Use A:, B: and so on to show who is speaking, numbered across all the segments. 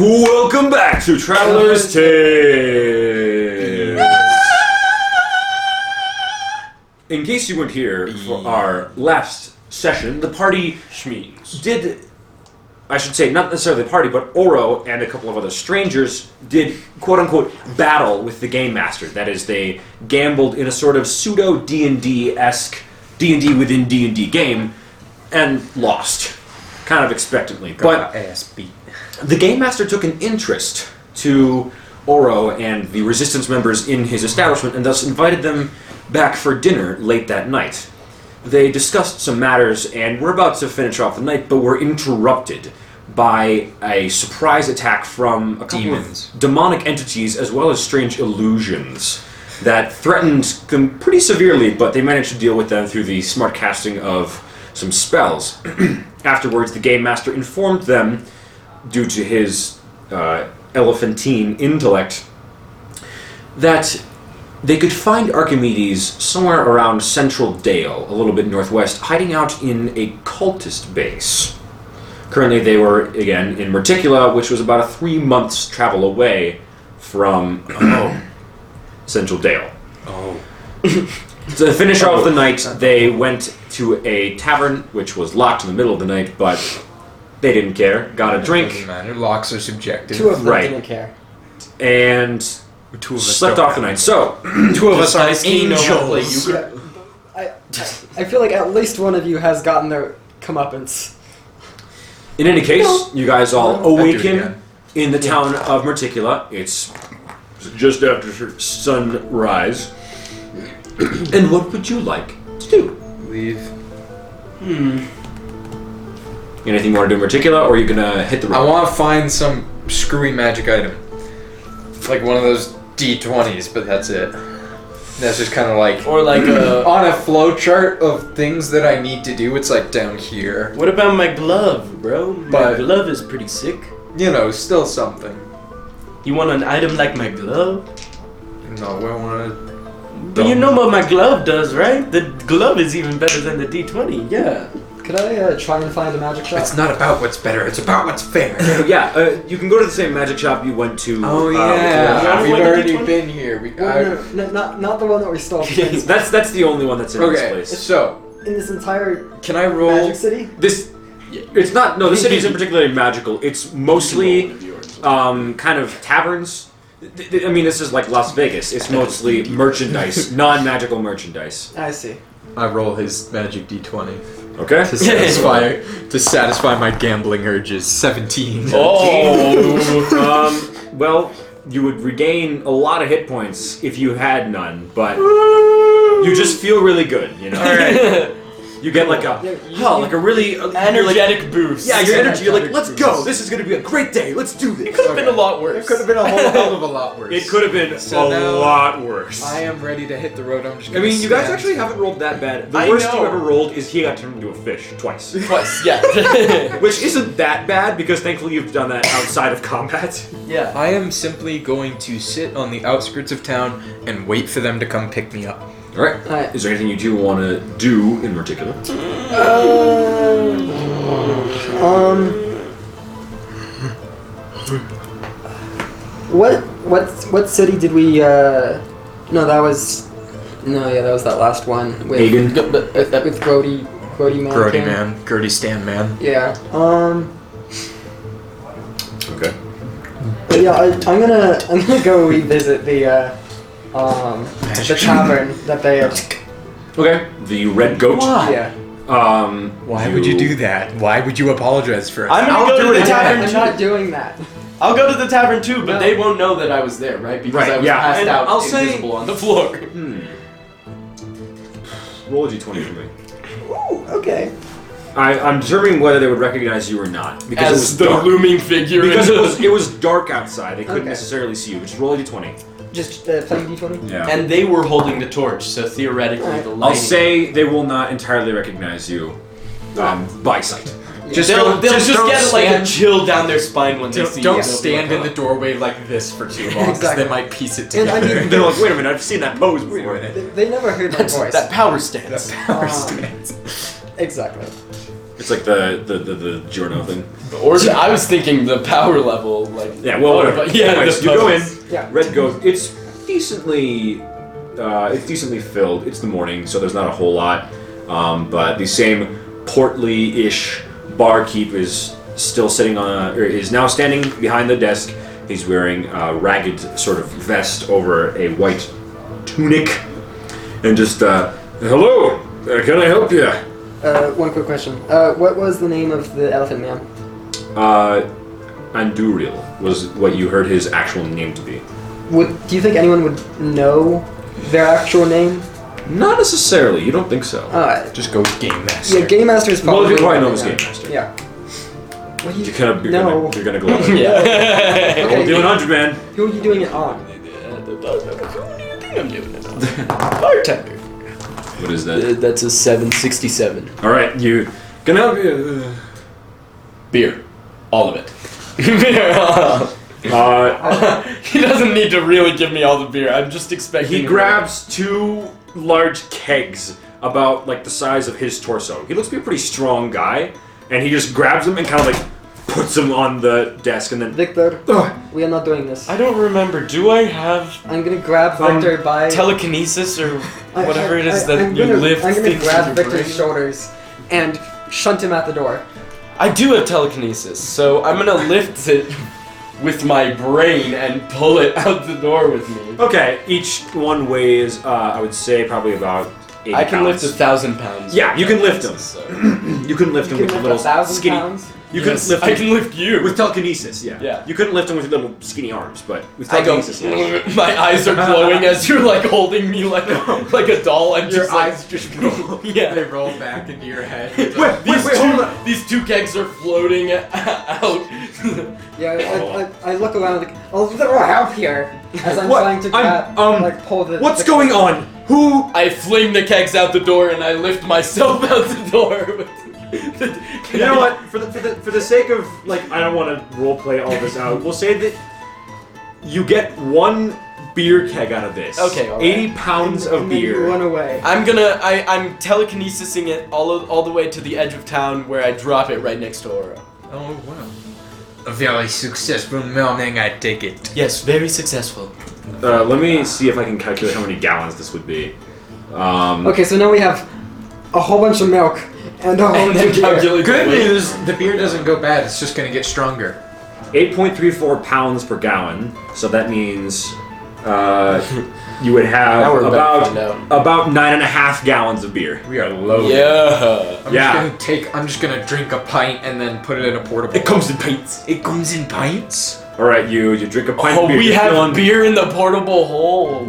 A: Welcome back to Traveler's Tales. In case you weren't here for our last session, the party
B: Schmeens.
A: did, I should say, not necessarily the party, but Oro and a couple of other strangers did quote unquote battle with the game master. That is, they gambled in a sort of pseudo D and D esque D and D within D and D game, and lost, kind of expectantly. but
C: Got my ass beat.
A: the game master took an interest to Oro and the resistance members in his establishment and thus invited them back for dinner late that night. They discussed some matters and were about to finish off the night, but were interrupted by a surprise attack from a couple
C: Demons.
A: of demonic entities as well as strange illusions that threatened them pretty severely, but they managed to deal with them through the smart casting of some spells. Afterwards, the game master informed them due to his uh, elephantine intellect, that they could find Archimedes somewhere around Central Dale, a little bit northwest, hiding out in a cultist base. Currently, they were again in Merticula, which was about a three months travel away from um, Central Dale.
C: Oh.
A: To finish off the night, they went to a tavern, which was locked in the middle of the night, but they didn't care. Got a drink,
C: Doesn't matter. Locks are subjective.
D: Two of them
A: Right.
D: didn't care.
A: and
C: Two of us
A: slept
C: don't
A: off the
C: have
A: night. So,
C: Two of us
B: Just
C: are
B: nice to know what play
C: angels.
B: you got.
D: I, I feel like at least one of you has gotten their comeuppance.
A: in any case, you guys all
C: do it
A: awaken
C: again.
A: in the town of Merticula. It's just after sunrise. and what would you like to do?
C: Leave.
A: Anything you want to do in Merticula, or are you gonna hit the
C: I
A: road?
C: want to find some screwy magic item, like one of those D20s, but that's it. That's just kind of like
B: Or like a.
C: on a flow chart of things that I need to do. It's like down here,
B: What about my glove, bro? My
C: But-
B: glove is pretty sick.
C: you know, still something.
B: You want an item like my glove?
C: No, we want
B: But you know what my glove does, right? The glove is even better than the D20. Yeah.
D: Could I uh, try and find a magic
C: to.
D: shop?
C: It's not about what's better. It's about what's fair.
A: But yeah, uh, you can go to the same magic shop you went to.
C: oh
A: uh,
B: you
C: yeah,
B: wanna
C: we've
B: play the
C: already
B: D20?
C: been here. We, I-
D: Well, no, no, not, not the one that we stole. from
A: with-
D: Vince.
A: that's that's the only one that's in this
C: okay,
A: place.
C: so
D: In this entire
C: can I roll?
D: magic city?
A: This, it's not. No, the city isn't particularly magical. It's mostly. um, kind of taverns. Th- th- I mean, this is like Las Vegas. It's mostly merchandise, non-magical merchandise.
D: I see.
C: I roll his magic d20
A: Okay.
C: to satisfy to satisfy my gambling urges. 17.
A: Oh. um, well, you would regain a lot of hit points if you had none, but you just feel really good. You know. You get like a oh, like a really uh, Like,
B: Energetic boost.
A: yeah, your energy. You're like, let's go. This is gonna be a great day. Let's do this.
B: could have been a lot worse.
C: Could have been a whole hell of a lot worse.
A: It could have been
C: So
A: a
C: now-
A: lot worse.
C: I am ready to hit the road. I'm just
A: I
C: gonna
A: mean, you guys
C: smash
A: actually
C: it.
A: haven't rolled that bad. The
B: I
A: worst
B: know.
A: you ever rolled is he got turned into a fish twice,
B: Twice, yeah.
A: which isn't that bad because thankfully you've done that outside of combat.
B: yeah.
C: I am simply going to sit on the outskirts of town and wait for them to come pick me up.
A: All right.
D: Alright.
A: Is there anything you do want to do in particular?
D: Um. What what what city did we? uh... No, that was. No, yeah, that was that last one with
A: Hagen?
D: g- but- with, with Grody Grody Man.
C: Grody
D: King.
C: man, Grody stand man.
D: Yeah. Um.
A: Okay.
D: But yeah, I, I'm gonna I'm gonna go revisit the uh, um, the tavern that they
A: Okay. The red goat.
D: yeah.
A: Um.
C: Why would you do that? Why would you apologize for us?
B: I'm gonna
A: I'll
B: go
A: do
B: to
A: it
B: the
A: again.
B: tavern
D: I'm
B: too.
D: not doing that.
B: I'll go to the tavern too, but
D: No.
B: they won't know that I was there, right? Because
A: Right,
B: I was
A: yeah.
B: passed
A: And
B: out,
A: I'll say-
B: invisible on the floor.
A: Roll a d20 for me.
D: Ooh, okay.
A: I, I'm determining whether they would recognize you or not because it was
B: As the
A: dark.
B: looming figure.
A: because
B: in
A: it
B: the-
A: was, it was dark outside, they couldn't
D: Okay.
A: necessarily see you. Just roll a d20.
D: Just uh, plain d20.
A: Yeah.
B: and they were holding the torch, so theoretically the light.
A: I'll say they will not entirely recognize you um, by sight.
C: just
B: They'll,
C: don't-
B: they'll just,
C: just don't
B: get like a
C: stand-
B: chill down their spine when they
C: Don't,
B: see you.
C: don't
B: They'll be
C: stand
B: like, "Oh,
C: in the doorway like this for too long, 'cause
D: Exactly.
C: they might piece it
D: And I
C: together.
D: mean-
A: They're like, wait a minute, I've seen that pose
C: Wait a
A: before.
C: minute.
D: They never heard my
B: "Oh,
D: voice.
B: That power stance.
C: That power
D: Um,
C: stance.
D: Exactly.
A: It's like the the the, the Giorno thing.
E: Or I was thinking the power level, like
A: Yeah, well, whatever.
E: But yeah,
A: Anyways,
E: the
A: you go in.
E: puzzles.
D: Yeah.
A: Red goes. It's decently, uh, it's decently filled. It's the morning, so there's not a whole lot. Um, but the same portly-ish barkeep is still sitting on, a, or is now standing behind the desk. He's wearing a ragged sort of vest over a white tunic, and just uh, hello. Uh, can I help you?
D: Uh, one quick question. Uh, what was the name of the elephant man?
A: Uh, Anduriel was what you heard his actual name to be.
D: Would do you think anyone would know their actual name?
A: Not necessarily. You don't think so.
D: Uh,
C: Just go game master.
D: yeah, game master is
A: Well,
D: probably.
A: you probably know
D: yeah.
A: this game master.
D: Yeah. What are you?
A: You're gonna, you're
D: No.
A: gonna, you're gonna glow. it.
E: Yeah.
A: We'll do
D: Okay.
A: 100, man.
D: Who are you doing it on?
A: Uh,
E: Who do you think I'm doing it on? Bartender.
A: What is
E: Uh,
A: that?
E: That's a 767.
A: All right, you. Can I help you?
E: Beer. All of it.
A: Uh,
E: he doesn't need to really give me all the beer. I'm just expecting.
A: he
E: him-
A: grabs two large kegs about like the size of his torso. He looks to be a pretty strong guy, and he just grabs them and kind of like puts them on the desk, and then
D: Victor,
A: Ugh,
D: we are not doing this.
B: I don't remember. Do I have
D: I'm gonna grab
A: Um,
D: Victor by
B: telekinesis or
D: I-
B: whatever it is
D: I-
B: that
D: I'm
B: you
D: gonna,
B: lift
D: I'm gonna
B: things
D: grab
B: in your
D: Victor's
B: brain?
D: shoulders and shunt him at the door.
E: I do have telekinesis, so I'm gonna lift it with my brain and pull it out the door with me.
A: okay, each one weighs uh, I would say probably about eight
E: I can lift
A: pounds.
E: a thousand pounds.
A: Yeah, you can lift 'em.
E: So.
A: You couldn't lift him
D: You
A: with your
D: can lift a
A: little
D: thousand
A: skinny.
D: pounds.
A: You couldn't
E: Yes,
A: lift.
E: I
A: him
E: can lift you.
A: with telekinesis. Yeah.
E: Yeah.
A: You couldn't lift him with your little skinny arms, but with
E: I go.
A: telekinesis. yeah.
E: My eyes are glowing as you're like holding me like like a doll. I'm
C: Your
E: just like-
C: eyes just roll.
E: Yeah.
C: They roll back into your head.
A: Wait,
E: These
A: wait, wait, hold
E: two,
A: on.
E: these two kegs are floating out.
D: Yeah, I, I, I look around like, oh, look what I have here. As I'm
A: What?
D: trying to
A: I'm-
D: grab,
A: um,
D: like, pull the.
A: What's
D: the-
A: going on? Who
E: I fling the kegs out the door and I lift myself out the door. With the,
A: You know what? For the, for the for the sake of like, I don't want to roleplay all this out. We'll say that you get one beer keg out of this.
E: Okay, all right.
A: Eighty pounds
D: And
A: of Um,
D: then you
A: beer.
D: Run away.
E: I'm gonna. I, I'm telekinesising it all of, all the way to the edge of town where I drop it right next to Aura.
C: Oh wow. A very successful morning, I take it.
E: Yes, very successful.
A: Uh, let me see if I can calculate how many gallons this would be. Um,
D: Okay, so now we have a whole bunch of milk and a whole
E: And then
D: bunch of beer.
E: calculate the
C: Good
E: weight.
C: news, the beer doesn't go bad. It's just gonna get stronger.
A: Eight point three four pounds per gallon. So that means uh, you would
E: Now
A: have
E: we're about to
A: about
E: find out.
A: about nine and a half gallons of beer.
C: We are low.
E: Yeah.
C: I'm
A: Yeah.
C: just gonna take. I'm just gonna drink a pint and then put it in a portable.
E: in pints.
C: It comes in pints.
A: All right, you you drink a pint
E: Oh,
A: of beer.
E: we
A: you're
E: have
A: feeling-
E: beer in the portable hole.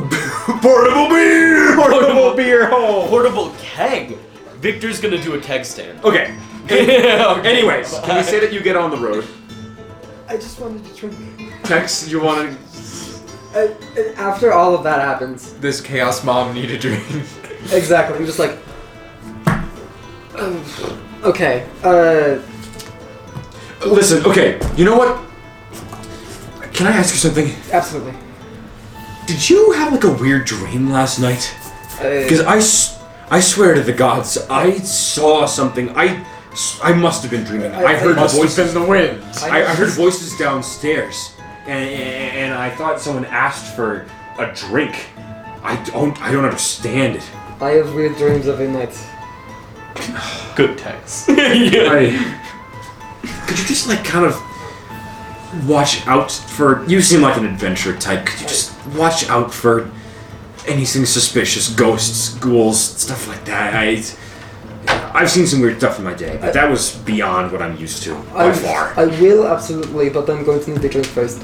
A: portable beer. Portable beer hole.
E: portable keg. Victor's gonna do a keg stand.
A: Okay. Anyways, can we say that you get on the road?
D: I just wanted to drink.
A: Tex, you want to?
D: Uh, uh, after all of that happens,
C: This chaos mom need a drink.
D: exactly. I'm just like. "Ugh." okay. Uh,
A: Listen, okay. You know what? Can I ask you something?
D: absolutely.
A: Did you have like a weird dream last night? Because
D: Uh,
A: I, s- I swear to the gods, I saw something. I, s- I must have been dreaming. I,
D: I-
A: heard
D: Must
A: voices.
C: in the wind.
A: I, I heard voices downstairs, and, and and I thought someone asked for a drink. I don't. I don't understand it.
D: I have weird dreams every night.
E: Good text.
A: I, could you just like kind of watch out for? You seem like an adventure type. Could you just watch out for anything suspicious, ghosts, ghouls, stuff like that? I, I've seen some weird stuff in my day, but that was beyond what I'm used to by
D: I,
A: far.
D: I will absolutely, but I'm going to need the drink first.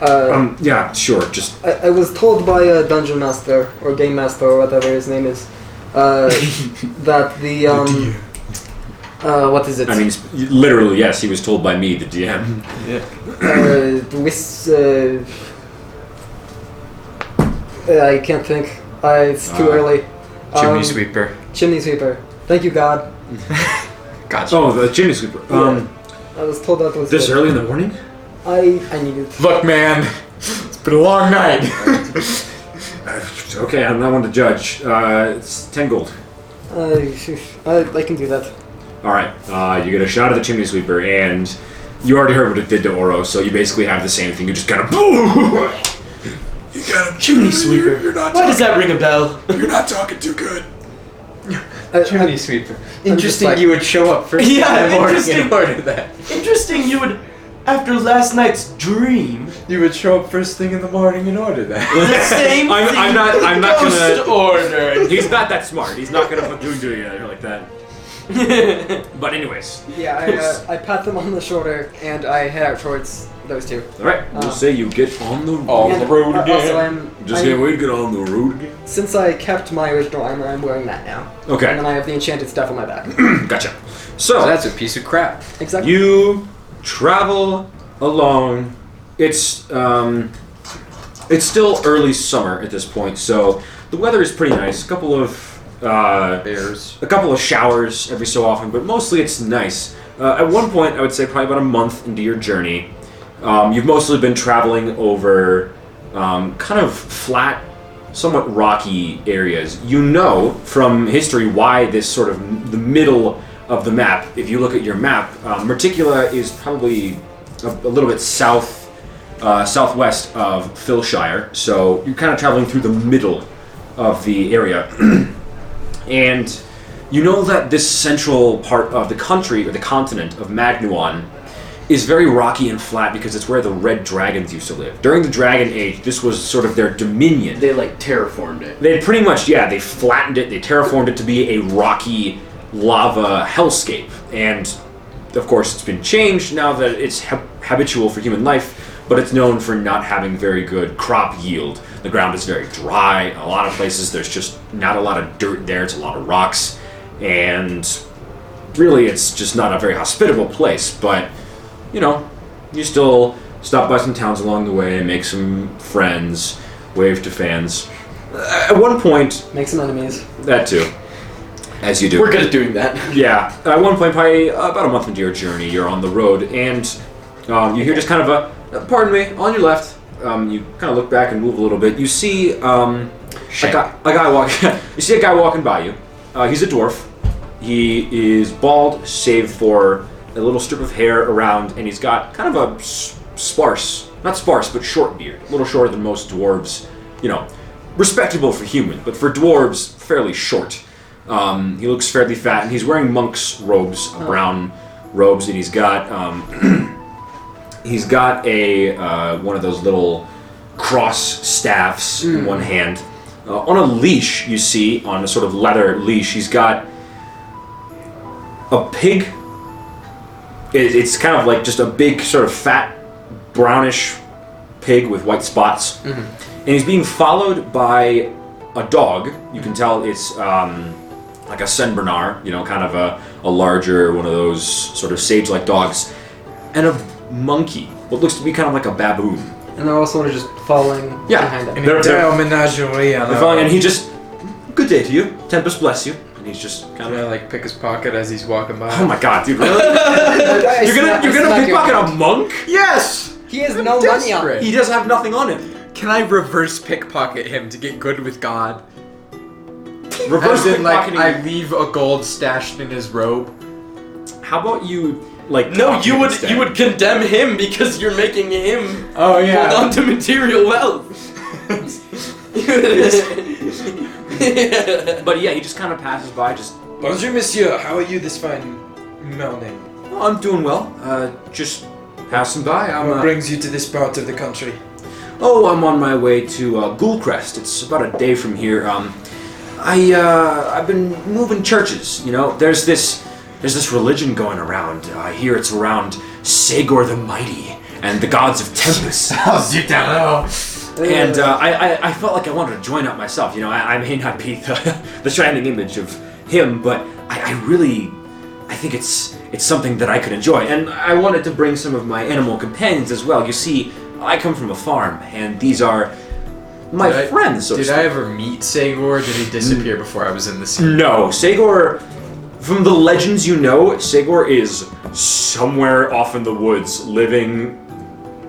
D: Uh,
A: um, yeah, sure. Just
D: I, I was told by a dungeon master or game master or whatever his name is uh, that the um, uh, what is it?
A: I mean, s- literally, yes. He was told by me, the DM.
D: uh, whis- uh, uh, I can't think. Uh, it's too
A: Uh,
D: early.
C: Chimney
D: Um,
C: sweeper.
D: Chimney sweeper. Thank you, God.
C: Gotcha.
A: Oh, the chimney sweeper. Um,
D: I was told that was
A: this
D: it.
A: early in the morning.
D: I I needed.
C: Look, man. It's been a long night.
A: Okay, I'm not one to judge. Uh, it's ten gold.
D: Uh, phew, I I can do that.
A: All right, uh, you get a shot at the chimney sweeper, and you already heard what it did to Oro, so you basically have the same thing. You just kind of boom.
F: You got a chimney sweeper. You're not.
B: Why does
F: talking-
B: that ring a bell?
F: You're not talking too good.
D: I,
C: Chimney
D: I,
C: sweeper.
D: just
C: Interesting
D: like-
C: you would show up first
B: Yeah,
C: thing in the morning
B: interesting.
C: and order that.
B: Interesting, you would, after last night's dream,
C: You would show up first thing in the morning and order that.
B: the same
A: I'm-
B: thing.
A: I'm not- I'm not
B: Ghost
A: gonna-
B: ordered.
A: He's not that smart. He's not gonna do do it like that. But anyways,
D: yeah, I, uh, I pat them on the shoulder and I head out towards those two.
A: all right. We'll
D: Uh,
A: say you get on the road.
C: On
D: And,
C: the road
D: uh,
C: again.
D: Also, I'm,
A: Just
D: I'm-
A: can't wait to get on the road again.
D: Since I kept my original armor, I'm wearing that now. And
A: Okay,
D: then I have the enchanted stuff on my back.
A: gotcha. So
C: Oh, that's a piece of crap.
D: exactly.
A: You travel along. It's um, it's still early summer at this point, so the weather is pretty nice. A couple of uh,
C: Bears.
A: a couple of showers every so often, but mostly it's nice. Uh, at one point, I would say probably about a month into your journey, um, you've mostly been traveling over um, kind of flat, somewhat rocky areas. You know from history why this sort of m- the middle of the map. If you look at your map, um, Merticula is probably a, a little bit south. Uh, southwest of Philshire, so you're kind of traveling through the middle of the area. And you know that this central part of the country or the continent of Magnuon is very rocky and flat because it's where the red dragons used to live. During the Dragon Age, this was sort of their dominion.
E: They like terraformed it.
A: They pretty much, yeah, they flattened it, they terraformed it to be a rocky lava hellscape. And of course, it's been changed now that it's hab- habitual for human life, but it's known for not having very good crop yield. The ground is very dry. A lot of places, there's just not a lot of dirt there, it's a lot of rocks. And really, it's just not a very hospitable place, but you know, you still stop by some towns along the way, make some friends, wave to fans. At one point,
D: Make some enemies.
A: that too, as you do.
E: We're good at doing that.
A: Yeah, at one point, probably uh, about a month into your journey, you're on the road, and um, you hear just kind of a, uh, pardon me, on your left. Um, you kind of look back and move a little bit. You see um, a,
C: Shank.
A: guy, a guy walk. you see a guy walking by you. Uh, he's a dwarf. He is bald, save for a little strip of hair around, and he's got kind of a s- sparse, not sparse, but short beard. A little shorter than most dwarves. You know, respectable for human, but for dwarves, fairly short. Um, he looks fairly fat, and he's wearing monk's robes, brown robes, and he's got um, he's got a uh, one of those little cross staffs in one hand. Uh, on a leash, you see, on a sort of leather leash, he's got a pig. It, it's kind of like just a big, sort of fat, brownish pig with white spots, and he's being followed by a dog. You can tell it's. Um, like a Saint Bernard, you know, kind of a, a larger one of those sort of sage-like dogs, and a monkey, what looks to be kind of like a baboon.
D: And they're also just following
A: Yeah.
D: behind them.
A: They're- they're-
C: menagerie on
A: And finally- and he just, good day to you, Tempest bless you, and he's just
C: I'm
A: kind
C: gonna
A: of,
C: like pick his pocket as he's walking by.
A: oh my god, dude, really?
D: I
A: you're gonna
D: smack-
A: you're gonna
D: I smack your
A: pickpocket a
D: hand.
A: monk?
C: Yes!
D: He has no money on.
A: He doesn't have nothing on him.
C: Can I reverse pickpocket him to get good with God?
A: Reverse
C: As in, like,
A: pickpocketing.
C: I leave a gold stashed in his robe.
A: How about you, like?
E: No,
A: talk to
E: you
A: him
E: would
A: instead?
E: you would condemn him because you're making him
C: Oh,
E: hold on to material wealth.
A: But yeah, he just kind of passes by, just
C: Bonjour, monsieur. How are you this fine morning?
A: "Oh, I'm doing well. Uh, just passing by. I'm. Uh,
C: brings you to this part of the country?
A: Oh, I'm on my way to uh, Ghoulcrest. It's about a day from here. Um, I uh, I've been moving churches. You know, there's this there's this religion going around. Uh, I hear it's around Sagor the Mighty and the gods of Tempest.
C: Oh, zip down
A: and uh, I, I I felt like I wanted to join up myself. You know, I, I may not be the, the shining image of him, but I, I really I think it's it's something that I could enjoy, and I wanted to bring some of my animal companions as well. You see, I come from a farm, and these are my
C: Did I-
A: friends. So to
C: Did
A: speak.
C: I ever meet Sagor? Did he disappear before I was in the scene?
A: No, Sagor. From the legends you know, Sagor is somewhere off in the woods, living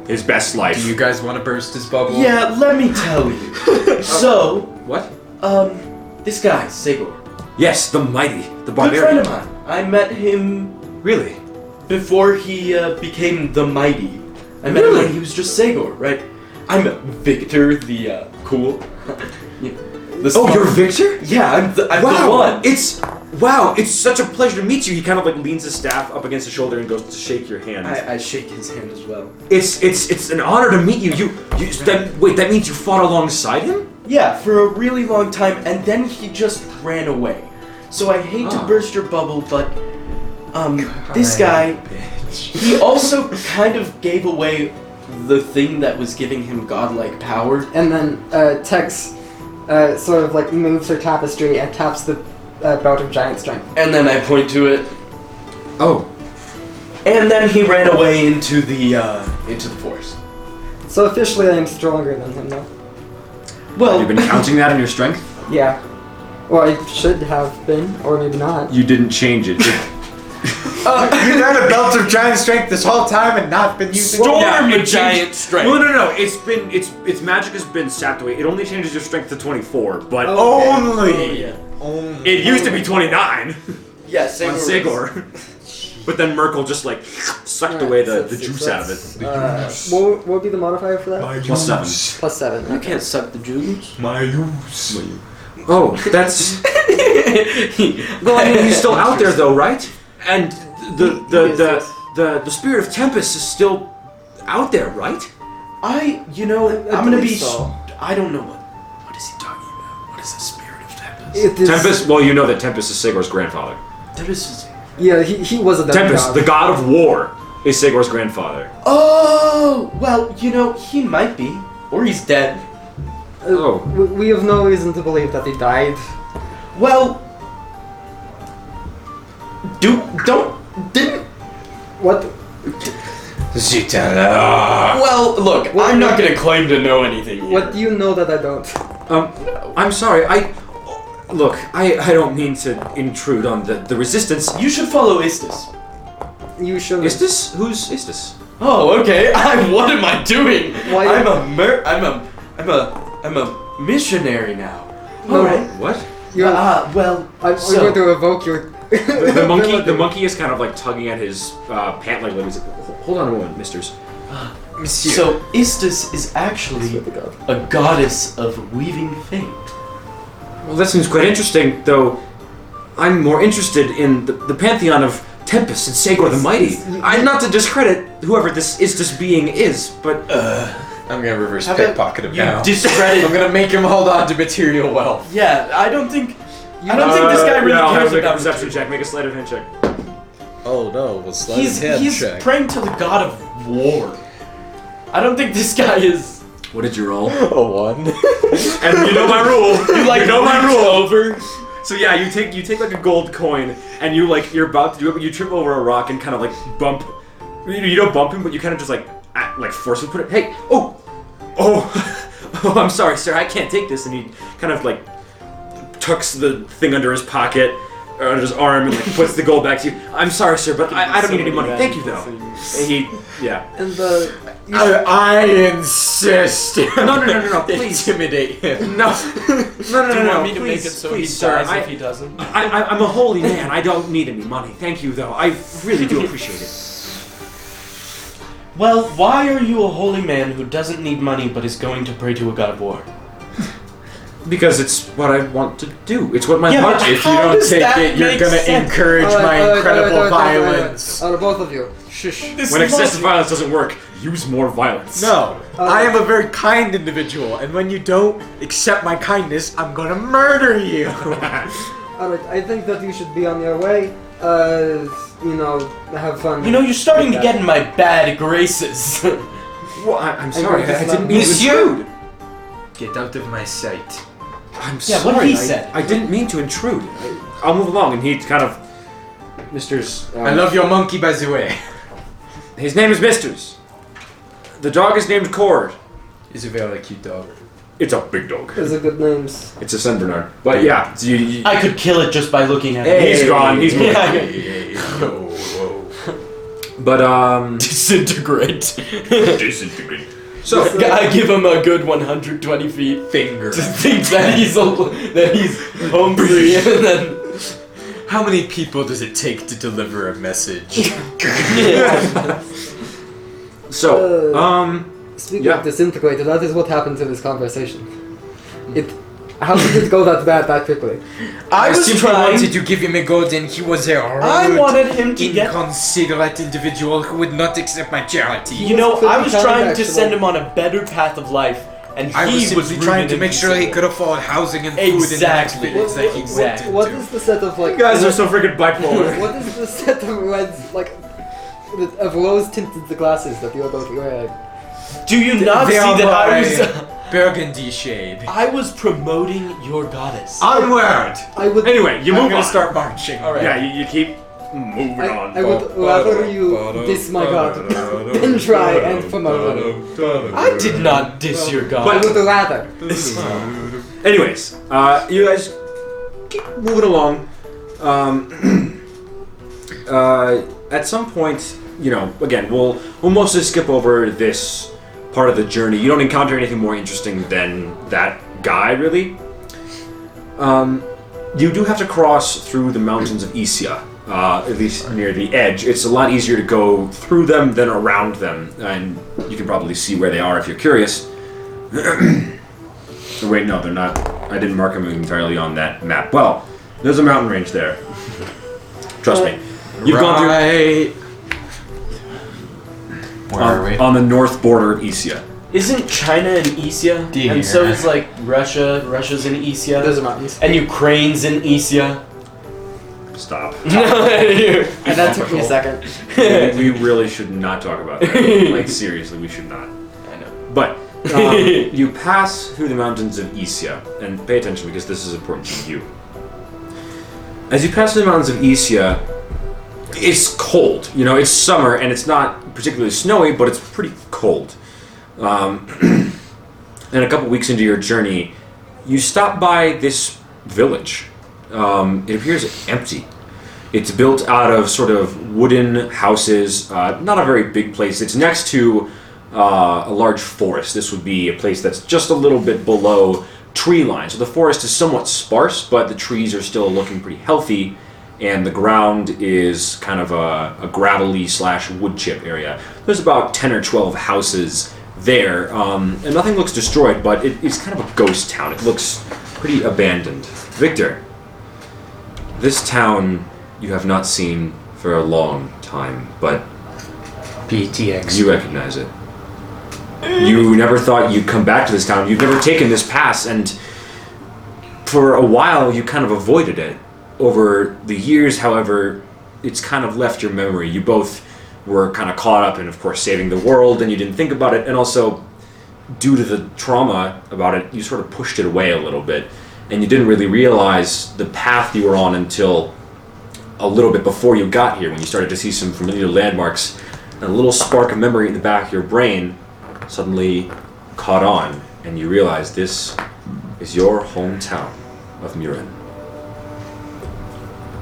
A: his best life.
C: Do you guys want to burst his bubble?
B: Yeah, let me tell you. so,
A: what?
B: um, this guy, Sigor,
A: Yes, the mighty, the
B: good
A: barbarian.
B: friend of mine.
E: I met him
A: Really?
E: before he uh, became the Mighty. I met him when he was just Segor, right? I'm Victor the uh, cool. Yeah. The
A: Oh, you're
E: smart-
A: Victor?
E: Yeah, I'm the, I'm the one.
A: It's wow! It's such a pleasure to meet you. He kind of like leans his staff up against his shoulder and goes to shake your hand.
E: I, I shake his hand as well.
A: it's it's it's an honor to meet you. You, you that, wait. That means you fought alongside him.
E: Yeah, for a really long time, and then he just ran away. So I hate
A: Ah.
E: to burst your bubble, but um, this guy, he also kind of gave away the thing that was giving him godlike power.
D: And then uh, Tex uh, sort of like moves her tapestry and taps the uh, belt of giant strength.
E: And then I point to it,
A: Oh,
E: and then he ran away into the uh, into the forest.
D: So officially, I am stronger than him now.
A: you've been counting that on your strength.
D: Yeah. Well, I should have been, or maybe not.
A: You didn't change it.
C: You've had a belt of giant strength this whole time and not been using
G: Storm
A: Yeah, it
G: a
A: changed-
G: giant strength.
A: No, no, no. It's been it's its magic has been sapped away. It only changes your strength to 24, but
C: Only.
E: Oh, yeah.
C: Only.
A: it used to be 29
E: Yeah,
A: on Sigor. but then Merkel just like sucked away the,
D: Alright, so
A: the
D: six,
A: juice out
D: that's,
A: of it.
D: Uh, what, what would be the modifier for that?
H: My
A: Plus seven.
H: use.
D: Plus seven.
E: You can't suck the juice.
H: My use.
A: Oh, that's well. I mean, he's still out there though, right? And the the
D: Yes,
A: the
D: yes.
A: the, the spirit of Tempest is still out there, right?
E: I, you know,
D: I
E: I'm gonna
D: believe
E: be.
D: so.
E: s- I don't know what. What is he talking about? What is the spirit of Tempest?
D: It is-
A: Tempest. Well, you know that Tempest is Sigor's grandfather.
E: Tempest is.
D: Yeah, he, he was a demigod.
A: Tempest, the god of war, is Sigor's grandfather.
E: Oh, well, you know, he might be. Or he's dead.
A: Oh,
D: We- We have no reason to believe that he died.
E: Well. Do. Don't. Didn't.
D: What?
E: Well, look,
D: Well,
E: I'm not
D: what-
E: gonna claim to know anything. Here.
D: What do you know that I don't?
A: Um, I'm sorry. I look. I, I don't mean to intrude on the, the resistance.
E: You should follow Istis.
D: You should.
A: Is this who's is this?
E: Oh, okay. I'm. What am I doing?
D: Why-
E: I'm a mer. I'm a. I'm a. I'm a missionary now.
D: No.
E: Alright.
A: What?
D: You're,
E: Ah, well.
D: Uh, I'm,
E: so-
D: I'm going to evoke your.
A: The, the monkey. The monkey is kind of like tugging at his uh, pant leg. He's like, "Ho- Hold on a moment, Misters.
E: So Istis is actually a goddess of weaving fate.
A: Well, that seems quite interesting, though. I'm more interested in the, the pantheon of Tempest and Sagor the Mighty. I'm not to discredit whoever this is. This being is, but
C: I'm gonna reverse
E: How about
C: pickpocket him
E: you
C: now.
E: discredit-
C: I'm gonna make him hold on to material wealth.
E: Yeah, I don't think. I don't think
A: Uh,
E: this guy really
A: yeah, I'll
E: cares
A: make a
E: about
A: perception check. Make a sleight of hand check.
C: Oh no, we'll slide
E: He's he's praying to the god of war. I don't think this guy is.
A: What did you roll?
C: a Oh, one.
A: And you know my rule. You
E: like,
A: know my
E: reach
A: rule. Over. So yeah, you take you take like a gold coin, and you like you're about to do it, but you trip over a rock and kind of like bump. You, you don't bump him, but you kind of just like ah, like forcefully put it. Hey, oh, oh, oh! I'm sorry, sir. I can't take this. And he kind of like tucks the thing under his pocket, or under his arm, and like puts the gold back to you. I'm sorry, sir, but I, I don't
E: So
A: need any
E: many
A: money. Thank you though.
E: valuable
A: And he yeah.
D: And uh, the.
C: I, I insist.
A: No, no, no, no, no, please.
C: intimidate him.
A: No, no, no, no,
G: You
A: no.
G: want me to make
A: please,
G: it so he
A: please, sir.
G: dies
A: I-
G: if he doesn't?
A: I, I, I'm a holy man. I don't need any money. Thank you, though. I really do appreciate it.
E: Well, why are you a holy man who doesn't need money but is going to pray to a god of war?
A: Because it's what I want to do. It's what my
E: Yeah,
A: heart
E: but
A: is.
E: how does that make sense?
C: encourage
A: Oh,
D: Alright, alright, alright, alright, alright,
A: Uh,
D: alright, both of you. Shush.
E: This
A: When excessive
E: logic-
A: violence doesn't work, use more violence.
C: No, I am a very kind individual, and when you don't accept my kindness, I'm gonna murder you.
D: Alright, I think that you should be on your way. Uh, you know, have fun.
E: You know, you're starting to get in my bad graces.
A: Well, I, I'm
D: sorry,
A: sorry.
D: I- I
A: I,
D: didn't
A: didn't
D: mean
A: mean
D: to
A: intrude.
C: Get out of my sight.
A: I'm
E: Yeah,
A: sorry.
E: what he
A: I,
E: said.
A: I didn't mean to intrude. I, I'll move along, and he kind of. Mister's. um,
C: I love your monkey, by the way.
A: His name is Mister's. The dog is named Cord.
C: He's a very cute dog.
A: It's a big dog.
D: Those are good names.
A: It's a Saint Bernard. But yeah, you, you-
E: I could kill it just by looking at it.
A: he's gone. He's moving.
E: Yeah.
A: But um.
E: Disintegrate.
A: Disintegrate. So
E: I give him a good 120 feet.
C: Finger.
E: Just think that he's a, that he's hungry and then
I: How many people does it take to deliver a message?
A: So,
D: Uh,
A: um,
D: Speaking
A: Yeah.
D: of disintegrated, that is what happened to this conversation. It. How did it go that bad that quickly?
C: I,
I: I
C: was
I: simply
C: trying.
I: wanted to give him a gold, and he was a rude,
E: I wanted him to get.
I: inconsiderate individual who would not accept my charity.
E: You know,
D: He was
E: I was
D: pretty
E: trying to
D: counteractual.
E: send him on a better path of life, and
I: I
E: he
I: was simply
E: rude
I: trying
E: and
I: to make sure he
E: inconsiderate.
I: could afford housing and food and
E: Exactly.
I: activities that he
E: Exactly.
I: wanted
D: What
I: to.
D: is the set of like?
A: so freaking bipolar.
D: what is the set of reds like? the- Of rose tinted glasses that you're both wearing.
E: Do you not see
I: They are
E: that I
I: my
E: was?
I: burgundy shade.
E: I was promoting your goddess.
I: Onward!
D: I would.
A: anyway, you
I: I'm
A: move
I: gonna
A: on.
I: start marching.
E: Alright.
A: Yeah, you, you keep moving
D: I,
A: on.
D: I would rather you diss my god than try and promote him.
E: I did not diss your
D: I
E: goddess.
D: would rather.
A: Anyways, uh, you guys keep moving along. Um, uh, at some point, you know, again, we'll we'll mostly skip over this part of the journey. You don't encounter anything more interesting than that guy, really. Um, you do have to cross through the mountains of Isia, uh, at least near the edge. It's a lot easier to go through them than around them, and you can probably see where they are if you're curious. Oh, Wait, no, they're not. I didn't mark them entirely on that map. Well, there's a mountain range there. Trust me. You've gone
I: Right.
C: Where
A: through
C: are we?
A: on, on the north border of Isia.
E: Isn't China in Asia?
C: Dear.
E: And so is like Russia. Russia's in Asia.
D: Those are mountains.
E: and Ukraine's in Asia.
A: Stop.
D: And that took me a second.
A: we really should not talk about that. Like, seriously, we should not.
E: I know.
A: But um, you pass through the mountains of Isia, and pay attention because this is important to you. As you pass through the mountains of Isia, it's cold. You know, it's summer and it's not particularly snowy, but it's pretty cold. Um, and a couple weeks into your journey, you stop by this village. Um, it appears empty. It's built out of sort of wooden houses, uh, not a very big place. It's next to uh, a large forest. This would be a place that's just a little bit below tree line. So the forest is somewhat sparse, but the trees are still looking pretty healthy, and the ground is kind of a, a gravelly slash wood chip area. There's about 10 or 12 houses there, um, and nothing looks destroyed, but it, it's kind of a ghost town. It looks pretty abandoned. Victor, this town you have not seen for a long time, but
C: BTX.
A: you recognize it. You never thought you'd come back to this town. You've never taken this pass, and for a while you kind of avoided it. Over the years, however, it's kind of left your memory. You both were kind of caught up in, of course, saving the world, and you didn't think about it, and also due to the trauma about it, you sort of pushed it away a little bit, and you didn't really realize the path you were on until a little bit before you got here, when you started to see some familiar landmarks, and a little spark of memory in the back of your brain suddenly caught on, and you realized this is your hometown of Murin.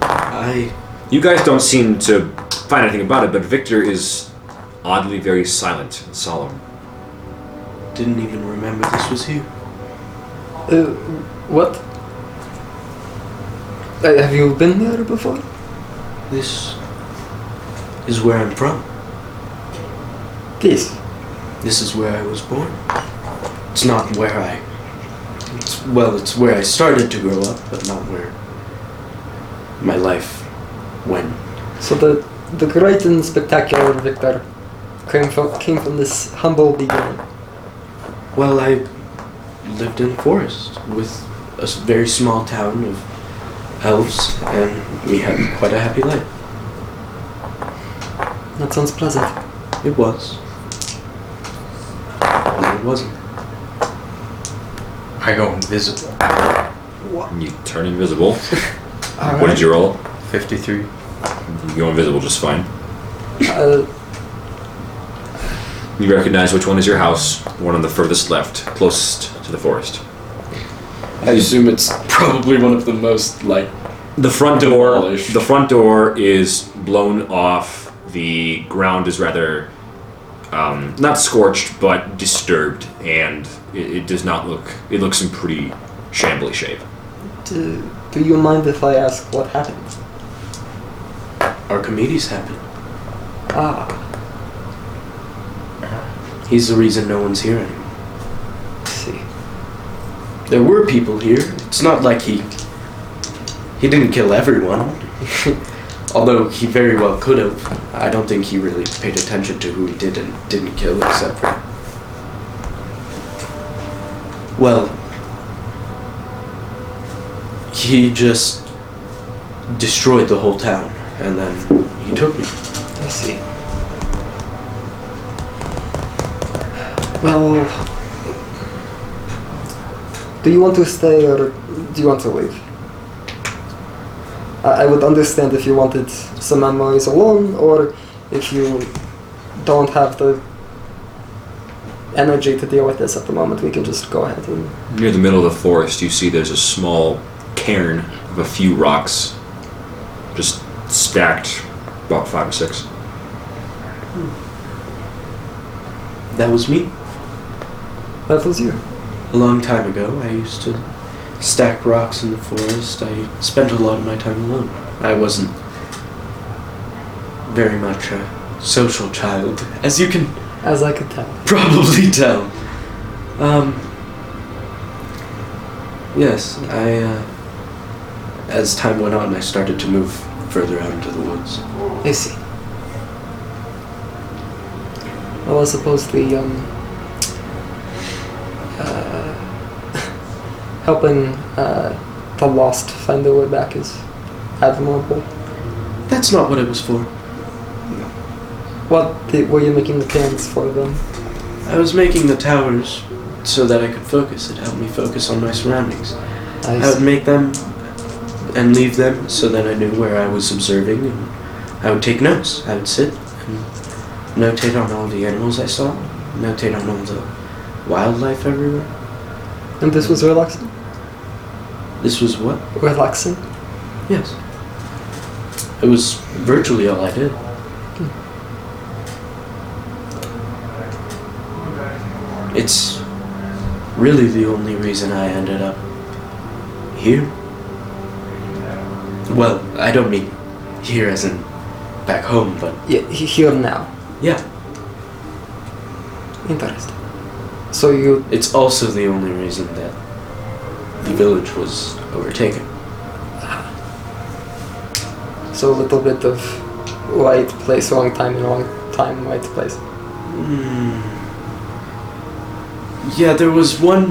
B: I
A: You guys don't seem to find anything about it, but Victor is oddly very silent and solemn.
B: didn't even remember this was here.
D: Uh, what? Uh, have you been there before?
B: This is where I'm from.
D: Please.
B: This is where I was born. It's not where I. It's, well, it's where I started to grow up, but not where my life went.
D: So the the great and spectacular Victor came from came from this humble beginning.
B: Well, I lived in a forest with a s- very small town of elves, and we had quite a happy life.
D: That sounds pleasant.
B: It was. And it wasn't.
A: oh.
C: I go invisible.
A: And you turn invisible.
D: All
A: Ah, What did you roll?
C: 53.
A: You go invisible just fine.
D: Uh,
A: You recognize which one is your house, one on the furthest left, closest to the forest.
E: I assume it's probably one of the most like.
A: The front door.
E: Demolished.
A: The front door is blown off. The ground is rather um, not scorched, but disturbed, and it, it does not look. It looks in pretty shambly shape.
D: do, do you mind if I ask what happened?
E: Archimedes happened.
D: Ah.
E: He's the reason no one's here anymore.
D: see.
E: There were people here. It's not like he he didn't kill everyone. Although he very well could have. I don't think he really paid attention to who he did and didn't kill except for Well he just destroyed the whole town and then he took me.
D: I see. Well, do you want to stay or do you want to leave? I, I would understand if you wanted some memories alone or if you don't have the energy to deal with this at the moment. We can just go ahead and.
A: Near the middle of the forest, you see there's a small cairn of a few rocks, just stacked about five or six.
E: That was me.
D: That was you.
E: A long time ago, I used to stack rocks in the forest. I spent a lot of my time alone. I wasn't very much a social child, as you can
D: As I could tell.
E: probably tell. Um, yes, I. Uh, as time went on, I started to move further out into the woods.
D: I see. Well, I suppose the um, uh, helping uh, the lost find their way back is admirable.
E: That's not what it was for.
D: What the, were you making the plans for them?
E: I was making the towers so that I could focus. It helped me focus on my surroundings.
D: I
E: I would
D: see.
E: make them and leave them so that I knew where I was observing. And I would take notes. I would sit and notate on all the animals I saw, notate on all the wildlife everywhere.
D: And this was relaxing.
E: This was what?
D: Relaxing.
E: Yes. It was virtually all I did. It's really the only reason I ended up here. Well, I don't mean here as in back home, but
D: Yeah, he- here now.
E: yeah,
D: Interesting. So you
E: it's also the only reason that the village was overtaken.
D: so a little bit of right place, wrong time, and wrong time, right place.
E: Hmm. Yeah, there was one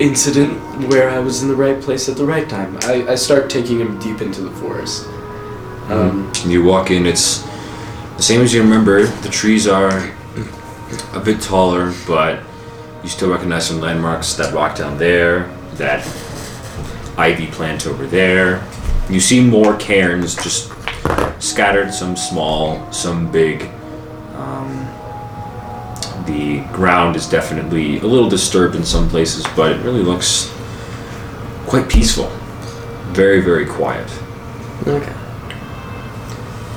E: incident where I was in the right place at the right time. I, I start taking him deep into the forest. Um,
A: You walk in, it's the same as you remember. The trees are a bit taller, but you still recognize some landmarks that rock down there, that ivy plant over there. You see more cairns just scattered, some small, some big. Um, the ground is definitely a little disturbed in some places, but it really looks quite peaceful. Very, very quiet.
D: Okay.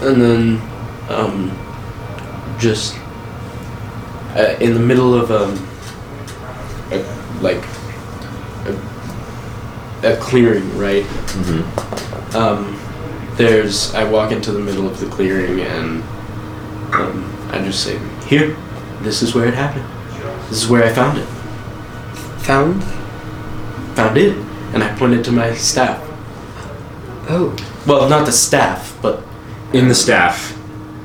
E: and then, um, just uh, in the middle of um, a, like a, a clearing, right?
A: Mm-hmm.
E: Um, there's I walk into the middle of the clearing and um, I just say, "Here, this is where it happened. This is where I found it."
D: Found.
E: found it, and I pointed to my staff.
D: Oh.
E: Well, not the staff, but
A: in the staff,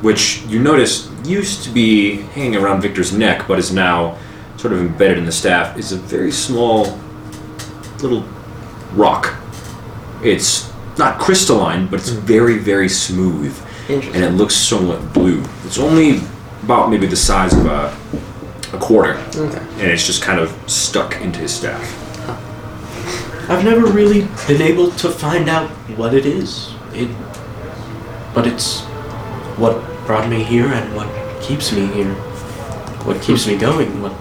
A: which you notice used to be hanging around Victor's neck, but is now sort of embedded in the staff, is a very small little rock. It's not crystalline, but it's very, very smooth,
D: Interesting.
A: and it looks somewhat blue. It's only about maybe the size of a, a quarter,
D: Okay.
A: and it's just kind of stuck into his staff.
E: I've never really been able to find out what it is. It, but it's what brought me here and what keeps me here, what keeps me going, what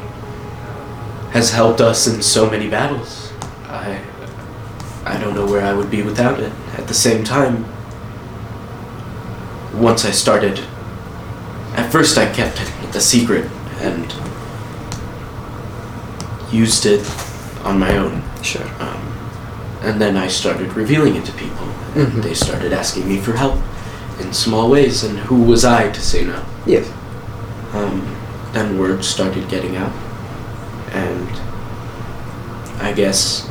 E: has helped us in so many battles. I, I don't know where I would be without it. At the same time, once I started, at first I kept it a secret and used it on my own.
D: Sure.
E: Um, and then I started revealing it to people. and
D: Mhm.
E: They started asking me for help.
B: in small ways, and who was I to say no?
D: Yes.
B: Um, then word started getting out, and I guess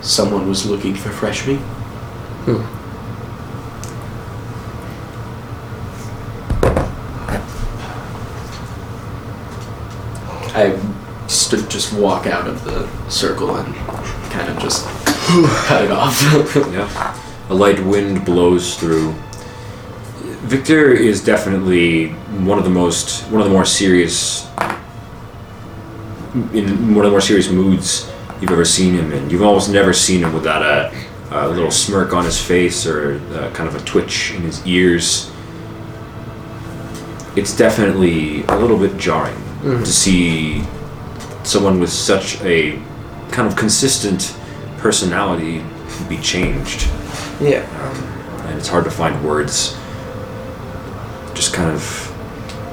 B: someone was looking for fresh meat. Hmm. I stood just walk out of the circle and kind of just cut it off.
A: Yeah. A light wind blows through. Victor is definitely one of the most, one of the more serious, in one of the more serious moods you've ever seen him in. You've almost never seen him without a, a little smirk on his face or uh kind of a twitch in his ears. It's definitely a little bit jarring to see someone with such a kind of consistent personality be changed
D: Yeah.
A: and it's hard to find words. Just kind of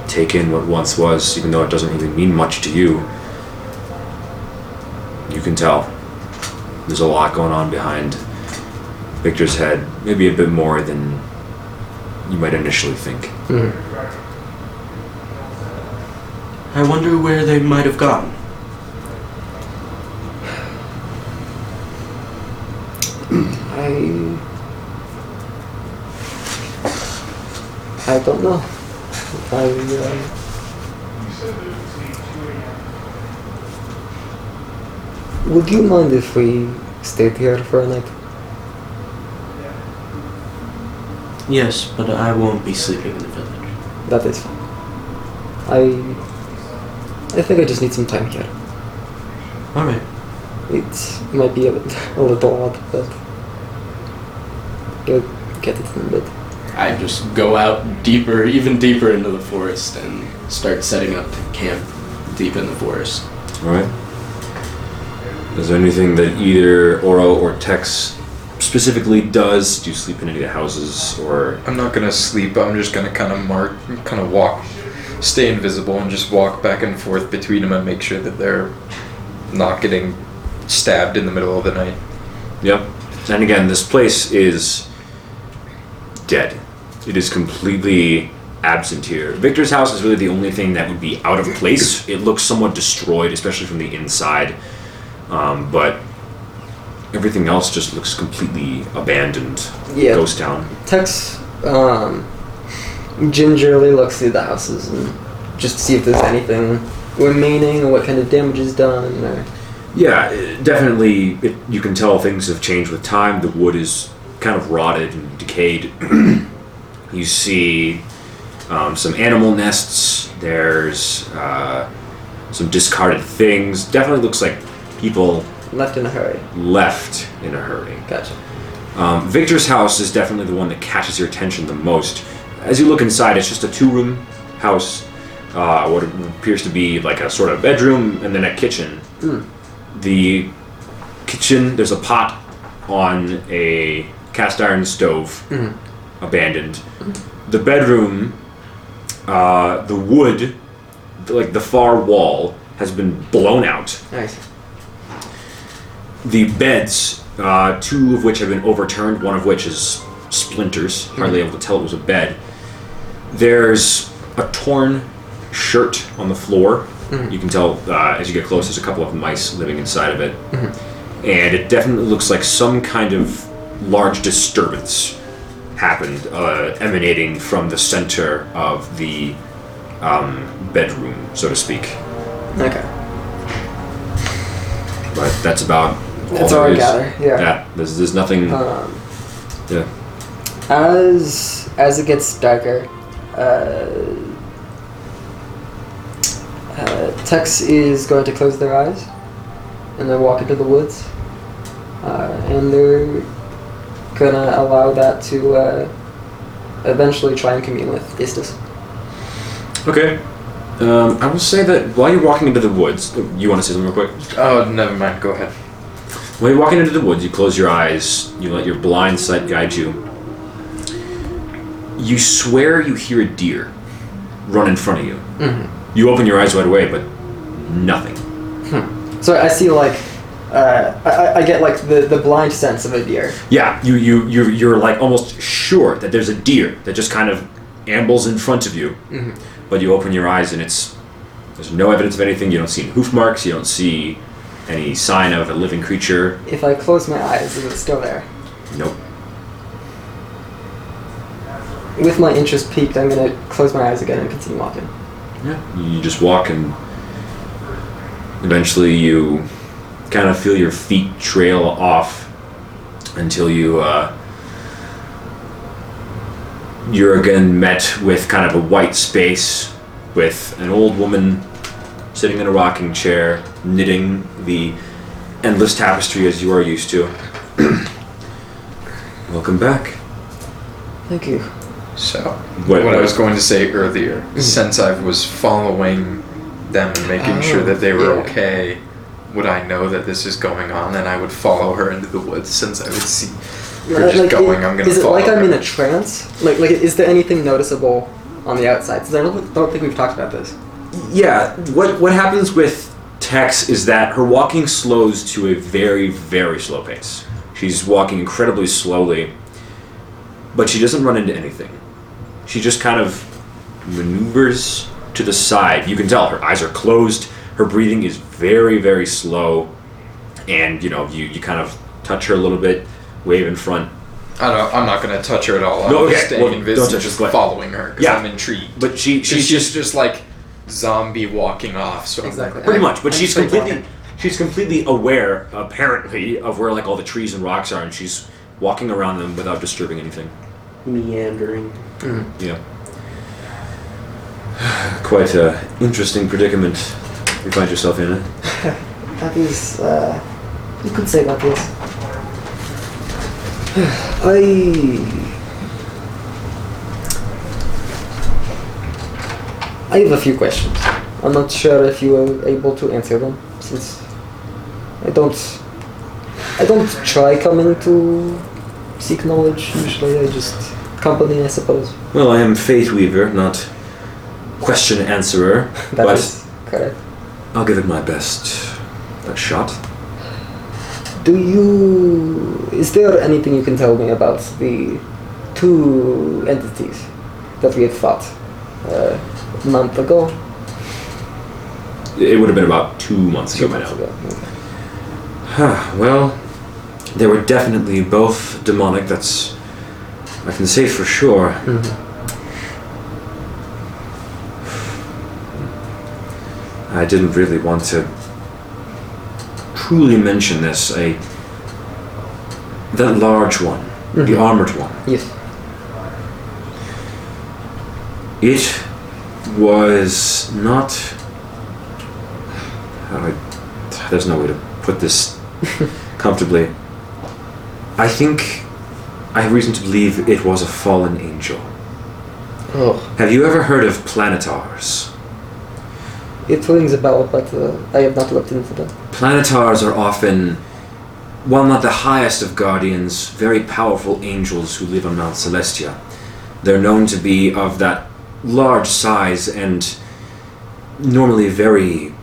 A: take in what once was, even though it doesn't really mean much to you. You can tell there's a lot going on behind Victor's head, maybe a bit more than you might initially think.
B: I wonder where they might have gone.
D: I. I don't know. I. Uh, would you mind if we stayed here for a night?
B: Yes, but I won't be sleeping in the village.
D: That is fine. I. I think I just need some time here.
B: All right.
D: It might be a, bit, a little odd, but you'll get it in a bit.
E: I just go out deeper, even deeper into the forest and start setting up camp deep in the forest.
A: All right. Is there anything that either Oro or Tex specifically does? Do you sleep in any of the houses, or
C: I'm not gonna sleep. I'm just gonna kind of mark, kind of walk, stay invisible, and just walk back and forth between them and make sure that they're not getting stabbed in the middle of the night.
A: Yep. And again, this place is dead. It is completely absent here. Victor's house is really the only thing that would be out of place. It looks somewhat destroyed, especially from the inside. Um, but everything else just looks completely abandoned.
D: Yeah.
A: Ghost town.
D: Tex um, gingerly looks through the houses and just to see if there's anything remaining or what kind of damage is done. Or,
A: Yeah, it- definitely. It, you can tell things have changed with time. The wood is kind of rotted and decayed. you see um, some animal nests. There's uh, some discarded things. Definitely looks like people
D: left in a hurry.
A: left in a hurry.
D: Gotcha.
A: Um, Victor's house is definitely the one that catches your attention the most. As you look inside, it's just a two room house, uh, what appears to be like a sort of bedroom and then a kitchen. The kitchen, there's a pot on a cast iron stove, abandoned. The bedroom, uh, the wood, like the far wall, has been blown out
D: Nice.
A: the beds, uh, two of which have been overturned, one of which is splinters, hardly able to tell it was a bed. There's a torn shirt on the floor. You can tell uh, as you get close, there's a couple of mice living inside of it. And it definitely looks like some kind of large disturbance happened, uh, emanating from the center of the um, bedroom, so to speak.
D: Okay.
A: But that's about
D: That's
A: there
D: all I
A: is.
D: gather, yeah.
A: there's, there's nothing.
D: Um,
A: yeah.
D: as as it gets darker, uh, uh, Tex is going to close their eyes, and then walk into the woods, uh, and they're gonna allow that to uh, eventually try and commune with Istis.
A: Okay. Um, I will say that while you're walking into the woods, oh, you want to say something real quick?
C: Oh, never mind. Go ahead.
A: When you're walking into the woods, you close your eyes, you let your blind sight guide you. You swear you hear a deer run in front of you.
D: Mm-hmm.
A: You open your eyes wide away, but nothing.
D: So I see like uh, I, I- I get like the, the blind sense of a deer.
A: Yeah, you you you you're like almost sure that there's a deer that just kind of ambles in front of you, but you open your eyes and it's there's no evidence of anything. You don't see any hoof marks. You don't see any sign of a living creature.
D: If I close my eyes, is it still there?
A: Nope.
D: With my interest peaked, I'm gonna close my eyes again and continue walking.
A: Yeah. You just walk and eventually you kind of feel your feet trail off until you uh, you're again met with kind of a white space with an old woman sitting in a rocking chair knitting the endless tapestry as you are used to. Welcome back.
D: Thank you.
C: So,
A: What-
C: what,
A: what-
C: I was going to say earlier, since I was following them and making sure that they were
D: yeah.
C: okay, would I know that this is going on? And I would follow her into the woods since I would see her just going.
D: it-
C: I'm gonna.
D: is it
C: follow
D: like I'm
C: her.
D: in a trance? Like, like is there anything noticeable on the outside? 'Cause I don't, don't think we've talked about this.
A: yeah what what happens with tex is that her walking slows to a very very slow pace she's walking incredibly slowly but she doesn't run into anything she just kind of maneuvers to the side you can tell her eyes are closed her breathing is very very slow and you know you, you kind of touch her a little bit wave in front
C: I don't. I'm not gonna touch her at all. I'm
A: No, okay,
C: just staying
A: well,
C: invisible,
A: don't touch her,
C: just
A: but-
C: following her because
A: Yeah.
C: I'm intrigued.
A: but she
C: she's
A: she's
C: just
A: just
C: just like zombie walking off. So I'm like,
D: Exactly.
A: pretty
D: I'm-
A: much but
D: I'm
A: she's
D: straight
A: completely
D: walking.
A: she's completely aware apparently of where like all the trees and rocks are and she's walking around them without disturbing anything
B: Meandering.
A: yeah quite a interesting predicament you find yourself in eh? it
D: That is, uh, you could say that, yes. I. I have a few questions. I'm not sure if you are able to answer them, since I don't. I don't try coming to seek knowledge usually. I just company, I suppose.
A: well i am faith weaver not question answerer
D: That
A: but
D: is correct.
A: i'll give it my best a shot
D: Do you. Is there anything you can tell me about the two entities that we had fought uh, a month ago?
A: it would have been about two months ago
D: Two
A: by
D: months
A: now
D: ago. Okay.
A: Huh, well, they were definitely both demonic, that's. I can say for sure. I didn't really want to truly mention this. I. That large one, the armored one,
D: Yes.
A: it was not. How do I, there's no way to put this comfortably. I think I have reason to believe it was a fallen angel.
D: Oh.
A: Have you ever heard of planetars?
D: It rings a bell, but uh, I have not looked into that.
A: Planetars are often, while not the highest of guardians, very powerful angels who live on Mount Celestia. They're known to be of that large size and normally very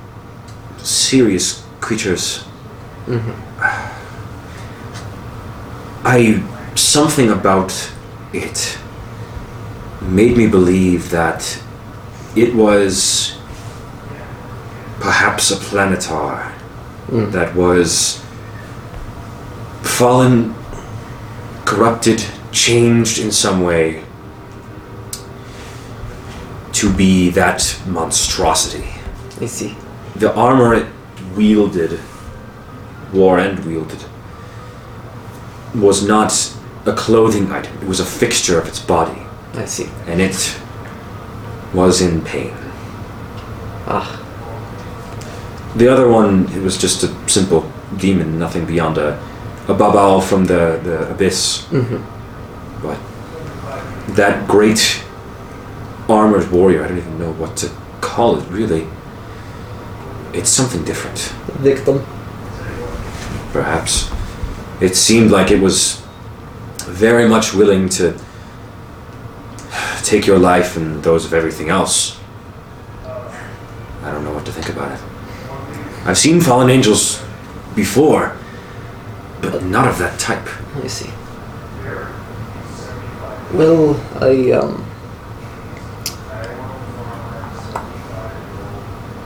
A: serious creatures. I. something about it made me believe that it was perhaps a planetar that was fallen, corrupted, changed in some way to be that monstrosity.
D: I see.
A: The armor it wielded, wore and wielded, was not a clothing item, it was a fixture of its body,
D: I see.
A: and it was in pain.
D: Ah.
A: The other one, it was just a simple demon, nothing beyond a, a babal from the, the abyss.
D: Mm-hmm.
A: But that great armored warrior, I don't even know what to call it really. It's something different,
D: Victim.
A: perhaps. It seemed like it was very much willing to take your life and those of everything else. I don't know what to think about it. I've seen fallen angels before, but not of that type.
D: I see. Well, I um.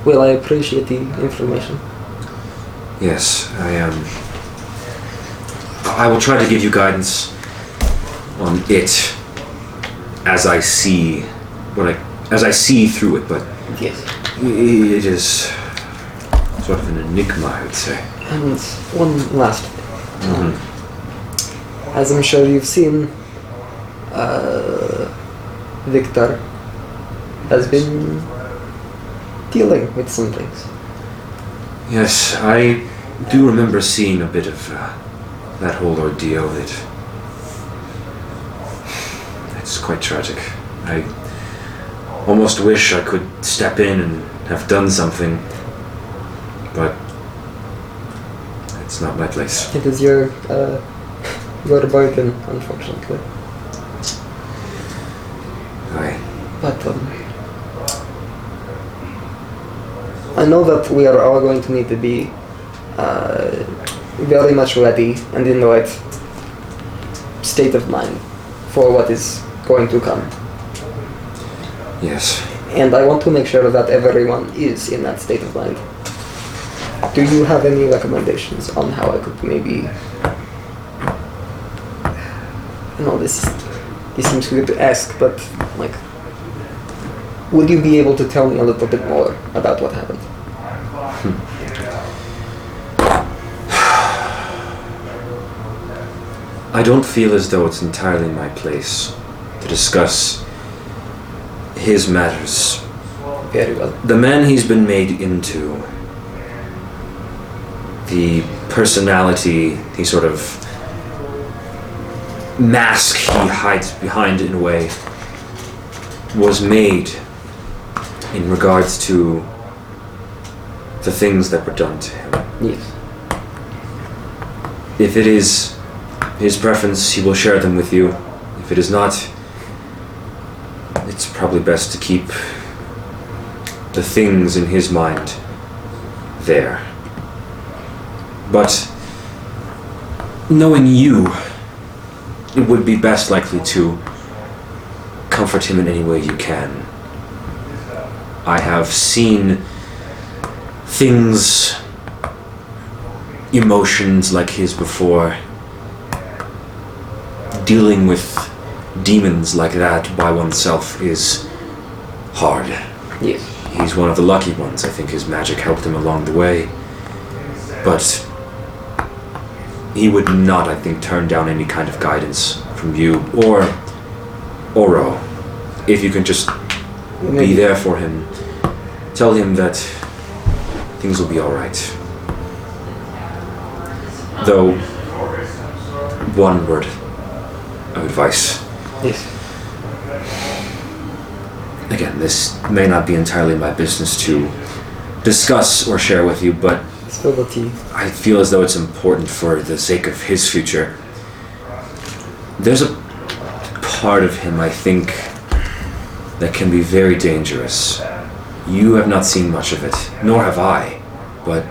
D: Well, I appreciate the information.
A: Yes, I am. I will try to give you guidance on it as I see what I as I see through it, but
D: Yes.
A: it is sort of an enigma, I would say.
D: And one last thing. Um, As I'm sure you've seen, uh, Victor has been dealing with some things.
A: Yes, I do remember seeing a bit of uh, that whole ordeal. It it's quite tragic. I almost wish I could step in and have done something, but it's not my place.
D: It is your uh, your burden, unfortunately.
A: I
D: But um, I know that we are all going to need to be uh, very much ready and in the right state of mind for what is going to come.
A: yes.
D: And I want to make sure that everyone is in that state of mind. Do you have any recommendations on how I could maybe? No, this this seems weird to ask, but like, would you be able to tell me a little bit more about what happened?
A: I don't feel as though it's entirely my place to discuss his matters
D: Very well.
A: the man he's been made into, the personality, the sort of mask he hides behind in a way, was made in regards to the things that were done to him.
D: Yes.
A: If it is his preference, he will share them with you. If it is not, it's probably best to keep the things in his mind there. But knowing you, it would be best likely to comfort him in any way you can. I have seen things emotions like his before. Dealing with demons like that by oneself is hard.
D: Yes.
A: He's one of the lucky ones. I think his magic helped him along the way. But he would not, I think, turn down any kind of guidance from you or Oro. If you can just be
D: Maybe.
A: there for him, tell him that things will be alright. Though, one word of advice.
D: Yes.
A: Again, this may not be entirely my business to discuss or share with you, but
D: Spill the tea.
A: I feel as though it's important for the sake of his future. There's a part of him, I think, that can be very dangerous. You have not seen much of it, nor have I, but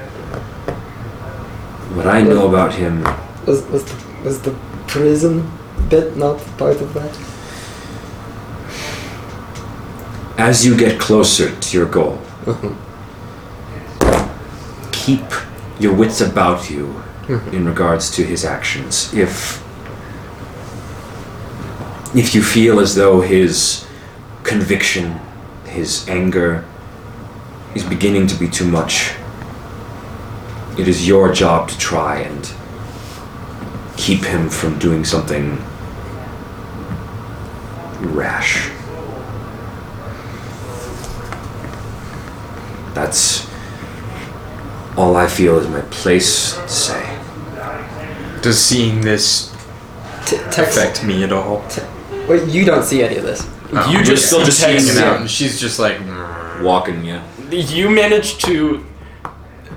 A: what I know about him,
D: Was was the, was the prison bit not part of that?
A: as you get closer to your goal, keep your wits about you in regards to his actions. If if you feel as though his conviction, his anger is beginning to be too much, it is your job to try and keep him from doing something rash. That's all I feel is my place to say.
C: Does seeing this
D: T- text.
C: affect me at all?
D: Wait, you don't see any of this.
E: You Um, just still just
C: hanging
E: text
C: out,
E: him.
C: and she's just like, "Mm,"
A: Walking, yeah.
E: You managed to.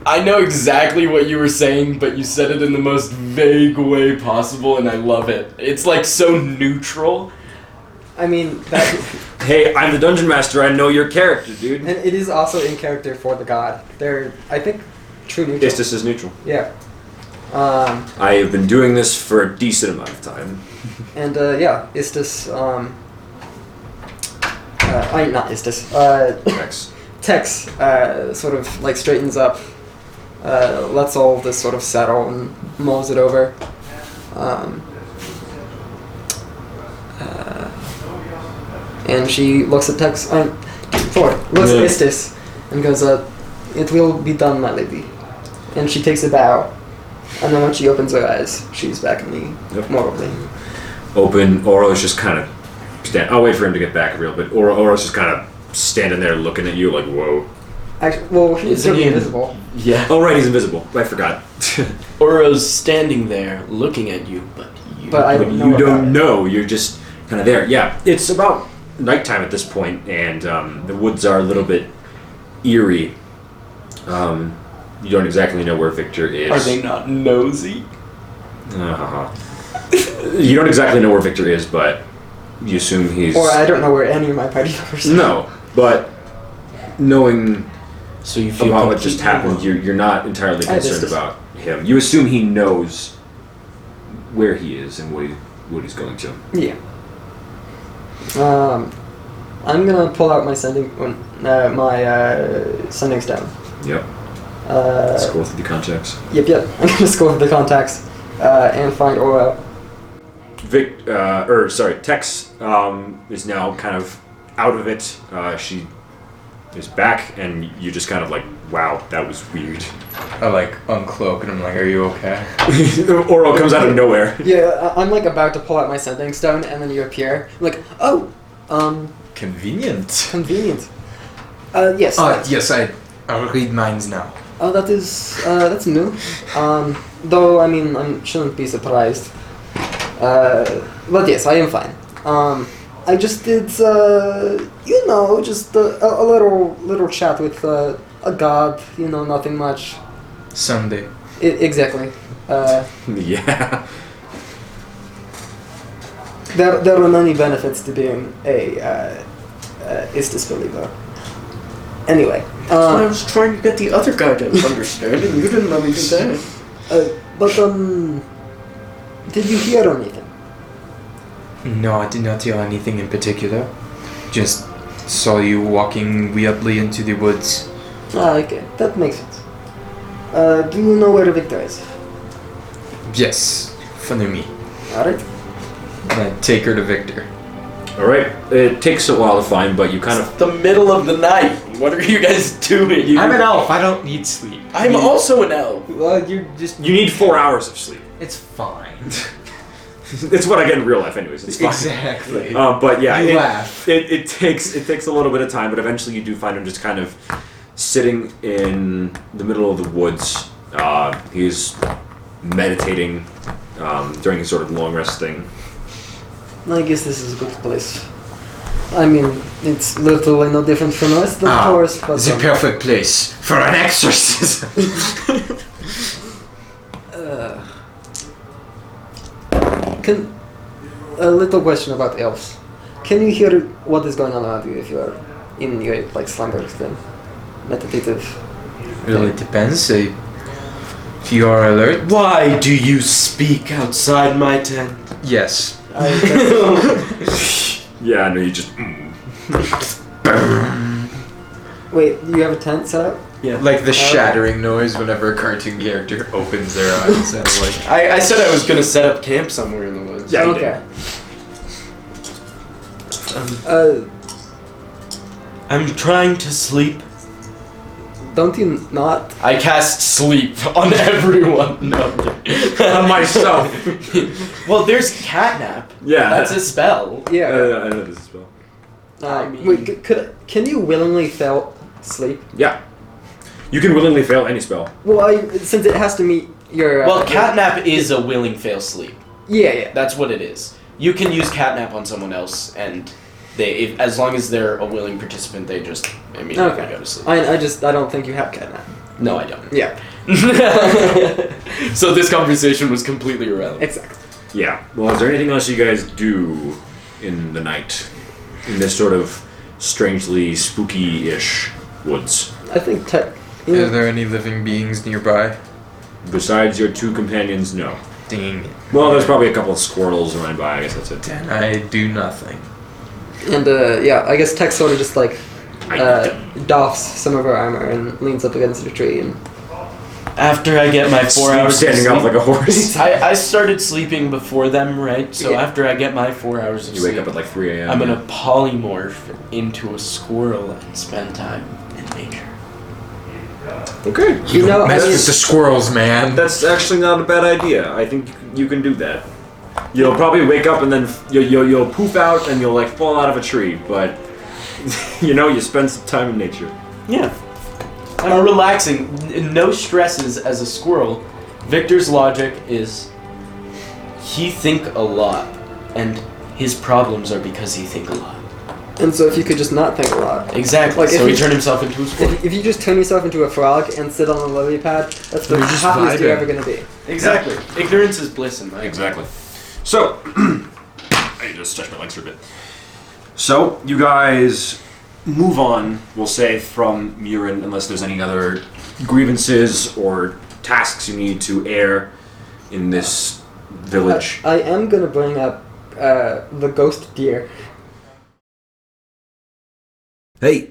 E: I know exactly what you were saying, but you said it in the most vague way possible, and I love it. It's like so neutral.
D: I mean that.
A: Hey, I'm the dungeon master. I know your character, dude.
D: And it is also in character for the god. They're, I think, true neutral.
A: Istis is neutral.
D: yeah. Um,
A: I have been doing this for a decent amount of time.
D: and uh, yeah, Istis. Um, uh, I not Istis. Uh,
A: Rex.
D: Tex uh, sort of like straightens up, uh, lets all of this sort of settle and mulls it over. Um, uh, and she looks at Tex, um, Thor, looks
A: Yeah.
D: at Istis, and goes, uh, It will be done, my lady. And she takes a bow, and then when she opens her eyes, she's back in the
A: Yep.
D: mortal plane.
A: Open. Oro's just kind of stand. I'll wait for him to get back a real bit. Oro, Oro's just kind of standing there looking at you like, whoa.
D: Actually, well, she's
B: Isn't
D: sort of
B: he in-
D: invisible.
B: Yeah.
A: Oh, right, he's invisible. I forgot.
B: Oro's standing there looking at you, but you.
D: But I
A: But
D: don't know.
A: you
D: about
A: don't
D: it.
A: know. You're just kind of there. Yeah, it's about nighttime at this point, and um, the woods are a little bit eerie. Um, you don't exactly know where Victor is.
E: Are they not nosy?
A: Uh-huh. you don't exactly know where Victor is, but you assume he's
D: Or I don't know where any of my party members are.
A: no. But knowing
B: so you feel
A: about what just
B: completely
A: happened,
B: alone.
A: you're you're not entirely
D: I just-
A: concerned about him. You assume he knows where he is and what he what he's going to.
D: Yeah. Um, I'm gonna pull out my sending uh, my uh, sending stone.
A: Yep.
D: Uh,
A: Let's go through the contacts.
D: Yep, yep. I'm gonna score the contacts uh, and find Oro.
A: Vic, uh, or sorry, Tex um, is now kind of out of it. Uh, she is back, and you just kind of like, wow, that was weird.
C: I like uncloak and I'm like, are you okay?
A: Oral comes out of nowhere.
D: Yeah, I- I'm like about to pull out my sending stone, and then you appear. I'm like, oh, um,
C: Convenient.
D: convenient. Uh, yes.
C: Uh, yes, I. I'll read minds now.
D: Oh, that is uh, that's new. Um, though I mean, I shouldn't be surprised. Uh, but yes, I am fine. Um, I just did, uh, you know, just uh, a, a little little chat with uh, a god. You know, nothing much.
C: Someday.
D: I- exactly. Uh,
A: yeah.
D: there, there are many benefits to being a uh, uh, istis believer. Anyway,
B: That's why I
D: um,
B: was trying to get the other guy to understand, and you didn't let me do that.
D: uh, but um, did you hear anything?
C: No, I did not hear anything in particular. Just saw you walking weirdly into the woods.
D: Ah, okay, that makes sense. Uh, do you know where Victor is?
C: Yes, follow me.
D: Alright.
C: And I take her to Victor.
A: All right. It takes a while to find, but you kind of.
E: It's the middle of the night. What are you guys doing? You-
C: elf. I don't need sleep.
E: I'm also an elf.
C: Well, you're just.
A: You need four hours of sleep.
C: It's fine.
A: It's what I get in real life, anyways. It's fine.
C: exactly.
A: Uh, but yeah,
C: You
A: it,
C: laugh.
A: It, it takes it takes a little bit of time, but eventually you do find him just kind of sitting in the middle of the woods. Uh, he's meditating um, during his sort of long rest thing.
D: I guess this is a good place. I mean, it's literally no different from the rest of the
C: Ah,
D: forest, but
C: the
D: um,
C: perfect place for an exorcism.
D: uh, can a little question about elves. Can you hear what is going on around you if you are in your like slumber thing, meditative?
C: really depends. eh, If you are alert,
B: Why do you speak outside my tent?
C: yes.
D: I, that's-
A: Yeah, I know you just. Mm.
D: wait, you have a tent set up?
C: Like the
J: Uh,
C: shattering noise whenever a cartoon character opens their eyes and like.
E: I, I said I was gonna set up camp somewhere in the woods.
A: Yeah, you did.
D: okay.
E: Um,
D: Uh,
B: I'm trying to sleep.
D: don't you not?
E: I cast sleep on everyone. No.
A: On myself.
E: well, there's catnap.
A: Yeah.
E: That's a spell.
A: I,
D: Yeah.
A: I know this spell.
D: Uh,
E: I mean-
D: wait, c- could, can you willingly fail sleep?
A: Yeah. You can willingly fail any spell.
D: Well, I, since it has to meet your. Uh,
E: Well, catnap is a willing fail sleep.
D: Yeah, yeah.
E: That's what it is. You can use catnap on someone else, and they, if, as long as they're a willing participant, they just immediately
D: Okay.
E: go to sleep.
D: I, I just I don't think you have catnap.
E: no, I don't.
D: Yeah,
E: so this conversation was completely irrelevant.
D: exactly.
A: Yeah. Well, is there anything else you guys do in the night? In this sort of strangely spooky ish woods?
D: I think tech.
C: Are
D: Yeah.
C: there any living beings nearby?
A: Besides your two companions, no.
C: Ding.
A: Well, there's probably a couple of squirrels around by. I guess that's it.
C: And I do nothing.
D: And uh, yeah, I guess Tex sort of just like
A: I
D: uh,
A: don't-
D: doffs some of her armor and leans up against a tree and
B: After I get my four
A: Sleep
B: hours of
A: standing
B: sleep,
A: up like a horse.
B: I, I started sleeping before them, right? So
D: Yeah.
B: after I get my four hours of
A: you
B: sleep,
A: wake up at like 3 a.m.
B: I'm gonna polymorph into a squirrel and spend time in nature.
A: Okay.
D: You know,
C: Mess
D: I mean-
C: with the squirrels, man.
A: That's actually not a bad idea. I think you can do that. You'll probably wake up and then f- you'll, you'll, you'll poof out and you'll like fall out of a tree, but you know, you spend some time in nature.
B: Yeah. I'm relaxing. N- No stresses as a squirrel. Victor's logic is he think a lot, and his problems are because he think a lot.
D: and so if you could just not think a lot.
B: Exactly.
D: Like, if
B: so
D: you-
B: he turned himself into a squirrel.
D: If, if you just turn yourself into a frog and sit on a lily pad, that's the
C: You're just
D: happiest you're
C: vibing.
D: ever gonna be.
B: Exactly. Ignorance is bliss in my
A: Exactly. So, I need to stretch my legs for a bit. So, you guys move on, we'll say, from Murin, unless there's any other grievances or tasks you need to air in this village.
D: I, I am gonna bring up uh, the ghost deer.
A: Hey!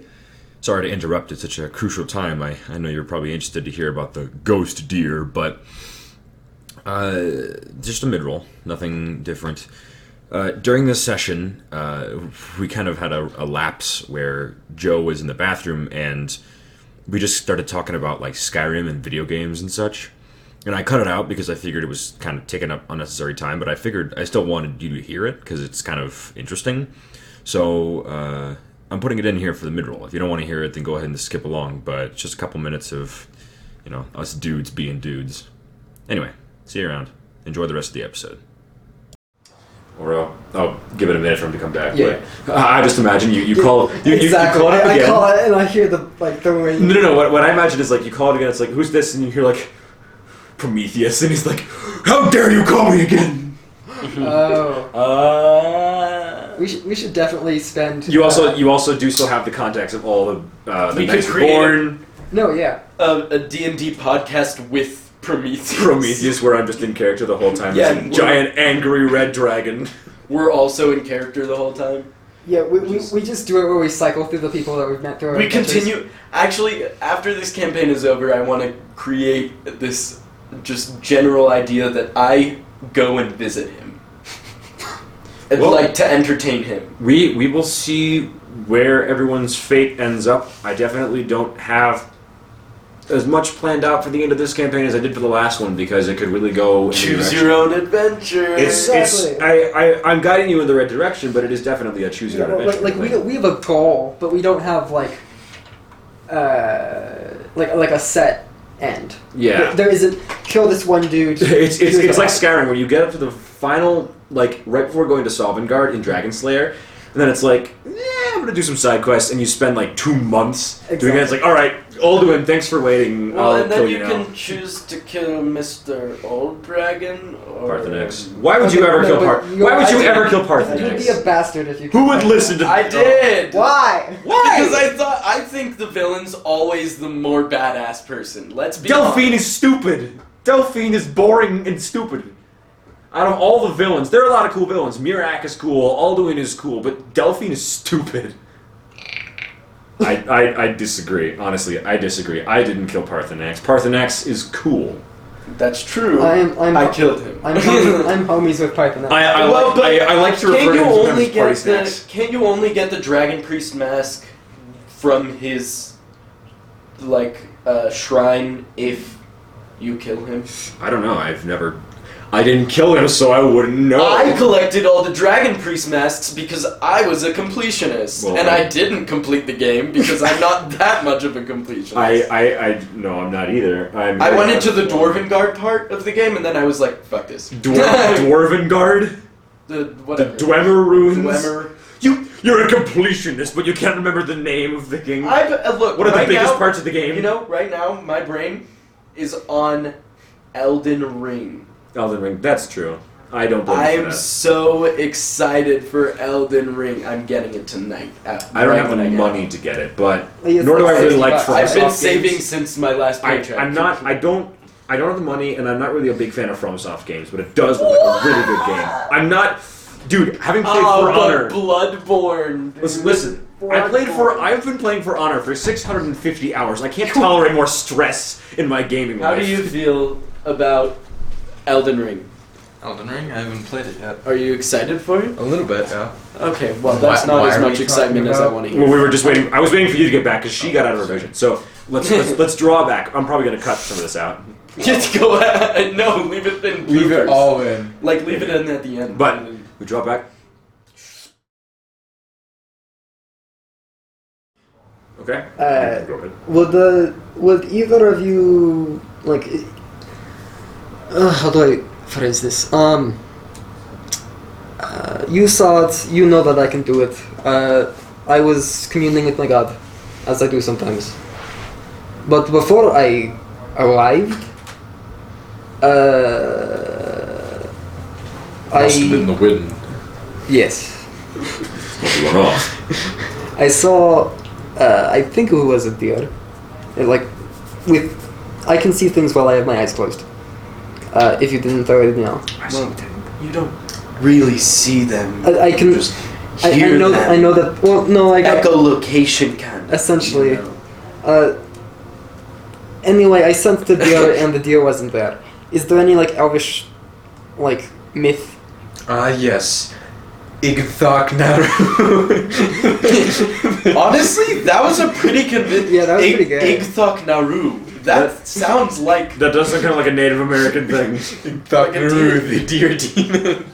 A: Sorry to interrupt at such a crucial time. I, I know you're probably interested to hear about the ghost deer, but. Uh, just a mid roll, nothing different. Uh, during this session, uh, we kind of had a, a lapse where Joe was in the bathroom and we just started talking about like Skyrim and video games and such. And I cut it out because I figured it was kind of taking up unnecessary time, but I figured I still wanted you to hear it because it's kind of interesting. So uh, I'm putting it in here for the mid roll. If you don't want to hear it, then go ahead and skip along. But it's just a couple minutes of, you know, us dudes being dudes. Anyway, see you around. Enjoy the rest of the episode. Or I'll, I'll give it a minute for him to come back.
D: Yeah.
A: But I just imagine you, you call you, you,
D: exactly.
A: you call it up
D: I,
A: again.
D: I call it and I hear the like the ring.
A: No, no, no. What, what I imagine is like you call it again. It's like who's this? And you hear like Prometheus, and he's like, "How dare you call me again?"
D: Oh,
B: Uh,
D: we should we should definitely spend.
A: You also
D: uh,
A: you also do still have the contacts of all the uh, the
E: We could
A: Knights
E: create
A: born
D: no, yeah.
B: Um,
E: a, a D&D podcast with Prometheus.
A: Prometheus, where I'm just in character the whole time.
E: Yeah,
A: Yeah,
E: and-
A: giant angry red dragon.
E: We're also in character the whole time.
D: Yeah, we, we, we just do it where we cycle through the people that we've met through our
E: We
D: adventures.
E: continue. Actually, after this campaign is over, I want to create this just general idea that I go and visit him. I'd
A: Well-
E: like to entertain him.
A: We we will see where everyone's fate ends up. I definitely don't have as much planned out for the end of this campaign as I did for the last one because it could really go. any
E: Choose
A: direction.
E: your own adventure.
A: It's, it's
D: Exactly.
A: I, I I'm guiding you in the right direction, but it is definitely a choose
D: Yeah,
A: your own
D: well, like,
A: adventure.
D: like we, we have a goal, but we don't have like uh like like a set end.
A: yeah,
D: There isn't kill this one
A: it's
D: dude.
A: it's,
D: here's
A: it's
D: a-
A: like Skyrim when you get up to the final like right before going to Sovngarde in Dragon Slayer, and then it's like eh, I'm gonna do some side quests, and you spend like two months doing it. It's like all right, Alduin, thanks for waiting.
E: well,
A: I'll
E: and then
A: kill
E: you
A: you, now.
E: can choose to kill Mr. Old Dragon or
A: Parthenax. Why would you
D: Okay,
A: ever
D: no,
A: kill
D: but
A: Part?
D: you-
A: Why would
E: I
A: you
E: did-
A: ever kill
D: You would
A: Parthenax?
D: be a bastard if you.
A: Who would listen to?
E: I did.
D: Why?
A: Why?
E: Because I thought I think the villain's always the more badass person. Let's be
A: Delphine is stupid. Delphine is boring and stupid. Out of all the villains, there are a lot of cool villains. Mirak is cool. Alduin is cool, but Delphine is stupid. I, I, I disagree. Honestly, I disagree. I didn't kill Parthenax. Parthenax is cool.
E: honest. That's true.
D: I am. I'm.
E: I killed him.
D: I'm, homies, I'm homies with Python.
A: I, I,
E: Well,
A: like,
E: but
A: I, I like to refer
E: can
A: to
E: you
A: him sometimes
E: only
A: as
E: get the
A: Parthenax.
E: Can you only get the dragon priest mask from his like uh, shrine if you kill him?
A: I don't know. I've never. I didn't kill him, so I wouldn't know.
E: I collected all the dragon priest masks because I was a completionist,
A: Well,
E: and
A: I-
E: I didn't complete the game because I'm not that much of a completionist.
A: I, I, I- no, I'm not either. I'm,
E: I went into the Dwarven Guard part of the game, and then I was like, "Fuck this."
A: Dwar- Dwarven Guard,
E: the
A: the
E: whatever.
A: Dwemer ruins.
E: Dwemer.
A: You you're a completionist, but you can't remember the name of the game.
E: I've uh, look.
A: One of the
E: right
A: biggest
E: now,
A: parts of the game.
E: You know, right now my brain is on Elden Ring.
A: Elden Ring. That's true. I don't blame you for
E: I'm
A: that.
E: so excited for Elden Ring. I'm getting it tonight. uh,
A: I don't
E: right
A: have
E: when
A: the
E: I get
A: money
E: it.
A: to get it, but
D: It's
A: nor do
D: like
A: I really
D: 60
A: like
D: bucks.
A: From
E: I've been
A: Soft
E: saving
A: Games.
E: since my last
A: I,
E: paycheck.
A: I'm not. I don't. I don't have the money, and I'm not really a big fan of FromSoft games, but it does look like a really good game. I'm not, dude. Having played For Honor,
E: Oh, but Bloodborne. dude.
A: listen, listen. I played for. I've been playing For Honor for 650 hours. I can't tolerate more stress in my gaming
E: How
A: life.
E: do you feel about Elden Ring?
J: Elden Ring? I haven't played it yet.
E: Are you excited for it?
J: A little bit, yeah.
E: Okay, well, that's
J: Why-
E: not
J: why
E: as
J: are we
E: much
J: talking
E: excitement as I
J: about-
E: want to hear.
A: Well, we were just waiting. I was waiting for you to get back because she got out of revision. So let's let's, let's draw back. I'm probably gonna cut some of this out.
E: Just go ahead. No, leave it in.
J: Leave it
E: bloopers.
J: all in.
E: Like, leave it in at the end.
A: But we draw back. Okay.
D: Uh,
A: Go ahead.
D: Would the would either of you like? i- Uh, how do I phrase this? Um, uh, you saw it. You know that I can do it. Uh, I was communing with my God, as I do sometimes. But before I arrived, uh, I
J: Must have been the wind.
D: yes.
A: We're off.
D: I saw, uh, I think it was a deer. It, like, with, I can see things while I have my eyes closed. Uh, if you didn't already know,
K: Well, you don't really see them.
D: I, I can.
K: Just
D: I, I
K: hear
D: know.
K: them.
D: I know that. Well, no, I got.
K: Echolocation kind of.
D: Essentially.
K: you know.
D: Uh, anyway, I sensed the deer, and the deer wasn't there. Is there any like elvish, like myth?
J: Ah, yes. Igthok Naru.
E: honestly, that was a pretty convincing.
D: Yeah, that was pretty good.
E: Igthok Naru. That sounds like
A: That does sound kind of like a Native American thing.
J: Igthok
E: Like a
J: Naru,
E: deer.
J: the deer demon.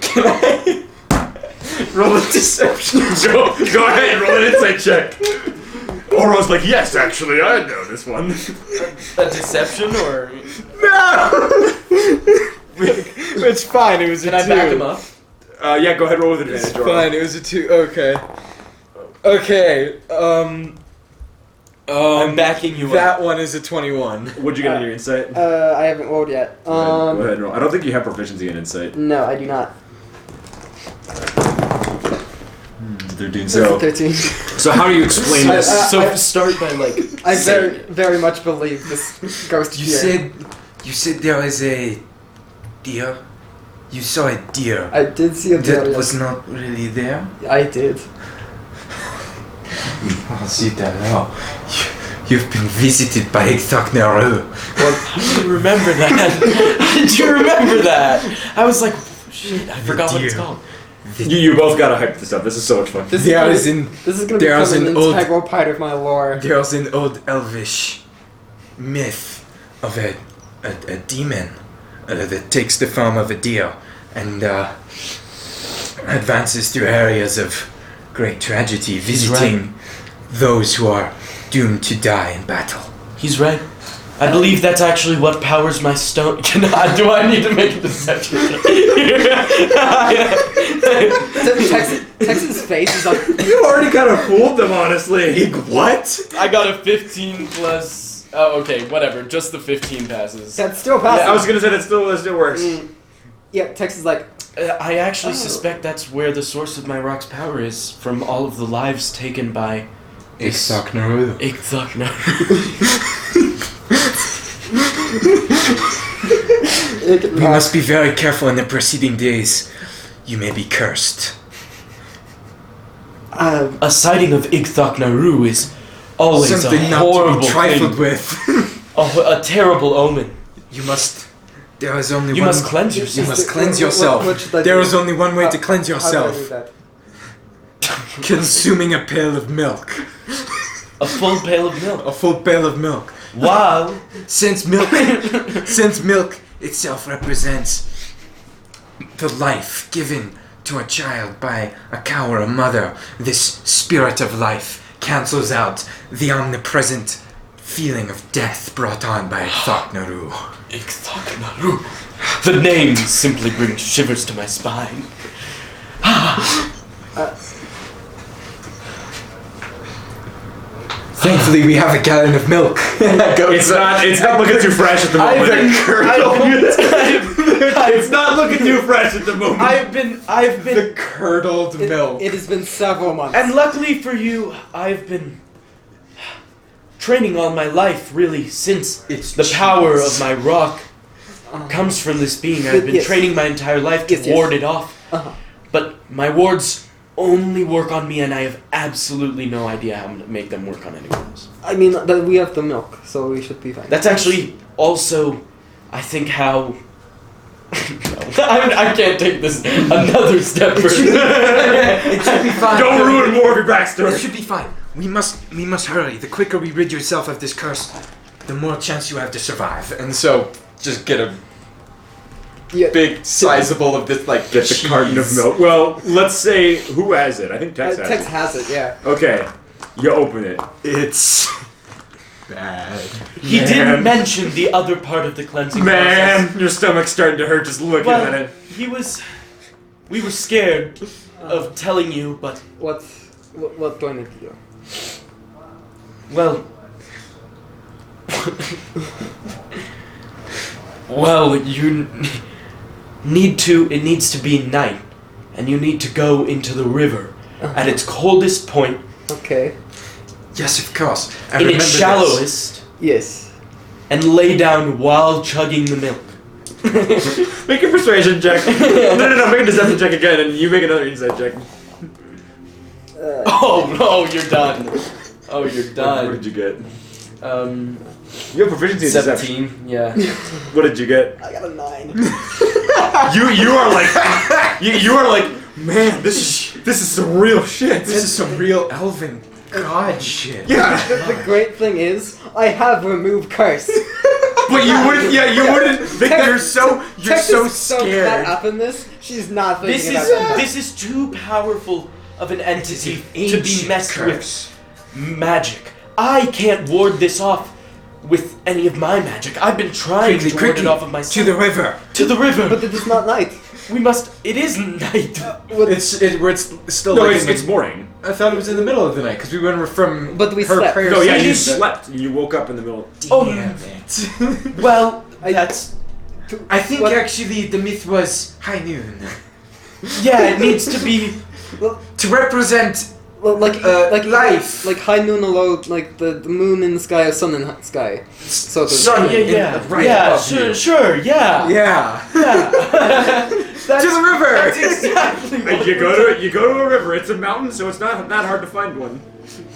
J: Can I roll a deception?
A: go, go ahead, roll an insight check. Oro's like, yes, actually, I know this one.
E: a deception, or
J: No! it's fine, it was a
E: can I
J: two.
E: back him up?
A: Uh, yeah, go ahead, roll with advantage.
J: It's
A: Oro.
J: fine, it was a two. Okay. Okay, um.
E: I'm
J: Um,
E: backing you up.
J: that one is a 21.
A: What'd you get on your insight?
D: Uh, I haven't rolled yet. Um,
A: go ahead, roll. I don't think you have proficiency in insight.
D: no, I do not.
J: They're doing
D: That's a
A: So,
D: thirteen.
A: so how do you explain
D: I-
A: this?
D: I-
E: so
D: I-
E: start by like
D: I very,
E: saying it.
D: very much believe this ghost.
C: You
D: here.
C: said, you said there was a deer. You saw a deer
D: I did see a deer.
C: that
D: yes.
C: was not really there.
D: I did.
C: Oh, see that now. You, you've been visited by Igthok Naru.
E: How do you remember that? How did you remember that? I was like, shit, I forgot what it's
C: dear.
E: called.
A: You, you both gotta hype this up. This is so much fun.
D: This
C: There
D: is
C: is
D: gonna,
C: an
D: this is gonna
C: there
D: become
C: is
D: an,
C: an old-
D: integral part of my lore.
C: There's an old elvish myth of a, a, a demon uh, that takes the form of a deer and uh, advances through areas of great tragedy, visiting those who are doomed to die in battle.
E: He's right. I believe that's actually what powers my stone. Can I, do I need to make a deception?
D: Texas, Texas face is like
A: You already kind of fooled them, honestly. What?
E: I got a 15 plus. Oh, okay, whatever. Just the 15 passes. Uh,
D: that's still
A: I was
D: passing.
A: gonna say that still that still works.
D: Yeah, Texas is like
E: I actually
D: Oh.
E: suspect that's where the source of my rock's power is from all of the lives taken by
C: Igthok Naru.
E: Igthok.
D: it,
C: We must be very careful in the preceding days. You may be cursed.
D: uh,
E: A sighting of Igthok Naru is always
C: Something
E: a
C: not to
E: horrible
C: be trifled
E: thing.
C: with.
E: Oh, A, a terrible omen.
C: you must. There is only
E: You
C: one.
E: must cleanse
C: You
E: yourself.
C: must cleanse
D: What- what-
C: yourself.
D: what should I
C: there
D: do?
C: is only one way to
D: Uh,
C: cleanse
D: how do I do
C: yourself.
D: that?
C: Consuming a pail of milk.
E: A full pail of milk.
C: A full pail of milk.
E: Wow.
C: Since milk since milk itself represents the life given to a child by a cow or a mother, this spirit of life cancels out the omnipresent feeling of death brought on by Thaknaru.
E: Ikthok Naru. The name simply brings shivers to my spine.
C: Thankfully we have a gallon of milk.
A: It's not. It's not looking too fresh at the moment. it's not looking too fresh at the moment.
E: I've been, I've been,
J: Curdled
D: It,
J: milk.
D: it has been several months.
E: and luckily for you, I've been training all my life, really, since
C: It's
E: the power of my rock comes from this being. I've been
D: Yes.
E: training my entire life to
D: Yes, yes.
E: ward it off.
D: Uh-huh.
E: But my wards only work on me, and I have absolutely no idea how to make them work on anyone else.
D: I mean, but we have the milk, so we should be fine.
E: That's actually also, I think, how.
L: No, I, I can't take this another step further.
C: It should be fine.
A: Don't ruin more of your
C: It
A: backstory.
C: should be fine. We must we must hurry. The quicker we rid yourself of this curse, the more chance you have to survive. And
M: And so just get a
D: Yeah.
M: big sizable of this like
A: Get the carton of
M: cheese.
A: milk. Well, let's say who has it. I think
D: Uh,
A: Tex has
D: Tex
A: it.
D: has it, yeah.
A: Okay, you open it.
C: it's bad.
E: He
A: Man.
E: didn't mention the other part of the cleansing process.
A: Man, your stomach's starting to hurt just looking at
E: Well,
A: it.
E: he was. We were scared of telling you, but
D: What, what, what do I need to do?
E: well, well, you n- need to. It needs to be night, and you need to go into the river
L: Uh-huh.
E: at its coldest point,
D: Okay.
C: Yes, of course. I
E: in
C: remember
E: its
C: this.
E: shallowest,
D: Yes.
E: and lay down while chugging the milk.
A: Make a persuasion check. no, no, no, make a deception check again, and you make another insight check.
D: Uh,
L: oh no, you're done. Oh, you're
A: what did
L: done.
A: you get?
L: Um,
A: You have proficiency in deception.
L: seventeen. Yeah.
A: What did you get?
D: I got a nine.
A: You you are like you, you are like man. This is this is some real shit.
C: This is some real elven god shit.
A: yeah,
D: the, the great thing is, I have removed curse.
A: but you wouldn't. Yeah, you wouldn't. Think
D: Tex-
A: you're so you're
D: Tex
A: so
D: is so caught
A: scared.
D: up in this, she's not thinking
E: This
D: about
E: is
C: uh,
D: that.
E: this is too powerful of an entity to be
C: ancient
E: messed
C: curse.
E: with. Magic. I can't ward this off with any of my magic. I've been trying
C: Quickly,
E: to
C: quickly,
E: ward it off of myself.
C: to the river.
E: to the river.
D: But it is not night.
E: we must. It is night.
C: Uh,
D: What-
C: It's it, where it's still.
A: No,
C: like
A: it's,
C: in the-
A: it's morning.
M: I thought it was in the middle of the night because we went from
D: But we
M: her
D: slept.
M: prayer
A: No, yeah,
M: session
A: you
M: to-
A: slept and you woke up in the middle.
E: oh,
C: Damn it.
E: well,
D: I-
E: that's
D: To-
C: I think
D: what-
C: actually the myth was high noon
E: yeah. It needs to be.
C: to represent
D: well, like
C: uh,
D: like
C: life.
D: like high noon or low, like the, the moon in the sky or sun in the sky. So
C: sun.
E: Yeah,
C: in-
E: yeah,
C: right
E: yeah.
C: above
E: Sure,
C: you.
E: sure. Yeah.
C: Yeah.
E: that's,
C: to the river.
E: that's exactly. What
A: You go to you go to a river. It's a mountain, so it's not not hard to find one.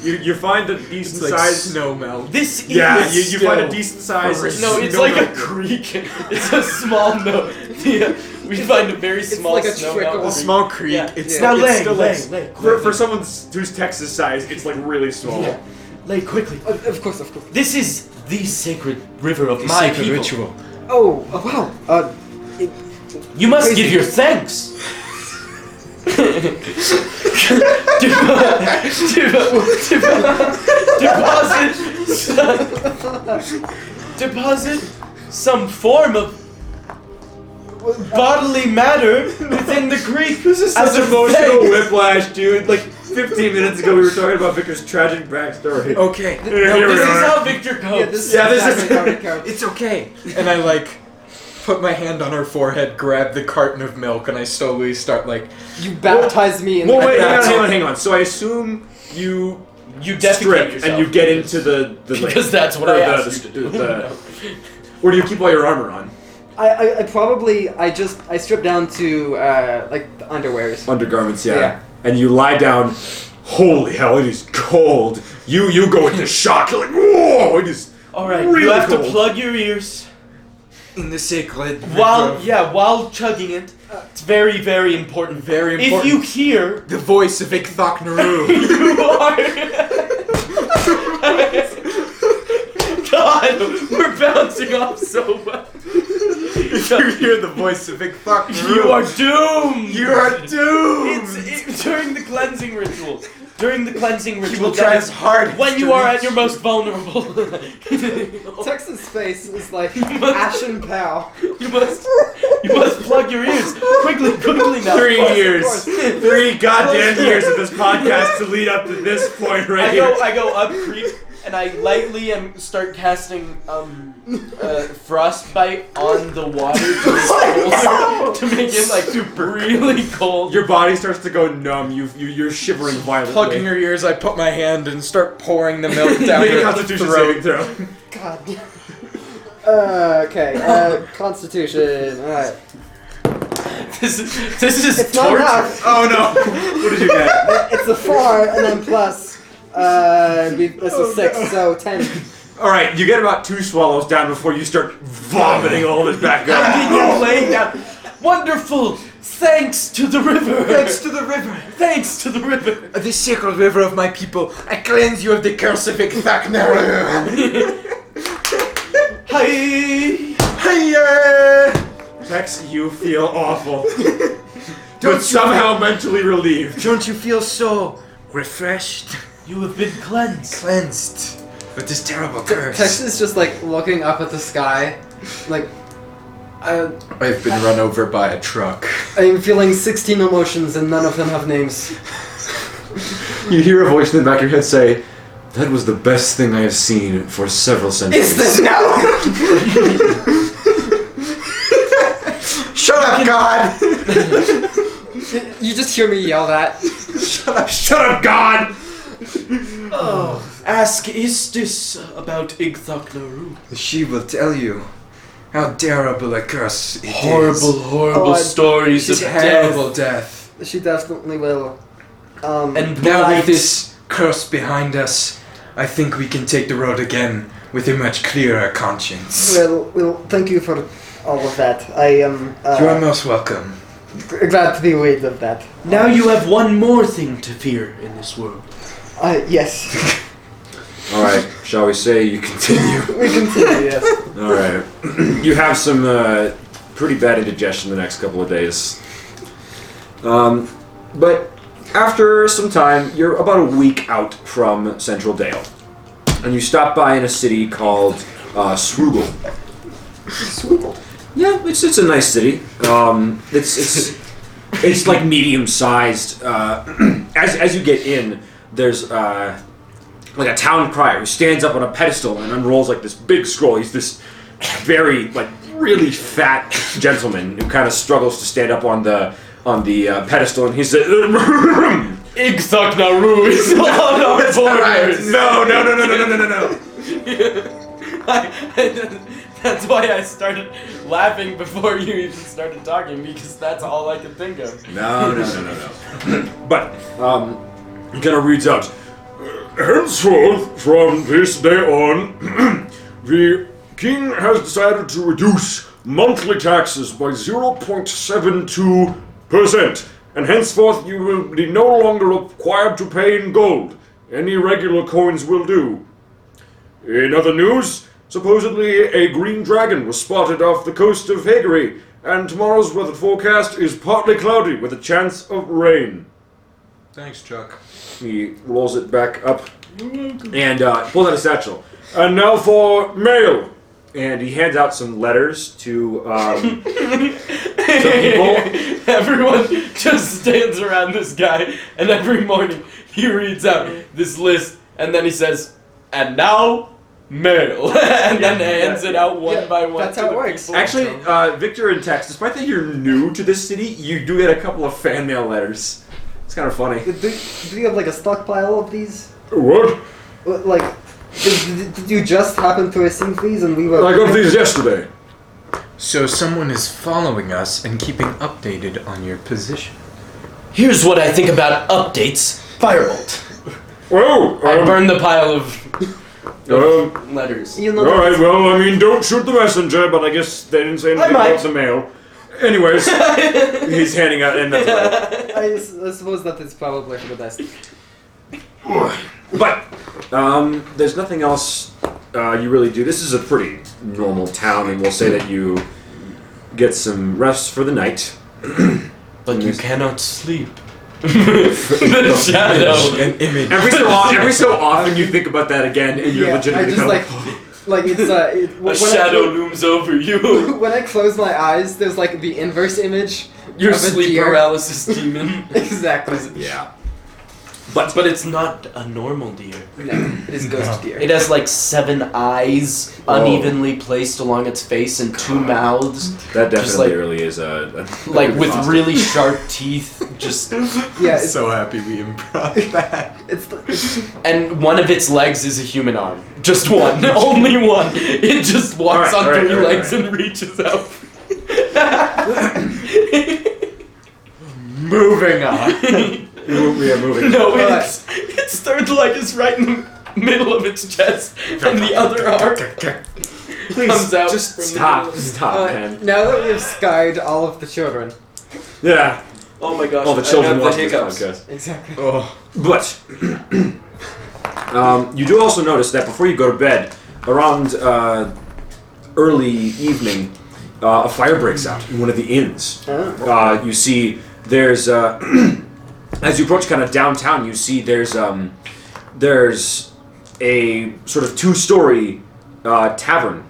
A: You you find a decent size.
C: snow melt.
E: This is
A: yeah, you, you find a
E: still-
A: decent size.
E: No, it's
A: snow
E: like a
A: mountain.
E: creek. It's a small no. Yeah, we find a very
D: it's
E: small
D: like a
E: snow
D: trickle.
E: mountain.
C: A small creek.
E: Yeah.
C: It's
D: Yeah.
E: Now
C: it's
E: lay,
C: still
E: lay,
C: like-
E: lay,
A: For,
E: quickly.
A: for someone who's Texas size, it's like really small.
E: Yeah. lay quickly.
D: Of, Uh, of course, of course.
E: This is the sacred river of my
C: Secret
E: people.
C: ritual.
D: Oh, oh, wow. Uh, it,
E: You must
D: Crazy.
E: give your thanks. Depo- depo- depo- deposit, deposit some form of bodily matter within the creek. This is
A: Such emotional whiplash, dude. Like 15 minutes ago, we were talking about Victor's tragic backstory.
C: Okay.
A: Here we
E: This is
A: are.
E: how Victor copes.
D: yeah, this
A: Yeah,
D: is
A: this is-
D: exactly how it goes.
C: It's okay.
M: and I like put my hand on her forehead, grab the carton of milk, and I slowly start like
D: You baptized me in
A: Well,
D: the
A: wait, hang on,
D: baptism.
A: hang on, hang on. So I assume you
E: you defecate
A: strip and
E: yourself.
A: you get into the the lake.
E: because that's what
A: Or
E: I
A: the-
E: asked
A: the-
E: you to do.
A: the- Or do you keep all your armor on?
D: I, I, I probably I just I stripped down to uh, like the underwears.
A: Undergarments, yeah.
D: Yeah.
A: And you lie down. Holy hell, it is cold. You you go into shock. You're like, whoa, it is.
E: All right,
A: really
E: you have
A: cold.
E: to plug your ears
C: In the sacred
E: while
C: river.
E: yeah while chugging it. It's very very important.
M: Very
E: If you hear,
C: the voice of Ikthok Naru.
E: you are. God, we're bouncing off so well.
C: you hear the voice of Ikthok Naru.
E: You are doomed.
C: You are doomed.
E: It's it, during the cleansing ritual. During the cleansing ritual.
C: he will try
E: that
C: as
E: is
C: hard.
E: when
C: as
E: you
C: to
E: are at
C: reach
E: your most vulnerable.
D: Texas face is like ashen pale.
E: you must you must plug your ears quickly, quickly now.
A: Three
E: Pause.
A: years. Three goddamn years of this podcast to lead up to this point right
E: I
A: here.
E: go, I go up creek and I lightly am start casting um, uh, frostbite on the water to make, cold, to make it like super really cold.
A: Your body starts to go numb. You, you you're shivering violently.
C: Plugging her ears, I put my hand and start pouring the milk down
A: Make a
C: her
A: Constitution
C: throat.
A: saving throw.
D: God. uh, okay. Uh, Constitution. All right.
E: this is this is
D: It's not
E: torture.
D: enough.
A: Oh no! what did you get?
D: It's a four, and then plus. Uh, we- this is six, so ten.
A: All right, you get about two swallows down before you start vomiting all this back up.
E: You're laying down. Wonderful. Thanks to the river. Thanks to the river. Thanks to the river.
I: The sacred river of my people, I cleanse you of the curse of Icthaknaru.
E: Hi.
I: Hiya!
A: Tex, you feel awful, but somehow mentally relieved.
I: Don't you feel so refreshed?
E: You have been cleansed.
I: Cleansed with this terrible curse.
D: Tex is just like looking up at the sky, like. I,
C: I've been run over by a truck.
D: I am feeling 16 emotions and none of them have names.
A: You hear a voice in the back of your head say, "That was the best thing I have seen for several centuries."
D: no?
I: Shut up, God!
D: You just hear me yell that.
A: Shut up, God!
E: Ask Istis about Igthoknaru.
I: She will tell you how terrible a curse it is.
E: Horrible, horrible
D: Oh, I-
E: stories of
I: Terrible
E: death
I: death.
D: She definitely will. Um,
E: and
I: Now with
E: blight.
I: this curse behind us, I think we can take the road again with a much clearer conscience.
D: well, well, thank you for all of that. I am uh,
I: You are most welcome.
D: g- glad to be rid of that.
E: Now you have one more thing to fear in this world.
D: Uh, yes,
A: All right, shall we say you continue?
D: we continue. Yes.
A: All right. you have some uh, pretty bad indigestion the next couple of days. Um, but after some time, you're about a week out from Central Dale, and you stop by in a city called uh, Swoogle. Swoogle. Yeah, it's it's a nice city. Um, it's it's. It's like medium sized. Uh, as, as you get in, there's uh, like a town crier who stands up on a pedestal and unrolls like this big scroll. He's this very like really fat gentleman who kind of struggles to stand up on the on the uh, pedestal, and he says, "No,
E: Igthoknaru is on our borders.
A: no, no, no, no, no, no, no, no."
E: that's why I started laughing before you even started talking because that's all I could think of.
A: No, no, no, no, no. but um, it kind of reads out. Henceforth, from this day on, the king has decided to reduce monthly taxes by 0.72%, and henceforth you will be no longer required to pay in gold. Any regular coins will do. In other news, supposedly a green dragon was spotted off the coast of Hagary, and tomorrow's weather forecast is partly cloudy with a chance of rain.
C: Thanks, Chuck.
A: He rolls it back up and uh, pulls out a satchel. And now for mail. And he hands out some letters to um, some people.
E: Everyone just stands around this guy, and every morning he reads out this list, and then he says, "And now, mail," and then hands it out one
D: Yeah,
E: by one.
D: that's
E: to
D: how it
E: the
D: works.
E: people.
A: Actually, uh, Victor and Tex, despite that you're new to this city, you do get a couple of fan mail letters. It's kind of funny.
D: Do, do you have like a stockpile of these?
A: What?
D: Wh- Like, did, did- did you just happen to receive these and we were?
A: I got these yesterday.
I: So someone is following us and keeping updated on your position.
E: here's what I think about updates. Firebolt.
A: Oh,
E: I
A: um,
E: burn the pile of
A: um,
E: letters.
D: you know.
A: All right. Well, I mean, don't shoot the messenger, but I guess they didn't say anything
E: might.
A: about the mail. Anyways, he's handing out and that's right.
D: I, s- I suppose that is probably for the best.
A: But um, there's nothing else uh, you really do. This is a pretty normal town, and we'll say that you get some rest for the night.
E: But you cannot sleep. the shadow.
I: An image.
A: Every so often, every so often, you think about that again, and you're
D: yeah, I
A: legitimately
D: just
A: kind
D: like,
A: of like,
D: like it's uh, it, when,
E: A
D: I-
E: shadow looms over you.
D: when I close my eyes, there's like the inverse image
E: Your
D: of a
E: sleep
D: deer.
E: paralysis demon.
D: Exactly.
A: yeah. But
B: But it's not a normal deer.
D: No, it is ghost deer.
E: It has like seven eyes
A: Whoa.
E: unevenly placed along its face and two mouths,
A: that
E: Just
A: definitely
E: like-
A: really is a, a
E: like with really sharp teeth. Just
D: yeah,
C: I'm
D: it's,
C: so happy we improv that.
D: it's, it's
E: and one of its legs is a human arm. Just one, only one. It just walks
A: Alright,
E: on
A: alright,
E: three
A: alright,
E: legs and reaches out.
C: Moving on.
A: we are moving.
E: No,
D: Alright.
E: it's, its third leg is right in the middle of its chest, and the other arm
D: please.
E: comes out.
A: Just
E: from the
A: stop,
E: middle.
A: stop,
D: Uh,
A: man.
D: now that we've scarred all of the children,
A: Yeah,
E: Oh my gosh!
A: all the
E: I
A: children
E: have
A: watch
E: the
A: this
E: hiccups.
A: podcast.
D: exactly.
C: Oh,
A: But um, you do also notice that before you go to bed, around uh, early evening, uh, a fire breaks out in one of the inns. Uh, you see, there's uh, as you approach kind of downtown, you see there's um, there's a sort of two-story uh, tavern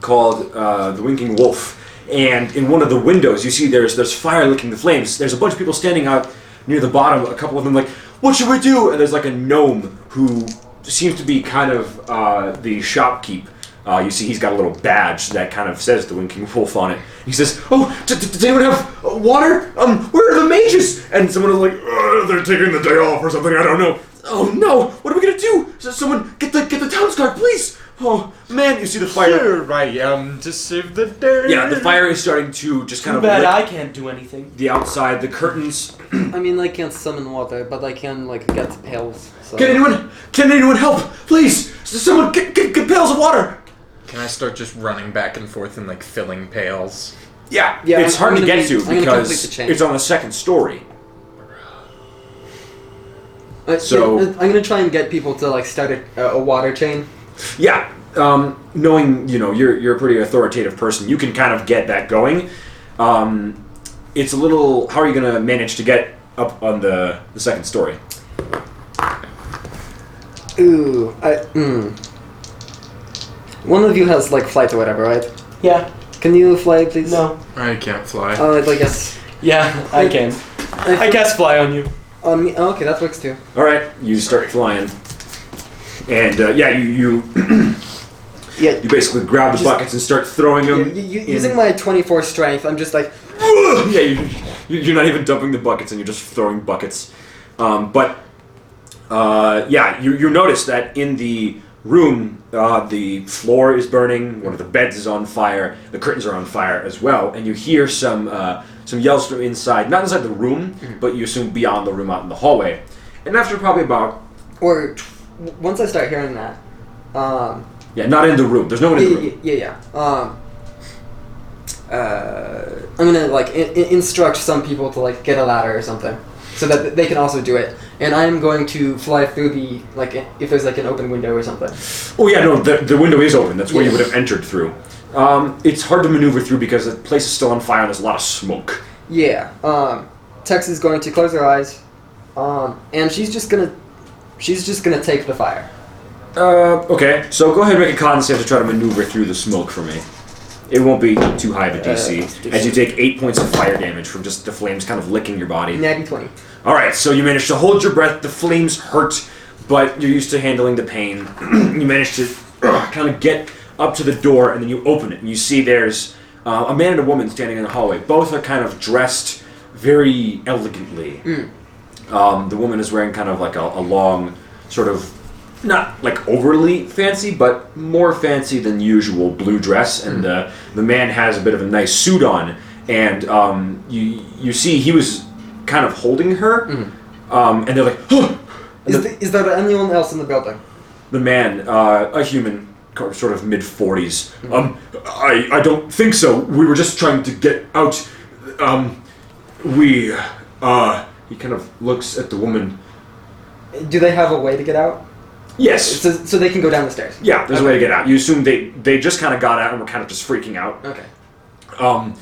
A: called uh, the Winking Wolf. And in one of the windows, you see there's there's fire licking the flames. There's a bunch of people standing out near the bottom. A couple of them like, "What should we do?" And there's like a gnome who seems to be kind of uh, the shopkeep. Uh, you see, he's got a little badge that kind of says the Winking Wolf on it. He says, "Oh, d- d- does anyone have uh, water? Um, where are the mages?" And someone is like, "Uh, "They're taking the day off or something. I don't know." Oh no! What are we gonna do? S- Someone get the get the town's guard, please! Oh man, you see the fire.
C: here I am um, to save the day.
A: Yeah, the fire is starting to just kind
E: Too
A: of
E: bad
A: lick
E: I can't do anything.
A: the outside, the curtains.
D: I mean, I can't summon water, but I can like get pails. So.
A: Can anyone? Can anyone help? Please, S- someone get, get, get pails of water.
C: Can I start just running back and forth and like filling pails?
A: Yeah,
D: Yeah,
A: It's
D: I'm
A: hard to
D: gonna
A: get
D: be- I'm
A: to
D: gonna complete the
A: because
D: chain.
A: it's on the second story.
D: Uh,
A: So-
D: I'm gonna try and get people to like start a, a water chain.
A: Yeah, um, knowing you know you're you're a pretty authoritative person, you can kind of get that going. Um, it's a little. How are you gonna manage to get up on the the second story?
D: Ooh, I, mm. One of you has like flight or whatever, right?
E: Yeah.
D: Can you fly, please?
E: No.
C: I can't fly.
I: Uh,
D: Oh, I guess.
E: Yeah, I can. I cast fly on you.
D: On me. oh, okay, that works too.
A: All right, you start flying, and uh, yeah, you you
D: Yeah.
A: you basically grab the
D: Just-
A: buckets and start throwing
D: You,
A: them.
D: you, you- using my 24 strength, I'm just like,
A: yeah, you, you- you're not even dumping the buckets, and you're just throwing buckets. Um, but uh, yeah, you you notice that in the room, uh, the floor is burning. One of the beds is on fire. The curtains are on fire as well, and you hear some uh, some yells from inside, not inside the room,
D: Mm-hmm.
A: but you assume beyond the room, out in the hallway. And after probably about
D: or w- once I start hearing that, um,
A: yeah, not in the room. There's no one in the
D: yeah,
A: room.
D: yeah, yeah, yeah. Um, uh, I'm gonna like in- in- instruct some people to like get a ladder or something, so that they can also do it. And I'm going to fly through the like i- if there's like an open window or something.
A: Oh yeah, no, the, the window is open. That's where you
D: Yes.
A: would have entered through. Um, it's hard to maneuver through because the place is still on fire and there's a lot of smoke.
D: Yeah. Um, Tex is going to close her eyes, um, and she's just gonna she's just gonna take the fire.
A: Uh, okay, so go ahead and make a con save to try to maneuver through the smoke for me. It won't be too high of a
D: let's
A: DC
D: do
A: as you take eight points of fire damage from just the flames kind of licking your body.
D: Natty twenty.
A: All right, so you manage to hold your breath. The flames hurt, but you're used to handling the pain. you manage to uh, kind of get up to the door, and then you open it, and you see there's uh, a man and a woman standing in the hallway. Both are kind of dressed very elegantly. Um, the woman is wearing kind of like a, a long, sort of not like overly fancy, but more fancy than usual blue dress, and uh, the man has a bit of a nice suit on, and um, you you see he was kind of holding her, um, and they're like, "Huh!"
D: Is, th- is there anyone else in the building?
A: the man, uh, a human, co- sort of mid 40s. Um, I, I don't think so. We were just trying to get out. Um, we, uh, he kind of looks at the woman.
D: Do they have a way to get out?
A: Yes.
D: So, so they can go down the stairs.
A: yeah, there's a way to get out. You assume they, they just kind of got out and were kind of just freaking out.
D: Okay.
A: Um,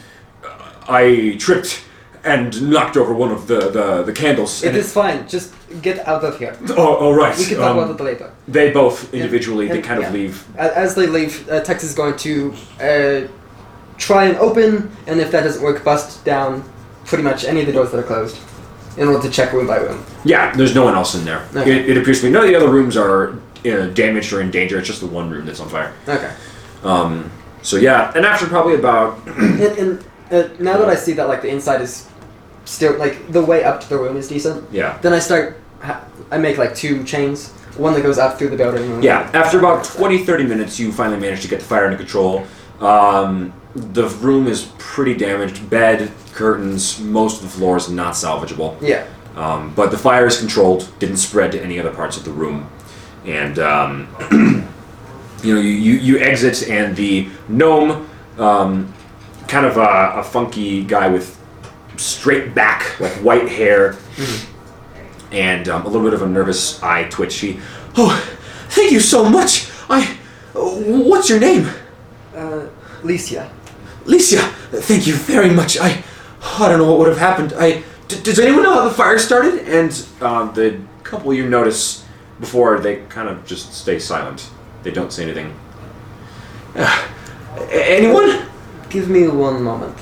A: I tripped and knocked over one of the, the, the candles.
D: It
A: and
D: is fine. Just get out of here.
A: Oh, oh, right.
D: We can talk
A: um,
D: about it later.
A: They both individually, they
D: and-
A: kind of
D: yeah.
A: leave.
D: A- As they leave, uh, Tex is going to uh, try and open, and if that doesn't work, bust down pretty much any of the doors that are closed in order to check room by room.
A: Yeah, there's no one else in there.
D: Okay.
A: It, it appears to me none of the other rooms are uh, damaged or in danger. It's just the one room that's on fire.
D: Okay.
A: So yeah, and after probably about
D: And, and uh, now that I see that, like, the inside is still, like, the way up to the room is decent,
A: yeah
D: then I start, ha- I make, like, two chains. One that goes up through the building. and one
A: yeah
D: that-
A: after about 20, 30 minutes, you finally manage to get the fire under control. Um, the room is pretty damaged. Bed, curtains, most of the floor is not salvageable.
D: Yeah.
A: Um, but the fire is controlled, didn't spread to any other parts of the room. And, um, you know, you, you, you exit, and the gnome, um, kind of a, a funky guy with straight back, like white hair, and um, a little bit of a nervous eye twitch. He, oh, thank you so much. I, what's your name?
D: Uh, Licia.
A: Licia, thank you very much. I, I don't know what would have happened. I, d- does anyone know how the fire started? And um, the couple you notice before they kind of just stay silent. They don't say anything. Ah, a- anyone?
D: Give me one moment.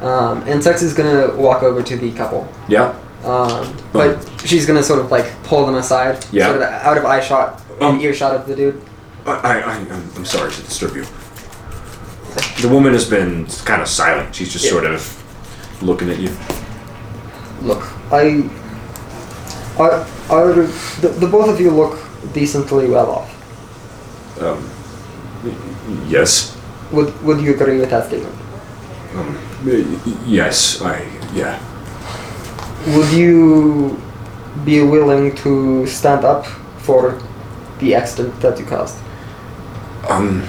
D: Um, and Tex is gonna walk over to the couple.
A: Yeah.
D: Um, but she's gonna sort of like pull them aside,
A: Yeah.
D: sort of out of eye shot,
A: Um,
D: and earshot of the dude.
A: I, I, I I'm, I'm sorry to disturb you. The woman has been kind of silent. She's just
D: Yeah.
A: sort of looking at you.
D: Look, I, I, I would, the, the both of you look decently well off.
A: Um, yes.
D: Would Would you agree with that statement?
A: Um, y- y- yes. I. Yeah.
D: Would you be willing to stand up for the accident that you caused?
A: Um.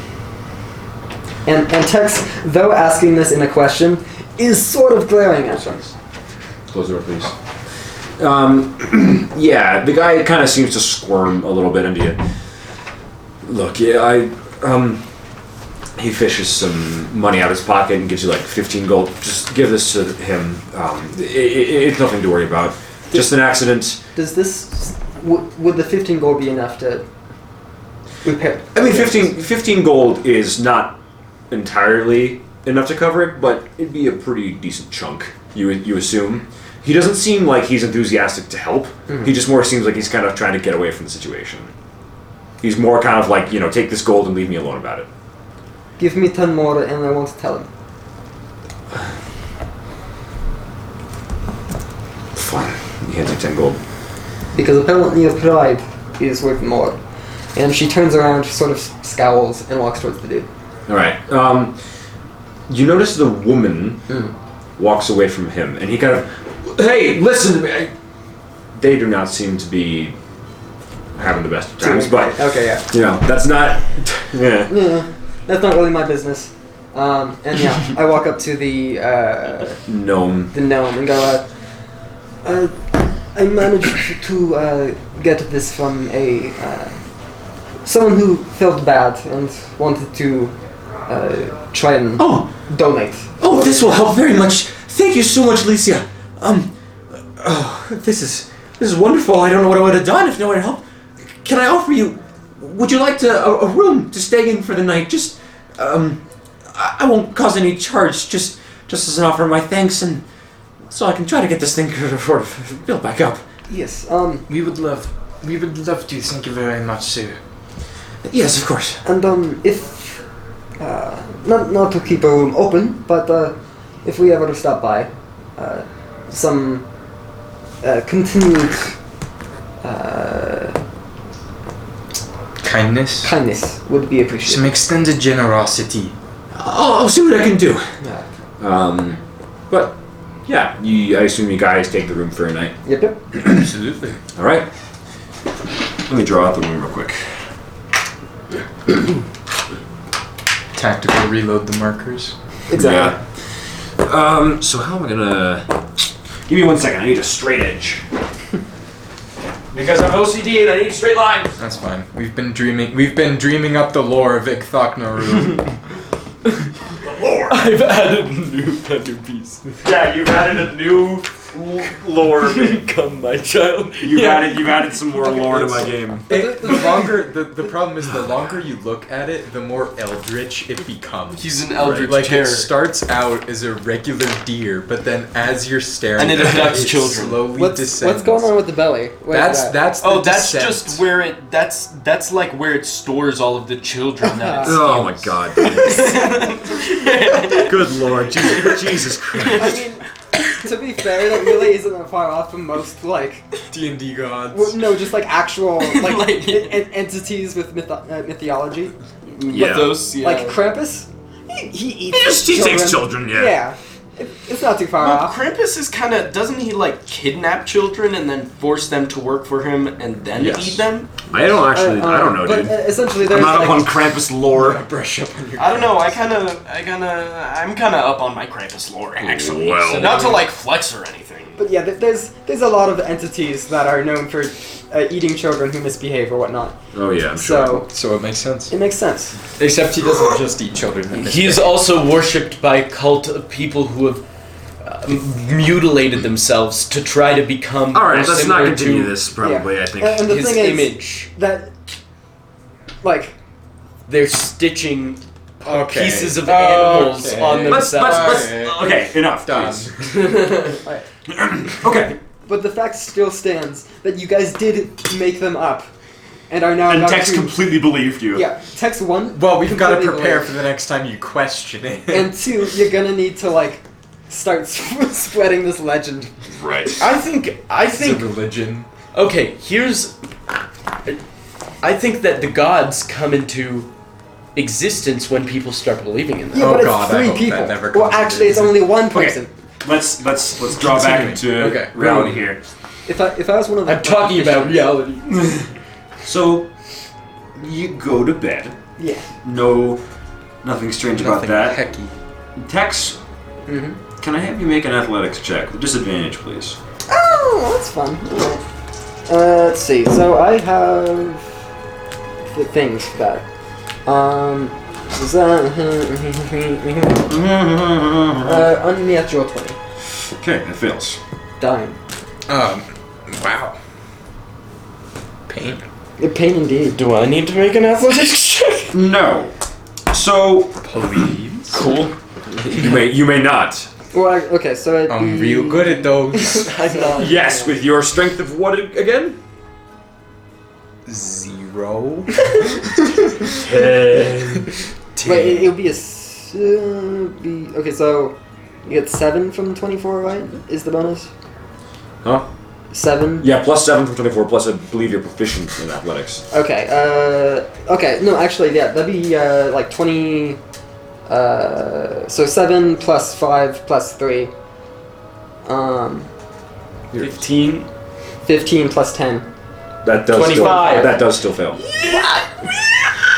D: And and Tex, though asking this in a question, is sort of glaring at us.
A: Close the door, please. Um, yeah, the guy kind of seems to squirm a little bit into you. Look, yeah, I. Um, he fishes some money out of his pocket and gives you like 15 gold. Just give this to him. Um, i i it's nothing to worry about. Just an accident.
D: Does this w- would the fifteen gold be enough to repair?
A: I mean, 15, 15 gold is not entirely enough to cover it, but it'd be a pretty decent chunk, you, you assume. He doesn't seem like he's enthusiastic to help. He just more seems like he's kind of trying to get away from the situation. He's more kind of like, you know, take this gold and leave me alone about it.
D: Give me ten more, and I won't tell him.
A: Fine. He hands you 10 gold.
D: Because apparently your pride is worth more. And she turns around, sort of scowls, and walks towards the dude.
A: All right. Um, you notice the woman walks away from him, and he kind of, hey, listen to me. I- They do not seem to be having the best of times, but
D: okay, yeah,
A: you know that's not. Yeah.
D: yeah, that's not really my business. Um, and yeah, I walk up to the uh,
A: Gnome.
D: the gnome and go, uh, uh, I managed to uh, get this from a uh, someone who felt bad and wanted to uh, try and
A: Oh,
D: donate.
A: oh, this will help very much. Thank you so much, Licia. Um, oh, this is this is wonderful. I don't know what I would have done if no one had helped. Can I offer you? Would you like to a, a room to stay in for the night? Just, um, I, I won't cause any charge. Just, just as an offer of my thanks, and so I can try to get this thing sort of built back up.
D: Yes. Um.
I: We would love, we would love to. Thank you very much, sir.
A: Yes, of course.
D: And um, if uh, not not to keep a room open, but uh, if we ever stop by, uh, some uh, continued uh,
I: Kindness,
D: kindness would be
I: some
D: appreciated.
I: extended generosity.
A: I'll, I'll see what I can do.
D: Yeah.
A: Um, but yeah, you, I assume you guys take the room for a night.
D: Yep. Yep.
I: Absolutely.
A: All right. Let me draw out the room real quick.
I: Tactical reload the markers.
D: Exactly.
A: Yeah. uh, Um, so how am I gonna? Give me one second. I need a straight edge. because I'm OCD and I need straight lines.
I: That's fine. We've been dreaming. We've been dreaming up the lore of Ichthok Naru.
E: I've added a new vendor piece.
A: Yeah, you've added a new l- lore.
E: Come, my child.
A: You've
E: Yeah.
A: added you've added some more lore to my game.
C: It, the longer the, the problem is the longer you look at it, the more eldritch it becomes.
E: He's an eldritch
C: Like
E: terror.
C: it starts out as a regular deer, but then as you're staring,
E: And it
C: at
E: abducts
C: it
E: children.
C: Slowly
D: What's
C: descends.
D: what's going on with the belly? Where's
C: That's
D: that?
C: that's the
E: Oh, that's
C: descent.
E: just where it. That's that's like where it stores all of the children. That it's,
A: Oh my god. Good lord, Jesus, Jesus Christ.
D: I mean, to be fair, that really isn't that far off from most like
C: D and D gods.
D: well, no, just like actual like,
E: Like-
D: en- en- entities with mytho- uh, mythology,
A: Yeah.
E: Those, yeah.
D: like Krampus. He, he eats
A: He just- he takes children, yeah.
D: It, it's not too far
E: Well,
D: off.
E: Uh, Krampus is kind of doesn't he like kidnap children and then force them to work for him and then
A: Yes.
E: eat them?
A: I don't
D: Uh,
A: actually. I
D: um,
A: don't know,
D: but,
A: dude.
D: uh, essentially,
A: I'm
D: there's
A: not
D: like,
A: up on Krampus lore.
C: brush up on your.
E: I don't know. I kind of, I kind of, I'm kind of up on my Krampus lore actually.
A: Well.
E: So not to like flex or anything.
D: But yeah, th- there's there's a lot of entities that are known for uh, eating children who misbehave or whatnot.
A: Oh yeah, I'm sure.
D: So
C: So it makes sense.
D: it makes sense.
C: Except he doesn't just eat children.
E: He is also worshipped by a cult of people who have uh, mutilated themselves to try to become.
A: All right,
E: more
A: let's not
E: similar
A: continue
E: to
A: this. Probably,
D: Yeah.
A: I think.
D: And, and the
E: his
D: thing is
E: image.
D: that, like,
E: They're stitching
C: Okay.
E: pieces of animals
C: Okay.
E: on
A: let's, let's,
E: themselves.
A: let's, uh, okay, enough.
C: Done.
A: please. Okay,
D: but the fact still stands that you guys did make them up, and are now
A: and
D: about
A: Tex
D: to-
A: completely believed you.
D: yeah text one.
C: Well, we've got to
D: completely
C: prepare
D: believe.
C: for the next time you question it.
D: And two, you're gonna need to like start s- spreading this legend.
A: Right.
E: I think I think
C: religion.
E: okay, here's. I think that the gods come into existence when people start believing in them.
D: Yeah,
C: Oh
D: but
C: God,
D: it's
C: I
D: three
C: hope that
D: people.
C: never
D: well,
C: comes to
D: actually, it's
C: this.
D: only one person.
A: Let's let's let's draw back into
C: Continuing. Okay.
A: reality here.
D: If I if I was one of the
E: I'm talking about reality.
A: So, you go to bed.
D: yeah.
A: No, nothing strange
C: Nothing
A: about that.
C: hecky. Mm-hmm.
A: Tex, can I have you make an athletics check with disadvantage, please?
D: Oh, that's fun. Alright. Uh, let's see. So I have the things for that. Um, is that- uh, unnatural twenty.
A: Okay, that fails.
D: Dying.
C: Um, wow. Pain.
D: A pain indeed.
E: Do I need to make an athletics check?
A: No. So
C: Please.
E: Cool.
A: you may you may not.
D: Well, I, okay. So it'd
C: I'm
D: be-
C: real Um, good at those.
D: I'm not.
A: Yes, with your strength of what again?
C: Zero.
D: Wait, it,
C: Ten.
D: it'll be a. s- Uh, be, okay, so you get seven from twenty-four, right? Is the bonus
A: Huh?
D: seven?
A: Yeah, plus seven from twenty-four. Plus, I believe you're proficient in athletics.
D: Okay. Uh, okay. No, actually, yeah, that'd be uh, like twenty. Uh, so seven plus five plus three. Um,
E: Fifteen.
D: fifteen plus ten.
A: That does. Still,
E: 25.
A: that does still fail.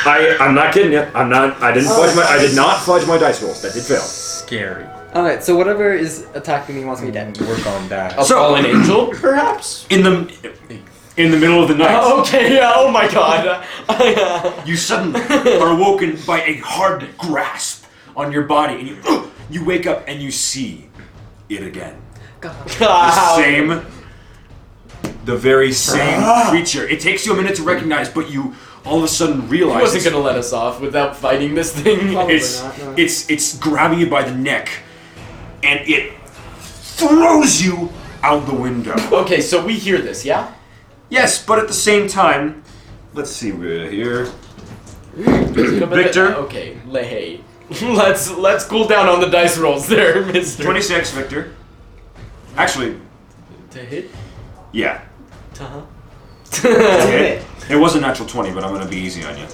A: I I'm not kidding you. I'm not. I
E: Oh.
A: didn't fudge my. I did not fudge my dice rolls. That did fail.
C: Scary.
D: All right. So whatever is attacking me wants me dead.
C: Work on that.
E: A
A: So-
E: fallen angel, perhaps.
A: In the in the middle of the night,
E: Uh, okay. Yeah. Oh my God.
A: you suddenly are awoken by a hard grasp on your body, and you you wake up and you see it again. the same the very same
E: Ah.
A: creature it takes you a minute to recognize but you all of a sudden
E: He
A: realize
E: wasn't gonna let us off without fighting this thing.
D: Probably
A: it's
D: not, no.
A: it's it's grabbing you by the neck and it throws you out the window
E: Okay, so we hear this, yeah?
A: yes but at the same time let's see we're here Victor?
E: Okay, Lehay. let's let's cool down on the dice rolls there, Mister.
A: 26 victor actually
E: to hit.
A: yeah
E: To
A: it, it was a natural 20 but i'm gonna be easy on you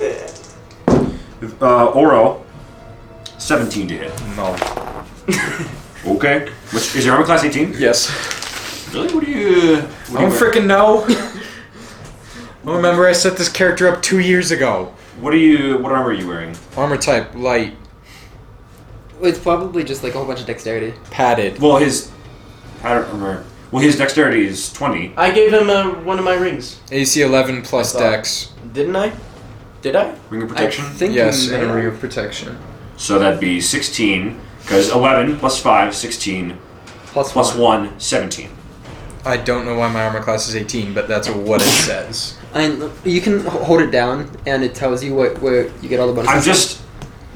A: uh, oro 17 to hit
C: No.
A: Okay. Which is your armor class 18?
C: Yes.
A: Really? What do you? uh, What
C: I don't freaking know. I remember I set this character up two years ago.
A: What are you? What armor are you wearing?
C: Armor type light,
D: It's probably just like a whole bunch of dexterity.
C: padded.
A: Well, his. I don't remember. Well, his dexterity is 20.
E: I gave him uh, one of my rings,
C: AC 11 plus
E: That's all.
C: dex.
E: didn't I? Did I?
A: Ring of
D: I
A: protection.
D: think you
C: Yes, and
D: may
C: a
D: have.
C: ring of protection.
A: So that'd be 16. Because 11 plus 5, 16.
D: plus,
A: plus
D: one.
A: one, 17.
C: I don't know why my armor class is 18, but that's what it says.
D: And you can h- hold it down, and it tells you what where you get all the bonuses.
A: I'm just,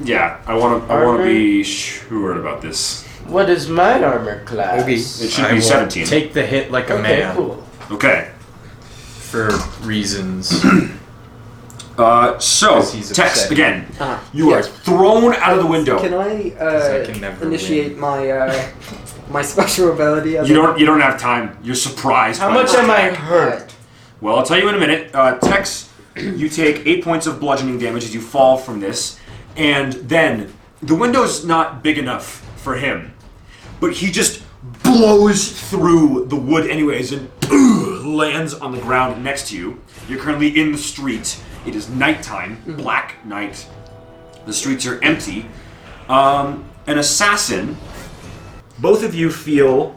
A: yeah, I want to I want to be sure about this.
E: What is my armor class?
C: Okay.
A: It should
C: I
A: be
C: will
A: 17.
I: Take the hit like a
E: Okay,
I: man.
E: cool.
A: okay.
C: For reasons.
A: Uh, so,
C: Because he's
A: text
C: upset.
A: again.
D: Uh-huh.
A: You
D: Yes.
A: are thrown out of the window.
D: Can I,
C: 'Cause I
D: uh,
C: can never
D: initiate
C: win.
D: my uh, my special ability? As
A: You
D: a-
A: don't. You don't have time. You're surprised.
E: How
A: by
E: much
A: this
E: am I
A: attack.
E: hurt?
A: Well, I'll tell you in a minute. Uh, Tex, you take eight points of bludgeoning damage as you fall from this, and then the window's not big enough for him, but he just blows through the wood anyways and lands on the ground next to you. You're currently in the street. It is nighttime, black night. The streets are empty. Um, an assassin. Both of you feel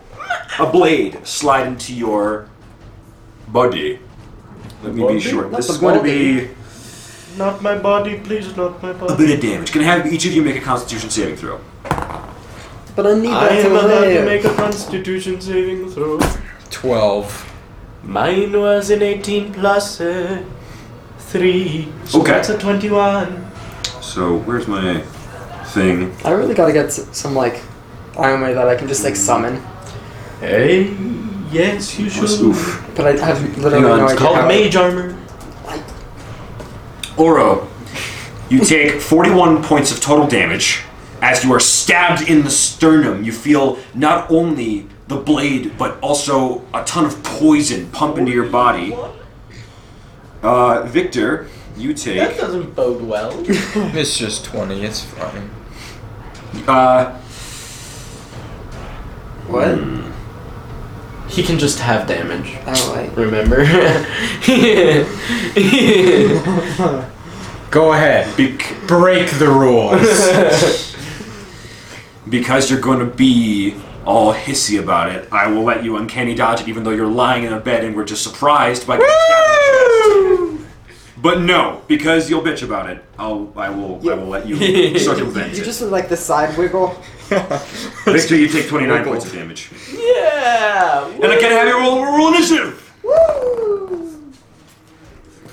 A: a blade slide into your body. Let me be
E: Body?
A: sure.
D: Not
A: This
D: the
A: is going to
D: body.
A: be
E: Not my body, please, not my
A: a
E: body.
A: bit of damage. Can I have each of you make a Constitution saving throw?
D: But I need
E: I
D: that
E: am
D: to
E: allowed to
D: live.
E: make a constitution saving throw.
C: 12.
E: Mine was an 18 plus uh, 3. So
A: Okay.
E: That's a 21.
A: So where's my thing?
D: I really gotta get s- some like armor that I can just like summon.
E: Hey, yes, you
A: What's
E: should.
A: oof?
D: But I have literally
A: Hang on,
D: no
A: it's
D: idea.
E: Called
D: how-
E: mage armor.
A: Oro, you take 41 points of total damage as you are stabbed in the sternum. You feel not only the blade, but also a ton of poison pump into your body. Uh, Victor, you
E: That
A: take.
E: doesn't bode well.
C: It's just 20, it's fine.
A: Uh,
D: What?
E: he can just have damage.
D: Oh wait.
E: Remember?
I: Go ahead.
A: bec-
I: Break the rules.
A: because you're going to be all hissy about it, I will let you uncanny dodge it, even though you're lying in a bed and we're just surprised by. But no, because you'll bitch about it. I'll, I will, I will let you circumvent
D: You
A: it.
D: just did, like the side wiggle.
A: Victor, you take 29 points of damage.
E: yeah.
A: And I can have your roll, roll initiative.
D: Woo!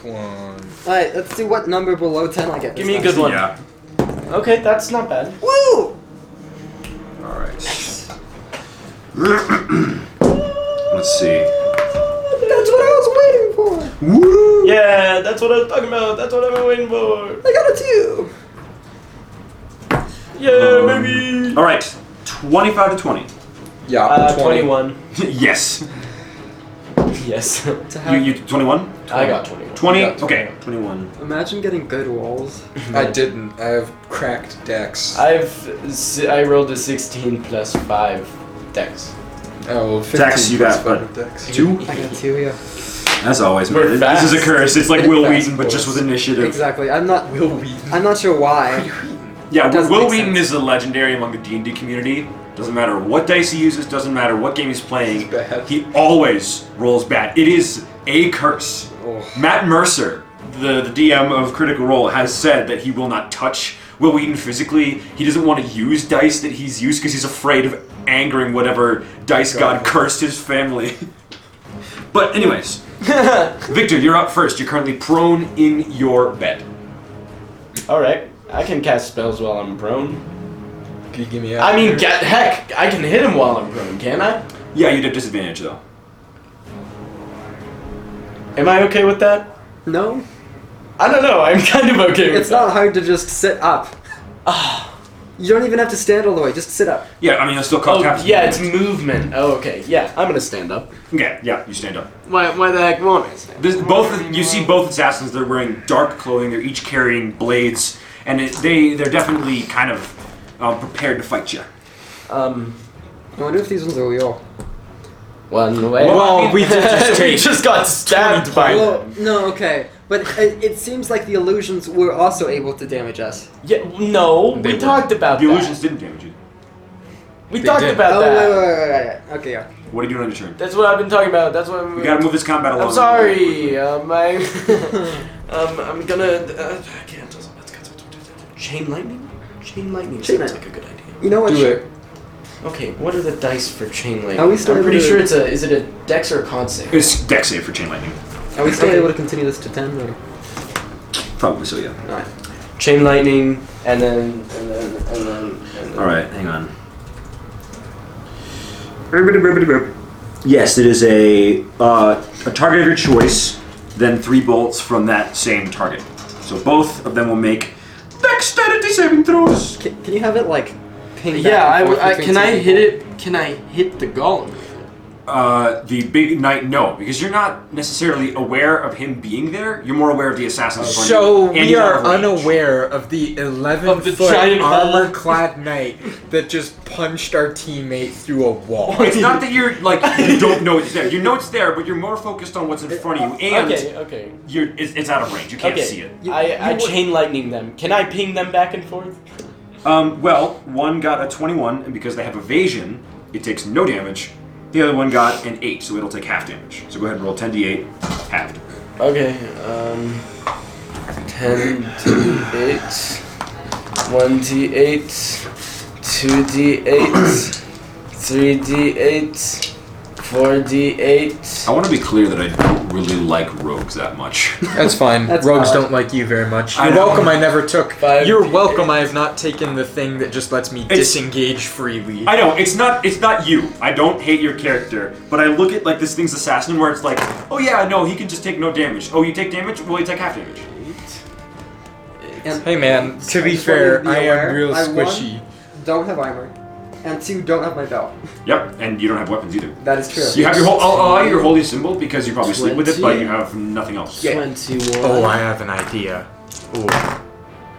C: One.
D: Alright, let's see what number below 10 I get.
E: Give
D: this
E: me a good
D: time.
E: one.
A: Yeah.
E: Okay, that's not bad.
D: Woo!
A: All right. Let's see.
D: That's what I was waiting for!
A: Woo!
E: Yeah, that's what I was talking about. That's what I've been waiting for.
D: I got a 2!
E: Yeah,
A: Um,
E: baby.
A: All right. 25 to 20.
C: Yeah,
E: Uh,
C: 20.
E: 21.
A: yes.
E: Yes.
A: You, you 21?
E: I got 21.
A: 20?
C: Yeah, 21.
A: Okay. 21.
D: Imagine getting good rolls.
C: I didn't. I have cracked decks.
E: I've s- I rolled a 16 plus 5 dex.
C: oh, well, 15
A: Dex, you
C: plus
A: got,
C: five decks.
A: Two?
D: I got 2, yeah.
A: As always,
E: We're
A: man. This is a
E: fast.
A: curse. It's like Will
C: Fast
A: Wheaton, but just
C: boys.
A: with initiative.
D: Exactly. I'm not.
C: Will Wheaton.
D: I'm not sure why.
A: Yeah,
D: Doesn't
A: Will
D: make
A: Wheaton
D: sense.
A: is a legendary among the D and D community. Doesn't matter what dice he uses. Doesn't matter what game he's playing.
C: He's bad.
A: He always rolls bad. It is a curse.
C: Oh.
A: Matt Mercer, the, the DM of Critical Role, has said that he will not touch Will Wheaton physically. He doesn't want to use dice that he's used because he's afraid of angering whatever dice god cursed his family. but anyways, Victor, you're up first. You're currently prone in your bed.
E: Alright, I can cast spells while I'm prone.
C: Can you give me
E: I mean, get, heck, I can hit him while I'm prone, can I?
A: Yeah, you'd have disadvantage though.
E: Am I okay with that?
D: No,
E: I don't know. I'm kind of okay with
D: it's
E: that.
D: not hard to just sit up.
E: Ah.
D: You don't even have to stand all the way. Just sit up.
A: Yeah, I mean, I still call
E: Oh, yeah, it's movement. Oh, okay. Yeah, I'm gonna stand up.
A: Okay, yeah, you stand up.
E: Why, why the heck won't I stand
A: This, both you see both assassins. They're wearing dark clothing. They're each carrying blades, and it, they they're definitely kind of um, prepared to fight you.
E: up? Um,
D: I wonder if these ones are real.
E: one way.
A: Well, we did
E: just we just got stabbed by
D: Well,
E: them.
D: no, okay, but it, it seems like the illusions were also able to damage us.
E: Yeah, no,
C: They
E: we
C: were.
E: talked about
A: The
E: that.
A: illusions didn't damage you.
E: We
C: They
E: talked
C: did.
E: about
D: Oh,
E: that.
D: wait, wait, wait, wait, wait. Okay, yeah.
A: What are you doing on your turn?
E: That's what I've been talking about. That's what I'm.
A: We gotta move this combat along.
E: I'm sorry. Um, I, um, I'm gonna. Uh, I can't. Doesn't, that's, that's, that's, that's, chain lightning. Chain lightning
D: Chain
E: seems
D: lightning.
E: like a good idea.
D: You know what?
C: Do
D: sh-
C: it.
E: Okay, what are the dice for chain link?
D: Are we still
E: I'm pretty
D: able to-
E: sure it's a. Is it a dex or a con save?
A: It's deck save for chain lightning.
D: Are we still
E: Okay.
D: able to continue this to 10? Or?
A: Probably so, yeah.
E: Alright. Chain lightning, and then. And then. And then. And then.
A: All right, hang on. Yes, it is a uh, a target of your choice, then three bolts from that same target. So both of them will make dexterity saving throws.
D: Can, can you have it like ping? back
E: Yeah,
D: and
E: I,
D: forth
E: w- I-
D: between
E: can
D: two
E: I
D: people?
E: hit it? Can I hit the golem?
A: Uh, the big knight, no, because you're not necessarily aware of him being there. You're more aware of the assassin's front.
C: So
A: and
C: we
A: you're
C: are
A: out of range.
C: unaware of the eleven
N: Of the
C: foot
N: giant hole.
C: armor clad knight that just punched our teammate through a wall.
A: It's not that you're like you don't know it's there. You know it's there, but you're more focused on what's in front of you,
C: Uh,
A: and
N: okay, okay.
A: you're it's, it's out of range. You can't
N: okay.
A: see it.
N: I, I
C: you would-
N: chain lightning them. Can I ping them back and forth?
A: Um, well, one got a 21, and because they have evasion, it takes no damage. The other one got an 8, so it'll take half damage. So go ahead and roll 10d8, halved.
E: Okay, um. 10 d8, 1d8, 2d8, 3d8, 4d8.
A: I want to be clear that I don't really like rogues that much.
C: That's fine.
D: That's
C: Rogues
D: valid.
C: don't like you very much.
A: I
C: You're
A: know.
C: welcome. I never took.
E: Five
C: You're
E: D8.
C: welcome. I have not taken the thing that just lets me
A: It's-
C: disengage freely.
A: I know it's not it's not you. I don't hate your character, but I look at like this thing's assassin where it's like, oh yeah, no, he can just take no damage. Oh, you take damage? Well, you take half damage.
D: And
C: Hey man, to be
D: just wanted
C: fair,
D: to be
C: I
D: aware.
C: am real
D: I won.
C: squishy.
D: Don't have armor, and two don't have my belt.
A: Yep, and you don't have weapons either.
D: That is true.
A: You have your whole, I'll allow you your holy symbol because you probably sleep with it, but you
E: 20.
A: have nothing else.
E: 21.
C: Oh, I have an idea. Oh,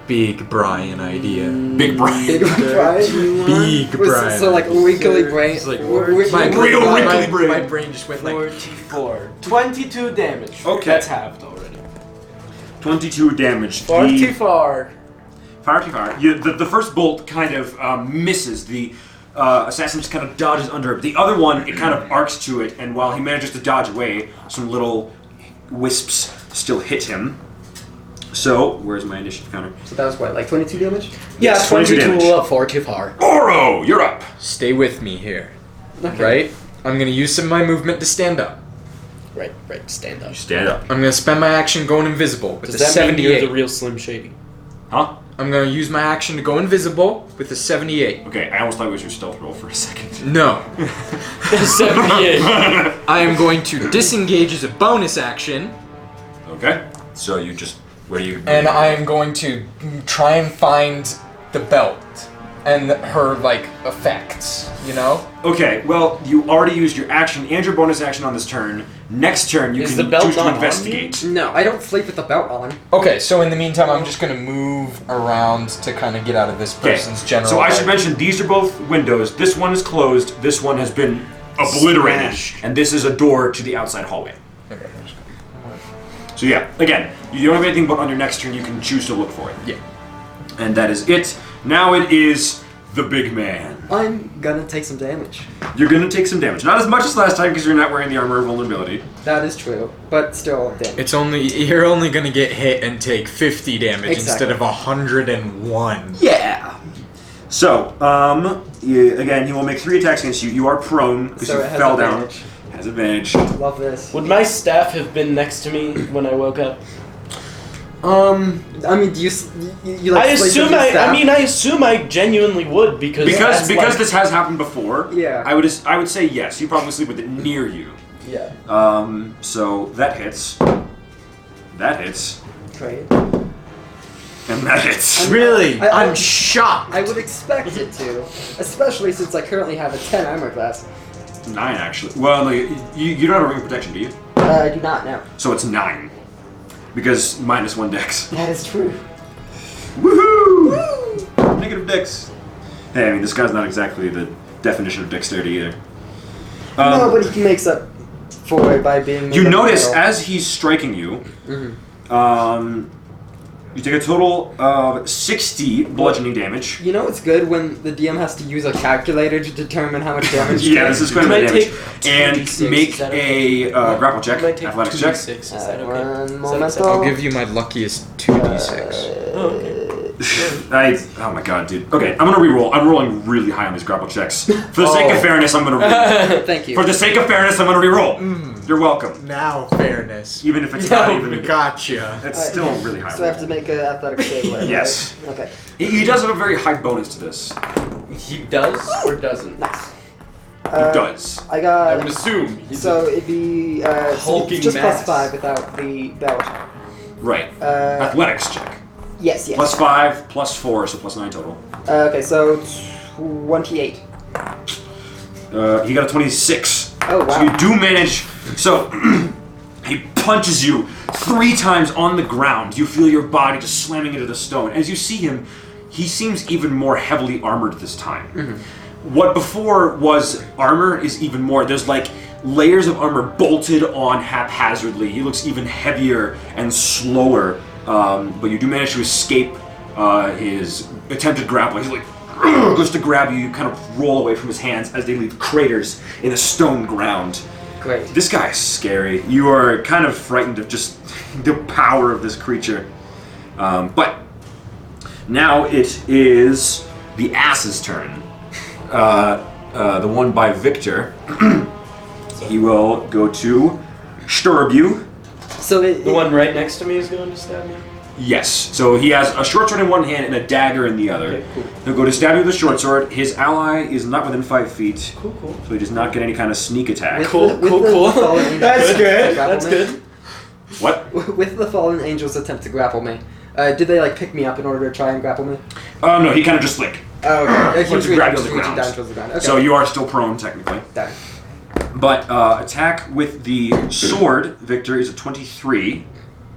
C: big Brian idea.
A: Big brain.
D: Big right?
C: Big
D: Was-
C: Brian.
D: So like wiggly brain.
C: It's like,
D: wiggly-
C: my,
A: Real
C: my-
A: wrinkly brain.
C: my brain just went like.
N: 44. 22 damage.
A: Okay.
N: That's halved already.
A: 22 damage. The-
N: 44.
A: Fire to fire. You, the, the first bolt kind of um, misses. The uh, assassin just kind of dodges under it. The other one, it kind of arcs to it, and while he manages to dodge away, some little wisps still hit him. So, where's my initiative counter?
D: So that was what, like 22 damage?
E: Yeah,
A: Yes, 22 damage.
N: uh,
E: up 44.
A: Oro, you're up.
C: Stay with me here, right? I'm gonna use some of my movement to stand up.
E: Right, right, stand up.
A: Stand up.
C: I'm gonna spend my action going invisible with
N: Does
C: a
N: that mean you're
C: 78.
N: the real Slim Shady?
A: Huh?
C: I'm gonna use my action to go invisible with a 78.
A: Okay, I almost thought it was your stealth roll for a second.
C: No,
N: 78.
C: I am going to disengage as a bonus action,
A: Okay. So you just. Where do you.
C: and I am going to try and find the belt and her like effects. You know,
A: Okay, well, you already used your action and your bonus action on this turn. Next turn, you
N: Is
A: can
N: the belt
A: choose
N: not
A: to
N: on
A: investigate.
D: No, I don't sleep with the belt on.
C: Okay, so in the meantime, I'm just gonna move around to kind of get out of this
A: Okay.
C: person's general.
A: So I should
C: area.
A: mention these are both windows. This one is closed. This one has been obliterated,
C: Smashed.
A: and this is a door to the outside hallway.
C: Okay, I'm just gonna-
A: So yeah, again, you don't have anything, but on your next turn, you can choose to look for it.
C: Yeah.
A: And that is it. Now it is the big man.
D: I'm gonna take some damage.
A: You're gonna take some damage. Not as much as last time because you're not wearing the armor of vulnerability.
D: That is true, but still damage.
C: It's only you're only gonna get hit and take 50 damage
D: Exactly.
C: instead of 101.
D: Yeah!
A: So, um, you, again, he will make three attacks against you. You are prone because
D: So
A: you
D: it has
A: fell
D: advantage.
A: down. Has advantage.
D: Love this.
N: Would my staff have been next to me when I woke up?
A: Um,
D: I mean, do you, s- you, you- you like
N: I
D: sleep with
N: assume
D: your
N: I, I
D: staff?
N: mean I assume I genuinely would because
A: because
N: that's
A: because
N: like-
A: this has happened before.
D: Yeah.
A: I would as- I would say yes. You probably sleep with it near you.
D: Yeah.
A: Um, so that hits. That hits.
D: Right.
A: And that hits.
C: Really?
D: I- I-
C: I'm shocked.
D: I would expect it to, especially since I currently have a 10 armor class.
A: Nine, actually. Well, no, you, you you don't have a ring of protection, do you?
D: Uh, I do not know.
A: So it's nine. Because minus one dex.
D: That is true.
A: Woohoo! Negative dex. Hey, I mean, this guy's not exactly the definition of dexterity either. Um,
D: no, but he makes up for it by being.
A: You
D: made of
A: notice
D: metal.
A: as he's striking you, um, you take a total of 60 bludgeoning damage.
D: You know it's good when the DM has to use a calculator to determine how much damage.
A: Yeah, this is quite a
N: Can I
A: bit of damage.
N: take
A: And
N: 2d6?
A: make
N: Is that
A: a uh, grapple check,
N: Can I take
A: athletics check.
N: 2d6? Is
D: Uh,
N: that okay?
D: one
N: Is that
D: momento.
N: acceptable?
C: I'll give you my luckiest 2d6.
N: Oh, okay.
A: The I oh my god, dude. Okay, I'm gonna re-roll. I'm rolling really high on these grapple checks. For the sake
N: Oh.
A: of fairness, I'm gonna. Re-
D: Thank you.
A: for the sake of fairness, I'm gonna re-roll.
N: Mm.
A: You're welcome.
O: Now, fairness.
A: Even if it's
E: No,
A: not even,
O: Gotcha.
A: it's
D: Alright.
A: still really high.
D: so I have to make an athletics save. whatever,
A: Yes.
D: right? Okay.
A: He, he does have a very high bonus to this. He
E: He does or doesn't?
D: Nice. Uh,
A: does.
D: I
E: I
D: got.
E: would assume. He's
D: so it'd be uh, so
E: Hulking
D: it's just plus
E: mass.
D: five without the belt.
A: Right.
D: Uh,
A: Athletics check.
D: yes, yes.
A: Plus five, plus four, so plus nine total.
D: Uh, okay, so twenty-eight.
A: Uh, he got a 26.
D: Oh, wow.
A: So you do manage. So he punches you three times on the ground. You feel your body just slamming into the stone. As you see him, he seems even more heavily armored this time.
D: Mm-hmm.
A: What before was armor is even more. There's like layers of armor bolted on haphazardly. He looks even heavier and slower. Um, but you do manage to escape uh, his attempted grappling. He's like goes to grab you, you kind of roll away from his hands as they leave craters in the stone ground.
D: Great.
A: This guy's scary. You are kind of frightened of just the power of this creature. Um, but now it is the ass's turn. Uh, uh, the one by Victor. he will go to stab you.
D: So it,
E: the one right next to me is going to stab me.
A: Yes. So he has a short sword in one hand and a dagger in the other.
E: Okay, cool.
A: He'll go to stab you with a short sword. His ally is not within five feet.
E: Cool, cool.
A: So he does not get any kind of sneak attack.
D: With
E: Cool,
D: the, with
E: cool,
D: the
E: cool.
D: Fallen angels
E: That's
D: attempt to
E: good.
D: grapple
E: That's
D: me-
E: good.
A: What?
D: With the fallen angels attempt to grapple me, uh, did they like pick me up in order to try and grapple me?
A: Um, no, he kind of just like.
D: Oh, okay. Uh, he
A: Or
D: was
A: to
D: reaching,
A: grab you on the
D: just reaching
A: ground.
D: down towards the ground. Okay.
A: So you are still prone technically.
D: Done.
A: But uh, attack with the sword, Victor, is a 23.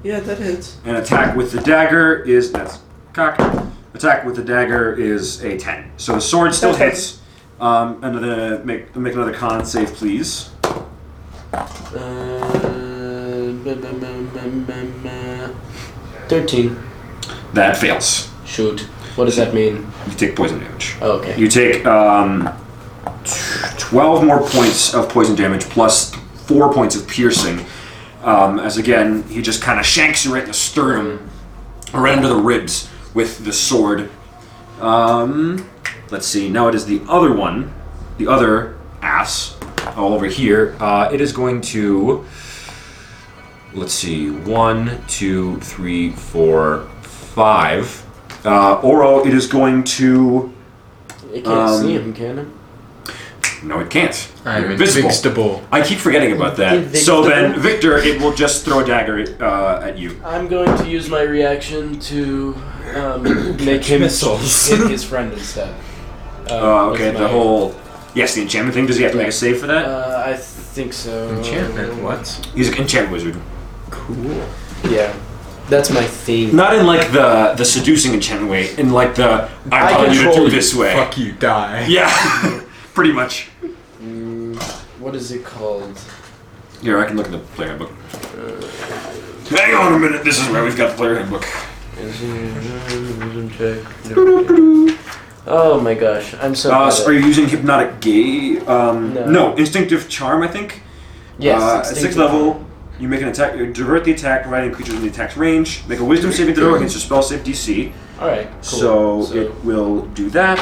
E: Yeah, that hits.
A: And attack with the dagger is. That's cock. Attack with the dagger is a 10. So the sword still
E: Okay.
A: hits. Um, and then make, make another con save, please.
E: Uh, ma- ma- ma- ma- ma- ma. Thirteen.
A: That fails.
E: Shoot. What does that mean?
A: You take poison damage.
E: Oh, okay.
A: You take um, t- 12 more points of poison damage plus 4 points of piercing. Um, as again, he just kind of shanks you right in the sternum, right under the ribs with the sword. Um, let's see. Now it is the other one, the other ass, all over here. Uh, it is going to. Let's see. One, two, three, four, five. Uh, Oro, it is going to.
E: I can't
A: um,
E: see him, can I?
A: No, it can't.
C: I'm
A: You're invisible.
C: invincible.
A: I keep forgetting about that. So then, Victor, it will just throw a dagger uh, at you.
E: I'm going to use my reaction to um, make him
I: missiles.
E: hit his friend instead.
A: Uh,
E: with
A: okay,
E: Oh, my-
A: the whole. Yes, the enchantment thing. Does he have to make a save for that?
E: Uh, I think so.
C: Enchantment, what?
A: He's an enchant wizard.
E: Cool. Yeah, that's my thing.
A: Not in like the the seducing enchantment way. In like the I
E: I
A: taught you to
E: control
A: do
E: you,
A: this way.
C: Fuck you, die.
A: Yeah, pretty much.
E: Mm, what is it called?
A: Here, I can look at the player handbook. Uh, Hang on a minute. This is where we've got the player handbook.
E: Oh my gosh, I'm so.
A: Uh,
E: bad
A: so
E: at-
A: are you using hypnotic gaze? Um,
E: No.
A: no. instinctive charm. I think.
E: yes,
A: uh, at
E: it's
A: sixth
E: thinking.
A: level, you make an attack. You divert the attack, providing creatures in the attack's range. Make a Wisdom saving throw against your spell save DC.
E: All right. Cool.
A: So, it will do that.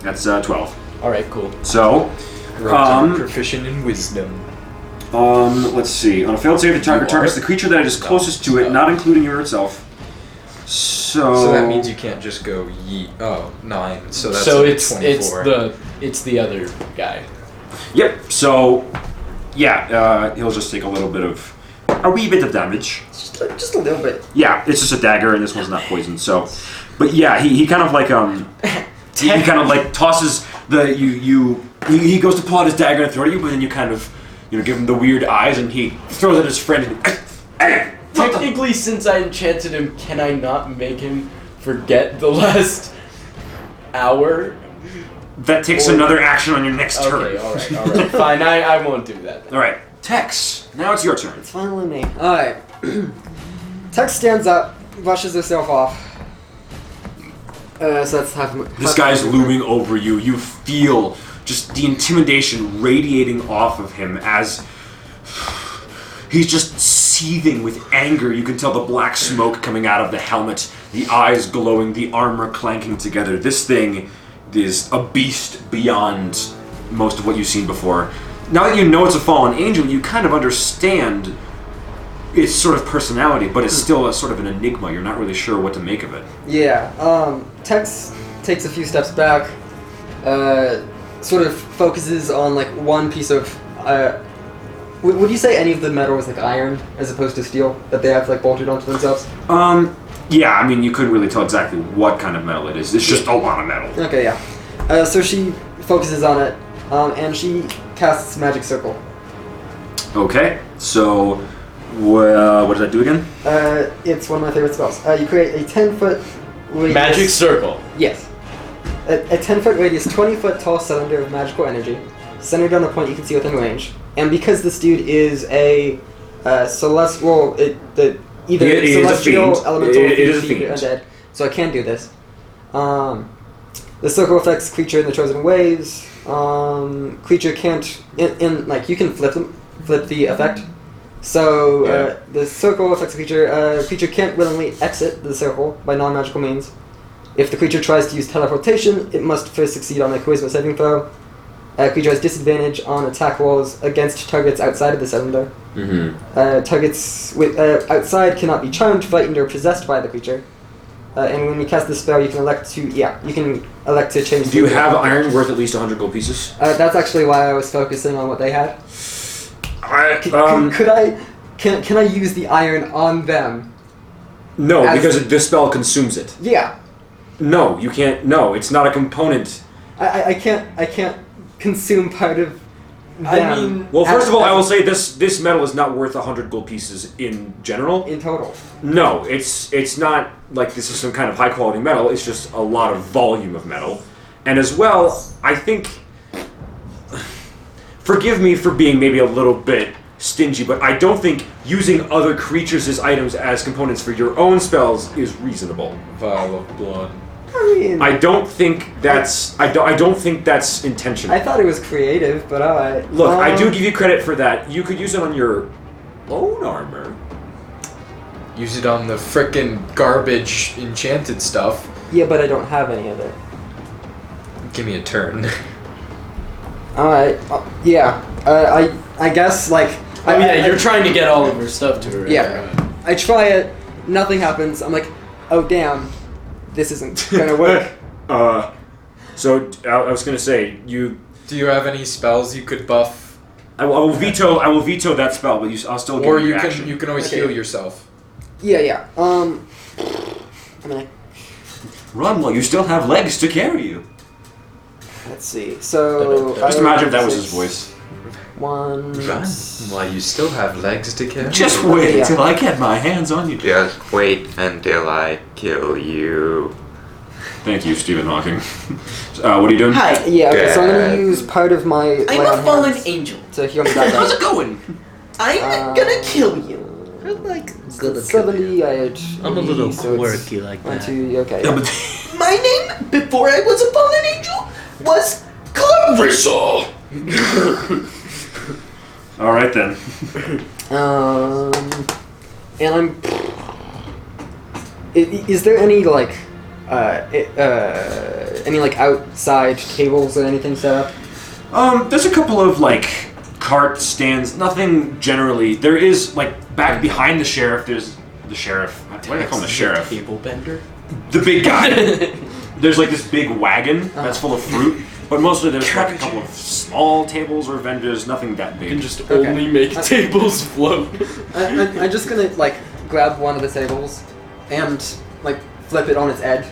A: That's uh, twelve.
E: all right, cool.
A: So,
C: Rob,
A: Um,
C: you're proficient in wisdom.
A: um, let's see. On a failed save, the target
C: You
A: targets
C: are?
A: the creature that is closest to it, not including you or itself. So,
C: So that means you can't just go yeet. Oh, nine. So that's
E: so
C: a
E: it's
C: 24.
E: it's the it's the other guy.
A: Yep. So, yeah, uh, he'll just take a little bit of a wee bit of damage.
D: Just, a- just a little bit.
A: Yeah, it's just a dagger, and this one's not poisoned. So, but yeah, he, he kind of like um, he, he kind of like tosses the you you he, he goes to pull out his dagger and throw it at you, but then you kind of you know give him the weird eyes, and he throws it at his friend. And, What the-
E: Technically, since I enchanted him, can I not make him forget the last hour?
A: that takes
E: Or-
A: another action on your next turn.
E: Okay, all right, all right, fine. I, I won't do that.
A: All right, Tex. Now it's your turn.
D: It's finally me. Alright. Tux stands up, brushes herself off. Uh, so that's half my.
A: This guy's looming over you. You feel just the intimidation radiating off of him as he's just seething with anger. You can tell the black smoke coming out of the helmet, the eyes glowing, the armor clanking together. This thing is a beast beyond most of what you've seen before. Now that you know it's a fallen angel, you kind of understand its sort of personality, but it's still a sort of an enigma. You're not really sure what to make of it.
D: Yeah. Um, Tex takes a few steps back, uh, sort of focuses on like one piece of. Uh, would, would you say any of the metal is like iron as opposed to steel that they have like bolted onto themselves?
A: Um, yeah, I mean, you couldn't really tell exactly what kind of metal it is. It's just a lot of metal.
D: Okay, yeah. Uh, so she focuses on it, um, and she casts magic circle.
A: Okay, so wh- uh, what does that do again?
D: Uh, it's one of my favorite spells. Uh, you create a ten foot radius.
E: Magic circle.
D: Yes. A, a 10 foot radius, 20 foot tall cylinder of magical energy, centered on a point you can see within range. And because this dude is a uh, celestial, it, the, either
A: He is a
D: celestial,
A: fiend.
D: elemental,
A: It- it is a
D: fiend,
A: fiend.
D: undead, so I can do this. Um, the circle affects creature in the chosen ways. Um, creature can't in, in like you can flip them, flip the effect. So uh, the circle affects a creature. Uh, creature can't willingly exit the circle by non-magical means. If the creature tries to use teleportation, it must first succeed on a charisma saving throw. Uh, creature has disadvantage on attack rolls against targets outside of the cylinder.
A: Mm-hmm.
D: Uh, targets with, uh, outside cannot be charmed, frightened, or possessed by the creature. Uh, and when you cast this spell, you can elect to yeah, you can elect to change.
A: Do you
D: the-
A: have iron worth at least 100 gold pieces?
D: Uh, that's actually why I was focusing on what they had.
A: I,
D: C- c-
A: um,
D: could I? Can, can I use the iron on them?
A: no,
D: as-
A: because this spell consumes it.
D: Yeah,
A: No, you can't. No, it's not a component.
D: I, I, I can't I can't consume part of. Them.
E: I mean-
A: Well, first
D: as-
A: of all, I
D: as-
A: will say this: this metal is not worth 100 gold pieces in general.
D: in total.
A: No, it's it's not like this is some kind of high quality metal. It's just a lot of volume of metal, and as well, I think. Forgive me for being maybe a little bit stingy, but I don't think using other creatures as items as components for your own spells is reasonable.
C: Vial of blood.
D: I mean, I,
A: I don't think that's I don't, I don't think that's intentional.
D: thought it was creative, but alright.
A: Look, I do
D: Um,
A: give you credit for that. You could use it on your own armor.
C: Use it on the frickin' garbage enchanted stuff.
D: Yeah, but I don't have any of it.
C: Give me a turn.
D: Alright. Uh, yeah. Uh, I I guess like.
E: Oh yeah, you're trying to get all of her stuff to her. right?
D: Yeah. I try it. Nothing happens. I'm like, oh damn, this isn't gonna work.
A: uh, so I, I was gonna say you.
C: Do you have any spells you could buff,
A: I will, I will veto. I will veto that spell, but you, s- I'll still give
C: or
A: you
C: you
A: action.
C: can you can always
D: Okay.
C: heal yourself?
D: yeah, yeah. Um. I mean,
A: run while you still have legs to carry you.
D: let's see. So
A: Just
D: I-
A: imagine if that was his voice.
D: One.
C: While you still have legs to carry.
A: Just
D: Yeah.
A: I get my hands on you.
O: Just wait until I kill you.
A: Thank you, Stephen Hawking. uh, what are you doing?
D: Hi. Yeah. Okay. So I'm gonna
O: Good.
D: use part of my. lay on hands
E: angel.
D: To heal me back up.
E: going? I'm
D: Um, gonna kill
E: you.
D: I'm like seventy. I had.
B: I'm a little
D: 80, so it's
B: quirky like
D: One,
B: that.
D: two. Okay. yeah.
E: My name before I was a fallen angel was Carvrisol.
A: All right then.
D: Um, and I'm. I- i- Is there any like, uh, i- uh, any like outside tables or anything set up?
A: Um, there's a couple of like cart stands. Nothing generally. There is like back behind the sheriff. There's the sheriff. What do I call him? The sheriff.
B: Table bender.
A: The big guy. there's like this big wagon that's full of fruit, but mostly there's like a couple of small tables or vendors, nothing that
E: You can
A: big.
E: just
D: Okay.
E: only make tables float.
D: I, I, I'm just gonna like grab one of the tables and like flip it on its edge,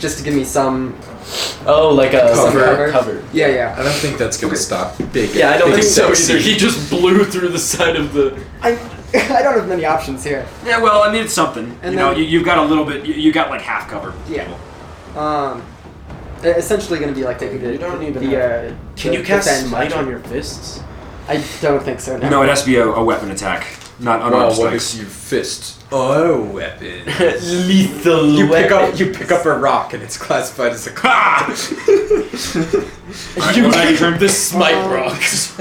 D: just to give me some
E: Oh, like a
D: some
C: Cover.
D: cover. Yeah, yeah.
C: I don't think that's gonna stop big.
E: Yeah, I don't
C: big
E: think so
C: sexy.
E: either. He just blew through the side of the.
D: I I don't have many options here.
A: Yeah, well, I mean it's something.
D: And
A: you know,
D: then-
A: you, you've got a little bit. You, you got like half cover.
D: Yeah. Um, they're essentially gonna be like taking the
B: You don't even
D: the, uh,
B: Can
D: the-
B: you cast
D: the bend
B: smite on
D: action.
B: your fists?
D: I don't think so. No.
A: No, it has to be a, a weapon attack, not unarmed
C: Well, what if
A: strikes.
C: you fist a weapon?
B: Lethal
C: Oh, You pick up you pick up a rock and it's classified as a
A: Ah!
E: you
A: well, now your turn.
E: the smite
D: Um,
E: rocks.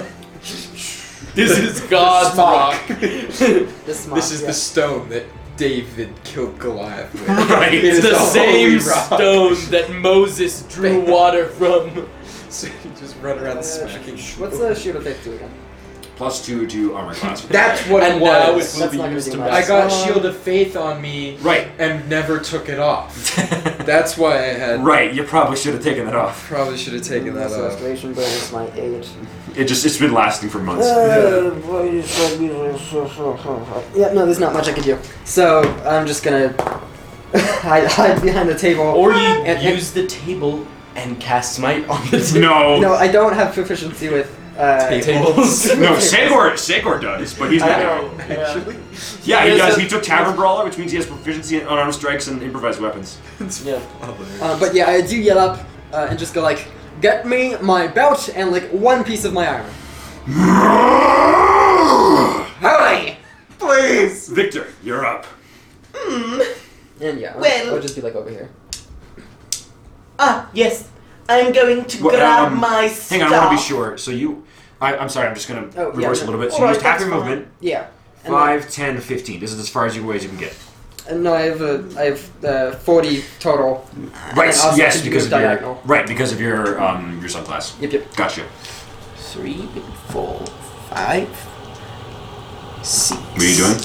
E: This is God's rock.
C: smock.
D: This, mock,
C: This is
D: yeah.
C: the stone that David killed Goliath with.
A: Right.
C: It
E: It's
C: is
E: the
C: a holy
E: same
C: rock.
E: stone that Moses drew water from.
C: So you just run around smacking.
D: What's the shoot effect do again?
A: Plus two to armor class.
C: That's what
E: And uh,
C: it
E: now
C: was.
E: it will
D: That's
E: be
D: not gonna
E: used
D: do
E: to
D: much.
C: I
E: mess.
C: got
D: Um,
C: Shield of Faith on me
A: Right.
C: and never took it off. That's why I had.
A: right. You probably should have taken that off.
C: Probably should have taken that
D: That's
C: off.
D: restoration bonus, my age.
A: It just it's been lasting for months.
D: Uh, boy, it's so beautiful. yeah, no, there's not much I can do. So I'm just gonna hide, hide behind the table.
E: Or you
D: and- and-
E: use the table and cast smite on the table.
A: no.
D: no, I don't have proficiency with. Uh,
E: tables.
A: No, Sagor, Sagor does, but he's not.
E: I know. Yeah.
C: Actually,
A: Yeah, he
E: Yeah,
A: does.
E: so-
A: He took Tavern Brawler, which means he has proficiency in unarmed strikes and improvised weapons.
C: it's
E: Yeah.
C: hilarious.
D: Uh, but yeah, I do yell up uh, and just go like, "Get me my belt and like one piece of my armor." Hurry!
A: Please! Victor, you're up.
D: And yeah, I'll-
P: Well-
D: I'll just be like over here.
P: Ah, yes. I'm going to
A: What,
P: grab
A: um,
P: my
A: Hang
P: stuff.
A: on, I want to be sure. So you. I, I'm sorry, I'm just going to
D: Oh, yeah,
A: reverse
D: no.
A: a little bit. So
P: All
A: you
P: right,
A: used half
P: that's
A: your
P: fine.
A: movement.
D: Yeah. And then-
A: Five, ten, fifteen. This is as far as you away as you can get.
D: And Uh, no, I have a, I have uh, forty total.
A: Right,
D: And also
A: yes,
D: to do
A: because of your
D: diagonal.
A: right because of your um your sunglass.
D: Yep, yep.
A: Gotcha.
E: Three, four, five, six.
A: What are you doing?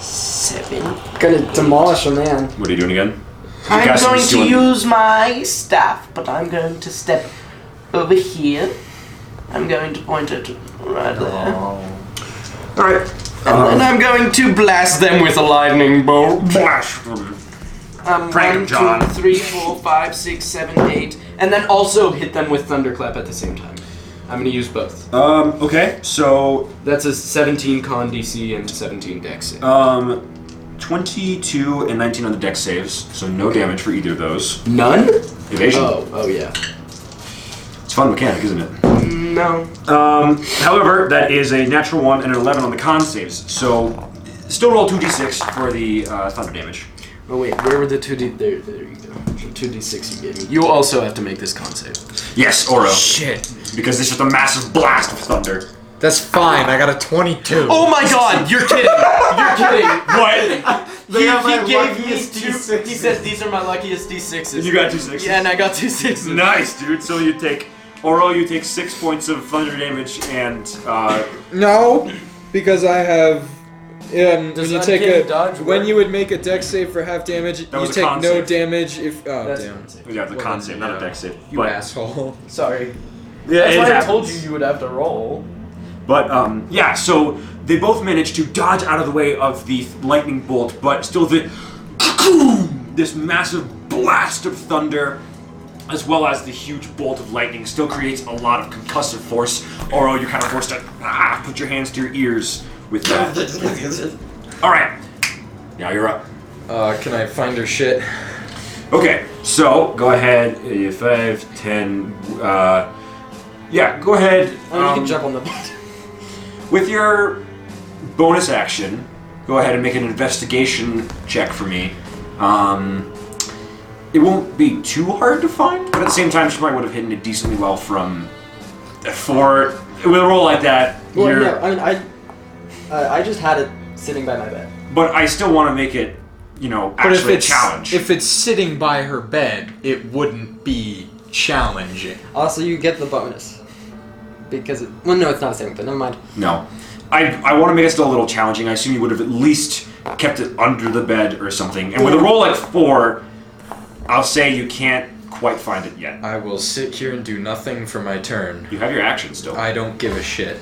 E: Seven.
D: Gonna demolish a man.
A: What are you doing again?
P: I'm
A: Gus
P: going
A: is
P: to
A: doing-
P: use my staff, but I'm going to step over here. I'm going to point it right there.
A: All right.
E: And then I'm going to blast them with a lightning bolt.
A: Flash.
E: Um,
A: Prank 'em,
E: one,
A: John.
E: two, three, four, five, six, seven, eight, and then also hit them with thunderclap at the same time. I'm gonna use both.
A: Um. Okay. So
E: That's a 17 con DC and 17 dex. save.
A: um, twenty-two and nineteen on the deck saves. So no damage for either of those.
E: None?
A: Evasion.
E: Oh, oh yeah.
A: It's a fun mechanic, isn't it?
E: No.
A: Um, however, that is a natural one and an 11 on the con saves. So, still roll 2d6 for the uh, thunder damage.
E: Oh wait, where were the two d? There, there you go. The two d six you gave me. You also have to make this con save.
A: Yes, Oro.
I: Shit.
A: Because it's just a massive blast of thunder.
I: That's fine. I got a 22.
E: Oh my god! You're kidding! You're kidding!
A: What?
E: he he gave me two. He says these are my luckiest d sixes.
A: you got two sixes.
E: Yeah, and I got two sixes.
A: Nice, dude. So you take. Oro, you take six points of thunder damage and. Uh,
C: No, because I have. Um, when
E: Does
C: you take
E: uncanny
C: a
E: dodge
C: when
E: work?
C: you would make a deck save for half damage,
A: That
C: you
A: was a
C: take
A: con
C: no
A: save.
C: damage if. Oh
E: That's
C: damn!
E: con save.
A: yeah, the con save, not a deck save.
C: You
A: but,
C: asshole.
E: Sorry.
A: Yeah,
E: That's
A: it
E: why I
A: happens.
E: told you you would have to roll.
A: But um, yeah, so they both managed to dodge out of the way of the lightning bolt, but still the this massive blast of thunder, as well as the huge bolt of lightning, still creates a lot of concussive force. Oro, you're kind of forced to ah, put your hands to your ears with that. All right, now you're up.
C: Uh, can I find her shit?
A: Okay, so go ahead, uh, five, ten. Uh, yeah, go ahead.
D: Oh, you
A: um,
D: can jump on the bed.
A: With your bonus action, go ahead and make an investigation check for me. Um, it won't be too hard to find, but at the same time, she probably would have hidden it decently well from for with a roll like that.
D: Well,
A: you're-
D: no, I mean, I, uh, I just had it sitting by my bed.
A: But I still want to make it, you know, actually a challenge.
I: if it's sitting by her bed, it wouldn't be challenging.
D: Also, Ah, you get the bonus because it, well, no, it's not a saving, but never mind.
A: no, I I want to make it still a little challenging. I assume you would have at least kept it under the bed or something. And with a roll like four, I'll say you can't quite find it yet.
C: I will sit here and do nothing for my turn.
A: You have your action still.
C: I don't give a shit.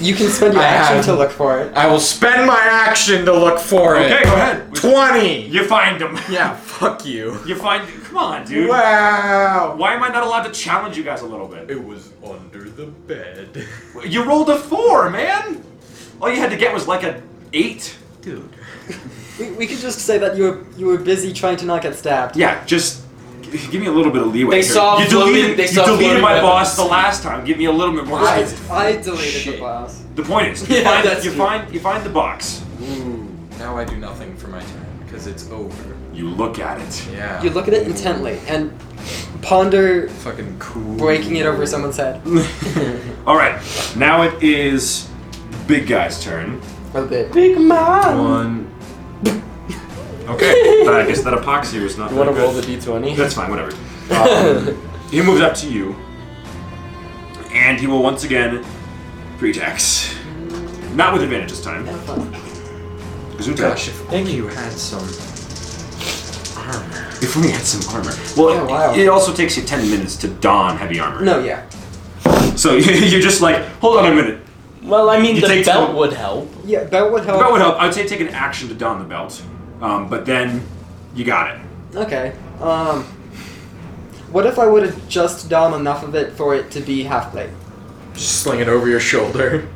D: You can spend your
I: I
D: action
I: have-
D: to look for it.
I: I will spend my action to look for it.
A: Okay, go ahead.
I: 20!
A: You find him.
I: Yeah, fuck you.
A: You find. Come on, dude.
I: Wow!
A: Why am I not allowed to challenge you guys a little bit?
I: It was under the bed.
A: You rolled a four, man. All you had to get was like a eight.
I: Dude.
D: We, we could just say that you were you were busy trying to not get stabbed.
A: Yeah, just g- give me a little bit of leeway.
E: They
A: here.
E: saw
A: you
E: floating-
A: deleted,
E: they
A: you
E: saw
A: deleted
E: floating
A: my
E: weapons.
A: boss the last time. Give me a little bit more.
D: I,
A: leeway.
D: I deleted
C: Shit.
D: the files.
A: The point is, you,
E: Yeah,
A: find,
E: that's
A: you
E: true.
A: find you find the box.
C: Ooh, now I do nothing for my turn because it's over.
A: You look at it.
C: Yeah.
D: You look at it intently, and ponder
C: Fucking cool.
D: breaking it over someone's head.
A: All right, now it is big guy's turn.
D: Okay.
P: Big man.
A: One. Okay, I guess that epoxy was not.
E: You want
A: that
E: to roll the
A: good.
E: d20?
A: That's fine. Whatever. Um, he moves up to you, and he will once again pre-tax, not with advantage this time. Gesundheit.
C: Gosh, if only you had some.
A: If only had some armor. um, Well,
D: Oh, wow.
A: it, it also takes you 10 minutes to don heavy armor.
D: No, yeah.
A: So you're just like, hold on a minute.
E: Well, I mean,
A: You
E: the
A: take
E: belt
A: two.
E: would help.
D: Yeah, that would help.
A: The belt would help. I would say take an action to don the belt. Um, but then you got it.
D: Okay. Um. What if I would have just done enough of it for it to be half plate?
C: Just sling it over your shoulder.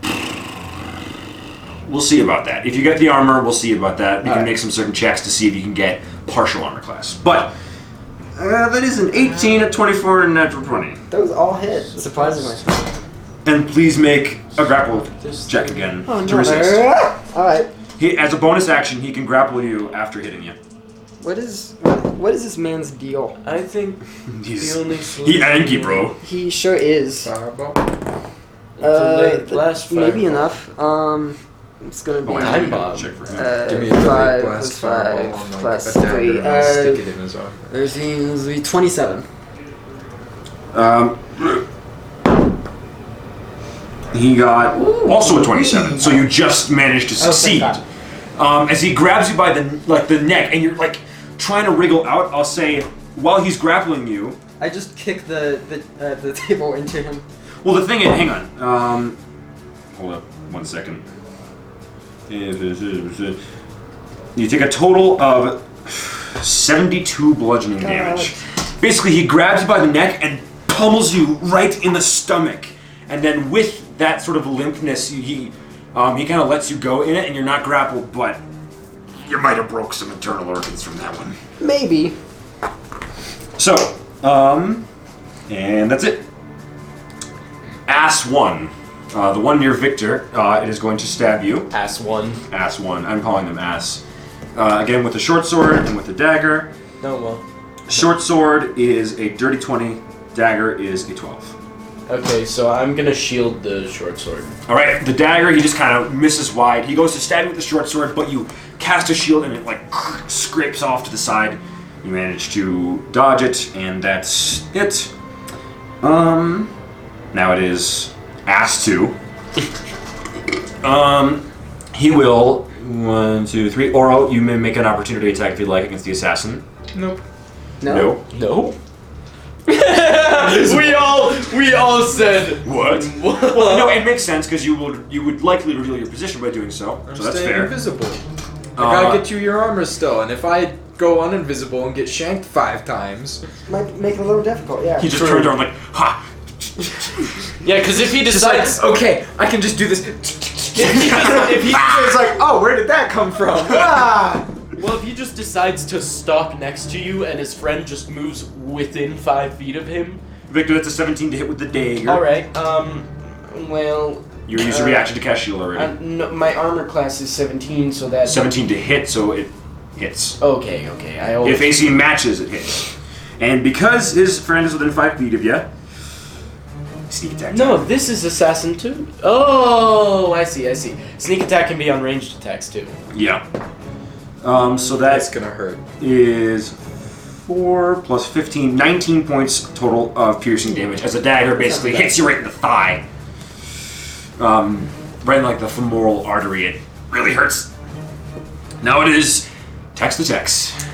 A: We'll see about that. If you get the armor, we'll see about that. We can
D: Alright.
A: make some certain checks to see if you can get partial armor class. But uh, that is an 18, a 24, and a natural 20.
D: Those all hit, surprisingly.
A: And please make a grapple
E: This
A: check again
D: Oh,
A: to resist.
D: no. Alright.
A: He, as a bonus action, he can grapple you after hitting you.
D: What is what, what is this man's deal?
E: I think
A: He's,
E: the only
A: he
E: solution
A: angry, bro.
D: He sure is.
C: Fireball.
D: Uh,
E: late blast
D: maybe
E: fireball.
D: enough. Um, it's gonna be.
A: Oh, I
E: Time
A: have to
E: bomb.
A: check for him.
D: uh,
C: Give me a
D: five
C: five blast fireball on
D: plus five
C: like
D: plus
C: a dagger
D: three.
C: and I'll stick
D: Uh,
C: it in his arm.
D: there's the twenty-seven.
A: Um, he got also a 27, so you just managed to succeed.
D: God.
A: um, as he grabs you by the like the neck, and you're like trying to wriggle out. I'll say while he's grappling you.
D: I just kicked the the, uh, the table into him.
A: Well, the thing is, hang on. Um, hold up one second. You take a total of 72 bludgeoning damage. Basically, he grabs you by the neck and pummels you right in the stomach. And then, with that sort of limpness, you- he um, he kind of lets you go in it, and you're not grappled, but you might have broke some internal organs from that one.
D: Maybe.
A: So, um, and that's it. Ass one, uh, the one near Victor, uh, it is going to stab you.
E: pass one.
A: Ass one, I'm calling them ass. Uh, again with the short sword and with the dagger.
E: No, Oh, well.
A: Short sword is a dirty twenty. Dagger is a twelve.
E: Okay, so I'm gonna shield the short sword.
A: All right, the dagger he just kind of misses wide. He goes to stab you with the short sword, but you cast a shield and it like scrapes off to the side. You manage to dodge it, and that's it. Um, now it is ass two. um, he will one, two, three. Oro, you may make an opportunity attack if you'd like against the assassin.
C: Nope.
D: No.
E: No. we all we all said
A: What?
E: well,
A: No, it makes sense because you will you would likely reveal your position by doing so. so that's
C: staying
A: fair.
C: invisible. I
A: Uh,
C: gotta get you your armor still, and if I go uninvisible and get shanked five times,
D: Might make it a little difficult. Yeah.
A: he just turns around like, ha.
E: yeah, because if he decides
C: okay, I can just do this.
E: if he
C: It's like, oh, where did that come from?
E: well if he just decides to stop next to you and his friend just moves within five feet of him.
A: Victor, that's a 17 to hit with the dagger.
E: All right. Um. Well,
A: You used your
E: Uh,
A: reaction to cast shield already.
E: uh, no, my armor class is 17, so that
A: 17 to hit, so it hits.
E: Okay, okay. I always
A: If AC matches, it hits. And because his friend is within five feet of you, sneak attack.
E: No, this is assassin too. Oh, I see, I see. Sneak attack can be on ranged attacks too.
A: Yeah. Um, so
C: That's
A: that
C: gonna hurt.
A: is 4 plus 15, 19 points total of piercing damage as a dagger basically hits you right in the thigh. Um, right in like the femoral artery. It really hurts. Now it is text to text.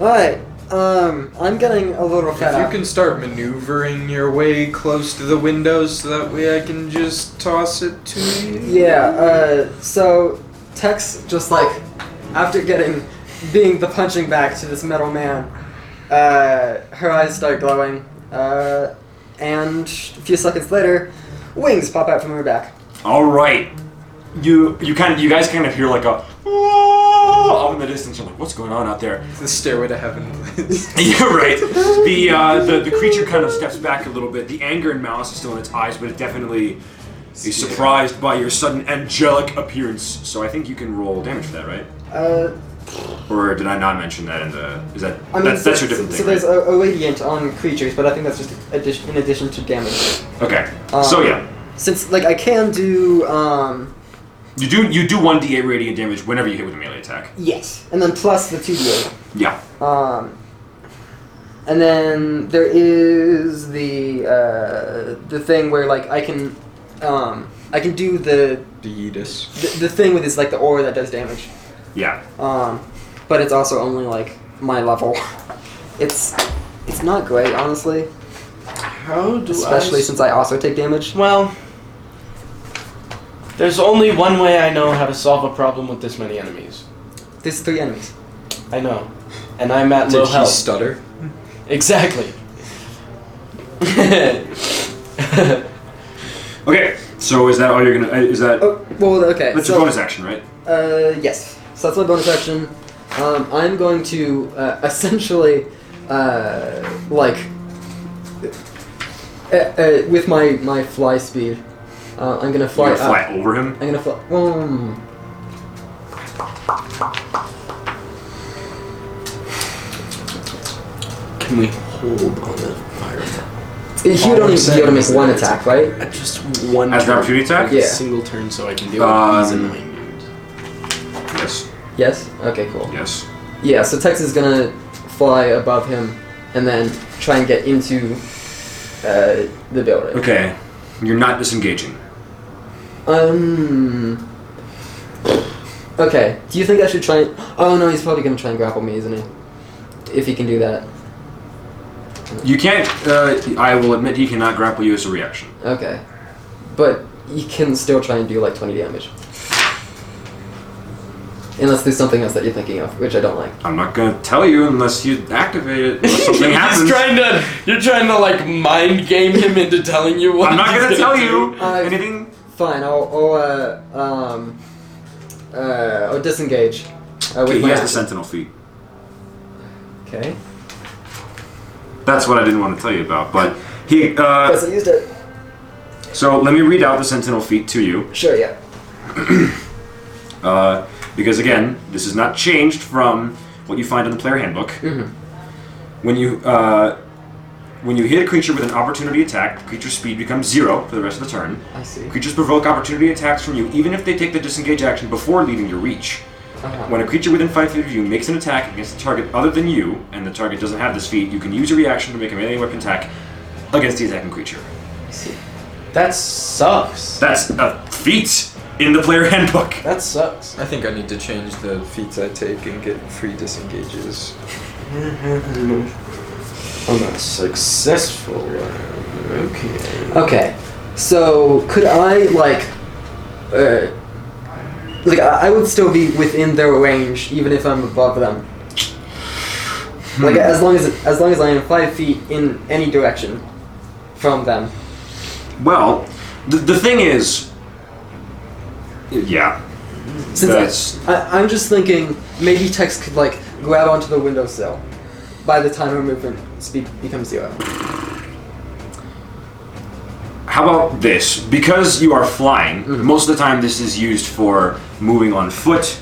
D: Alright, um, I'm getting a little fed
C: If
D: up.
C: you can start maneuvering your way close to the windows, so that way I can just toss it to you.
D: Yeah, uh, so Tex just like, after getting, being the punching bag to this metal man, uh, her eyes start glowing, uh, and a few seconds later, wings pop out from her back.
A: All right, you you kind of you guys kind of hear like a "Oh," off in the distance. You're like, what's going on out there?
C: The stairway to heaven, please.
A: You're right. The, uh, the the creature kind of steps back a little bit. The anger and malice is still in its eyes, but it definitely is surprised by your sudden angelic appearance. So I think you can roll damage for that, right?
D: Uh,
A: Or did I not mention that in the? Is that
D: I mean,
A: that's,
D: so,
A: that's your different
D: so,
A: thing?
D: there's
A: right?
D: a, a radiant on creatures, but I think that's just addition, in addition to damage.
A: okay.
D: um,
A: so yeah,
D: Since like I can do um
A: you do you do one d8 radiant damage whenever you hit with a melee attack.
D: yes, and then plus the two d
A: Yeah.
D: eight. Um, and then there is the uh, the thing where like I can um I can do the
C: Deedus.
D: the, the thing with is like the aura that does damage.
A: Yeah.
D: Um, but it's also only like my level. It's it's not great, honestly.
E: How do
D: Especially since I also take damage.
E: Well, there's only one way I know how to solve a problem with this many enemies.
D: There's three enemies.
E: I know, and I'm at low
C: Did he
E: health.
C: stutter?
E: exactly.
A: Okay. So is that all you're gonna? Is that
D: Oh well, okay.
A: that's
D: so,
A: your bonus action, right?
D: Uh, yes. So that's my bonus action. Um, I'm going to uh, essentially, uh, like, uh, uh, with my my fly speed, uh, I'm gonna fly
A: You're gonna fly
D: up.
A: over him.
D: I'm gonna fly. Um,
E: Can we hold on the fire?
D: you
C: All
D: don't
C: I'm
D: even be able to
C: saying
D: make
C: is
D: one
C: that-
D: attack, right?
E: Just one.
A: As an
E: turn.
A: opportunity attack?
E: Like a
D: Yeah.
E: Single turn, so I can deal
A: Um,
E: with these annoying dudes.
A: Yes.
D: Yes. Okay. Cool.
A: Yes.
D: Yeah. So Tex is gonna fly above him and then try and get into uh, the building.
A: Okay. You're not disengaging.
D: Um. Okay. Do you think I should try? And, oh no, he's probably gonna try and grapple me, isn't he? If he can do that.
A: You can't. Uh, I will admit he cannot grapple you as a reaction.
D: Okay. But he can still try and do like twenty damage. Unless there's something else that you're thinking of, which I don't like.
A: I'm not gonna tell you unless you activate it. Unless something happens.
E: He's trying to. You're trying to like mind game him into telling you what.
A: I'm not
E: he's
A: gonna tell you
E: do.
D: Uh,
A: anything.
D: Fine. I'll. I'll uh, um. Uh. I'll disengage. Uh,
A: Okay, he
D: with my
A: has the
D: action.
A: sentinel feet.
D: Okay.
A: That's what I didn't want to tell you about. But he. Uh,
D: Yes, I used it.
A: so let me read out the sentinel feet to you.
D: Sure. Yeah.
A: Uh, because again, this is not changed from what you find in the player handbook.
D: Mm-hmm.
A: When you uh, when you hit a creature with an opportunity attack, the creature's speed becomes zero for the rest of the turn.
D: I see.
A: Creatures provoke opportunity attacks from you even if they take the disengage action before leaving your reach.
D: Uh-huh.
A: When a creature within five feet of you makes an attack against a target other than you, and the target doesn't have this feat, you can use your reaction to make a melee weapon attack against the attacking creature.
D: I see.
E: That sucks.
A: That's a feat in the player handbook.
E: That sucks.
C: I think I need to change the feats I take and get free disengages.
E: I'm not successful. Okay.
D: Okay, so could I like, uh, like I I would still be within their range even if I'm above them. Like as long as as long as I am five feet in any direction from them.
A: Well, the, the thing is, yeah,
D: Since
A: That's-
D: I, I, I'm just thinking maybe Tex could like grab onto the windowsill by the time her movement speed becomes zero.
A: How about this? Because you are flying, most of the time this is used for moving on foot.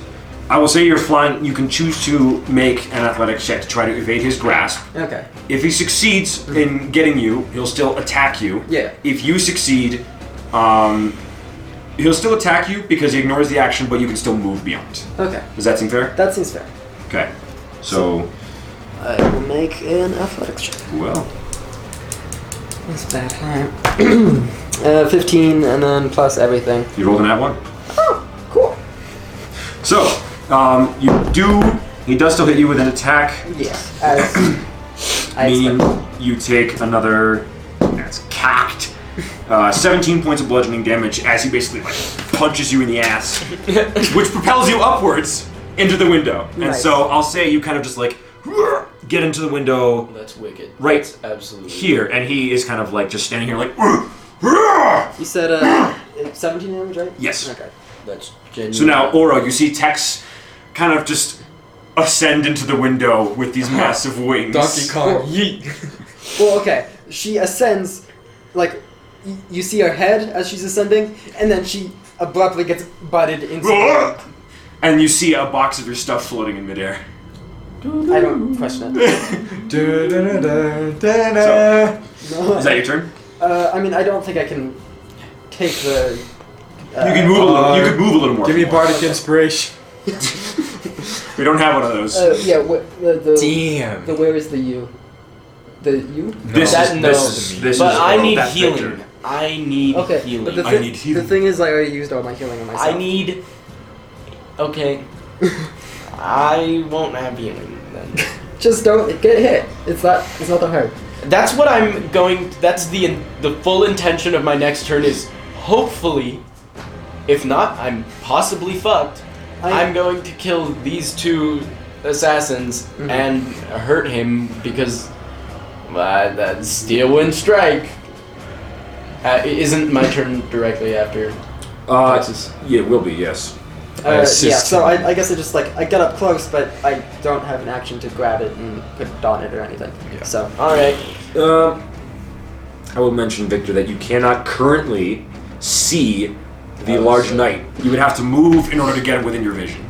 A: I will say you're flying, you can choose to make an athletic check to try to evade his grasp.
D: Okay.
A: If he succeeds in getting you, he'll still attack you.
D: Yeah.
A: If you succeed, um, he'll still attack you because he ignores the action, but you can still move beyond.
D: Okay.
A: Does that seem fair?
D: That seems fair.
A: Okay. So,
D: I will make an athletics check.
A: well,
D: That's bad. Alright. uh, 15 and then plus everything.
A: you rolled an at one.
D: Cool.
A: So, um, you do. He does still hit you with an attack,
D: Yeah. As I
A: meaning
D: expect.
A: you take another. That's cacked. Uh, 17 points of bludgeoning damage as he basically like punches you in the ass, which propels you upwards into the window. And
D: Nice.
A: so I'll say you kind of just like get into the window
E: That's wicked.
A: right
E: Absolutely.
A: here, and he is kind of like just standing here like.
D: You said uh, 17 damage, right?
A: Yes.
D: Okay.
E: That's genuine.
A: So now, Aura, you see Tex kind of just ascend into the window with these massive wings.
C: Donkey Kong, yeet!
D: Well, okay. She ascends, like, y- you see her head as she's ascending, and then she abruptly gets butted into.
A: Roar! and you see a box of your stuff floating in midair.
D: I don't question it.
A: So,
D: No.
A: is that your turn?
D: Uh, I mean, I don't think I can take the. Uh,
A: You can move a little. You
I: uh,
A: can move a little more.
I: Give me
A: if you want.
I: bardic inspiration.
A: We don't have one of those.
D: Uh, yeah, wh- the, the,
I: Damn.
D: the where is the you? The you?
A: this
E: that-
A: is
E: no.
A: this is this
E: but
A: is
E: I
A: all
E: need
A: that
E: healing.
A: Victor.
E: I need
D: Okay,
E: healing.
D: but the,
A: I
D: thi-
A: need healing.
D: the thing is, like, I already used all my healing on myself.
E: I need. Okay. I won't have healing then.
D: Just don't get hit. It's not. It's not that hard.
E: That's what I'm going. That's the the full intention of my next turn is hopefully, if not, I'm possibly fucked. I,
D: I-
E: am going to kill these two assassins and hurt him because uh, that steel wind strike. Uh, it isn't my turn directly after
A: Uh,
E: Texas.
A: yeah, it will be. Yes.
D: Uh, yeah.
I: assist
D: So I, I guess I just like I get up close, but I don't have an action to grab it and put it on it or anything. So
E: All right.
A: Uh, I will mention, Victor, that you cannot currently see the large knight. You would have to move in order to get him within your vision.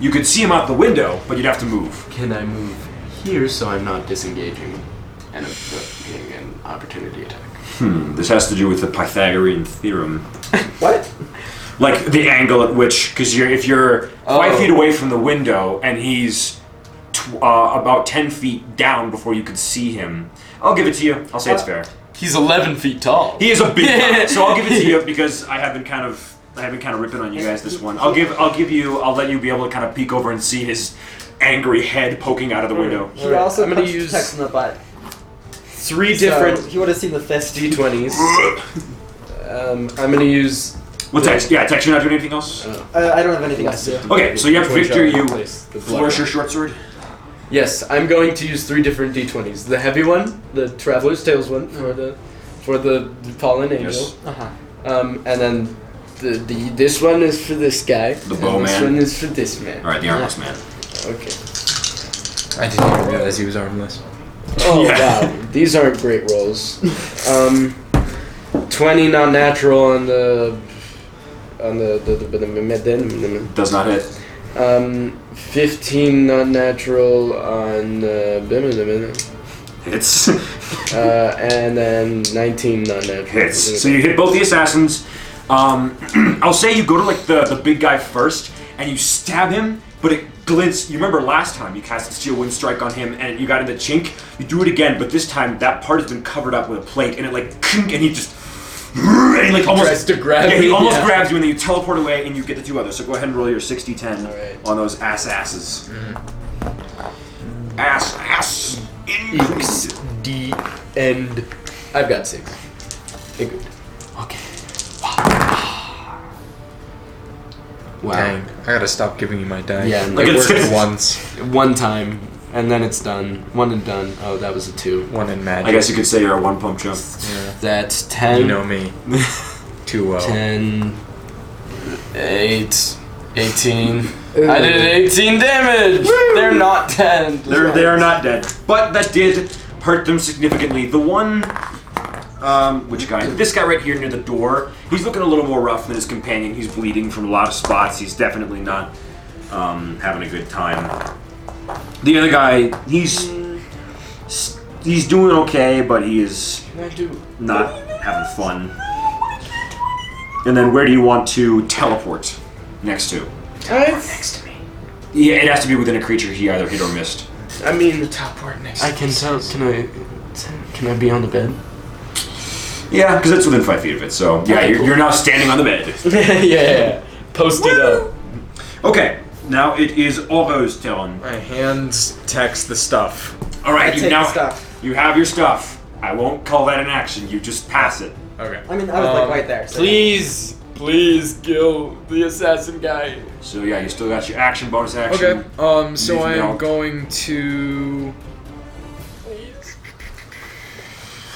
A: You could see him out the window, but you'd have to move.
E: Can I move here so I'm not disengaging and getting an opportunity attack?
A: Hmm, this has to do with the Pythagorean theorem.
D: what?
A: Like the angle at which, because you're if you're five
E: Oh.
A: feet away from the window and he's tw- uh, about ten feet down before you could see him. I'll give it to you. I'll say it's fair.
E: He's 11 feet tall.
A: He is a big guy, so I'll give it to you because I have been kind of I have been kind of ripping on you guys this one. I'll give I'll give you I'll let you be able to kind of peek over and see his angry head poking out of the window.
D: He also
E: I'm gonna
D: punched
E: use
D: Tex in the butt.
E: Three
D: So
E: different
D: he would have seen the fist.
E: d20s. Um, I'm gonna use.
A: Well, Tex, yeah, Tex, you're not doing anything else.
D: Uh, I don't have anything else to do.
A: Okay, so you have
E: Which
A: Victor,
E: I
A: you
E: replace the blood.
A: flourish your short sword.
E: Yes, I'm going to use three different d20s. The heavy one, the Traveler's Tales one for the for the fallen angel,
A: Yes.
D: Uh huh.
E: um, and then the, the this one is for this guy.
A: The
E: and
A: bowman.
E: This one is for this man.
A: All right, the armless man.
E: Okay.
I: I didn't even realize he was armless.
E: Oh
A: Yeah.
E: wow, these aren't great rolls. Um, Twenty non natural on the on the the, the, the, the
A: Does not hit.
E: Um, 15 not natural on uh, blah, blah, blah,
A: Hits.
E: blah. uh and then 19 not natural.
A: hits. So you hit both the assassins. Um, I'll say you go to like the, the big guy first, and you stab him, but it glints. You remember last time you cast a steel wind strike on him, and you got in the chink. You do it again, but this time that part has been covered up with a plate, and it like kink, and he just and he, like almost
E: tries to grab
A: yeah, he
E: me,
A: almost
E: yeah.
A: grabs you, and then you teleport away, and you get the two others. So go ahead and roll your 60-10
E: Alright.
A: on those ass asses.
E: Mm-hmm.
A: Ass ass increase.
E: D and I've got six. Okay, good. Okay. Wow.
I: Dang. I gotta stop giving you my die.
E: Yeah,
I: like
E: like
I: it
A: it's-
I: worked once.
E: One time, and then it's done. One and done. Oh, that was a two.
I: One in magic.
A: I guess you could say you're a one pump chump.
E: That's ten.
I: You know me too well.
E: 10, 8, 18. I did 18 damage! They're not 10.
A: They're they are not dead, but that did hurt them significantly. The one, um, which guy? This guy right here near the door. He's looking a little more rough than his companion. He's bleeding from a lot of spots. He's definitely not um, having a good time. The other guy, he's he's doing okay, but he is
E: Can I do?
A: not having fun. And then where do you want to teleport next to?
E: I,
A: Yeah, it has to be within a creature he either hit or missed.
E: I mean, I can tell. Can I? Can I be on the bed?
A: Yeah, because it's within five feet of it. So yeah, you're, you're now standing on the bed.
E: yeah, yeah. Post it up.
A: Okay, now it is Oro's turn.
I: My hands text the stuff.
A: All right,
D: I
A: you
D: take
A: now
D: the stuff.
A: you have your stuff. I won't call that an action. You just pass it.
I: Okay.
D: I mean, I was like right there. So.
E: Um, Please, please kill the assassin guy.
A: So yeah, you still got your action bonus action.
I: Okay. Um. So
A: Leave
I: I
A: me
I: am
A: out.
I: going to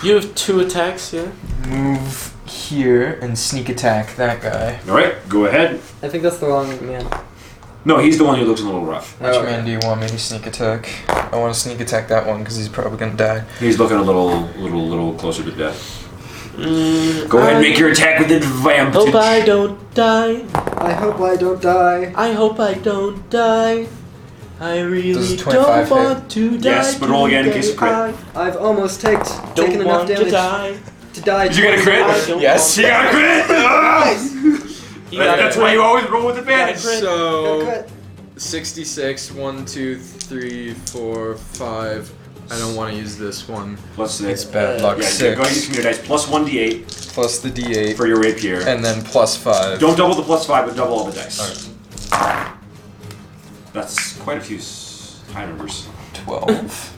E: You have two attacks, yeah.
I: move here and sneak attack that guy.
A: All right, go ahead.
D: I think that's the wrong man.
E: Oh,
A: No, he's the one who looks a little rough.
I: Which
D: Oh, okay.
I: man do you want me to sneak attack? I want to sneak attack that one because he's probably gonna die.
A: He's looking a little, little, little closer to death. Go ahead and make your attack with advantage.
P: Mm, uh, Hope I don't die.
D: I hope I don't die.
P: I hope I don't die. I really
C: Does 25
P: don't
C: hit?
P: want to die.
A: Yes, but roll again in
P: today.
A: case you crit.
P: I
D: I've almost taked, taken
P: don't
D: enough
P: want to
D: damage
P: die.
D: to die.
A: Did you get a
P: I
A: crit?
P: don't
C: Yes.
A: You got a crit! Ah!
P: want- He got
A: That's
P: it.
A: why you always roll with advantage.
P: Crit.
D: Got a
C: So
D: crit.
C: 66, 1, 2, 3, 4, 5. I don't want to use this one.
A: Plus
C: It's
A: six.
C: bad
A: Yeah,
C: luck.
A: go ahead and use
C: 6
A: your dice. Plus one d8
C: plus the d8,
A: for your rapier.
C: and then plus 5.
A: Don't double the plus five, but double all the dice.
C: Alright.
A: That's quite a few s- high numbers.
C: 12.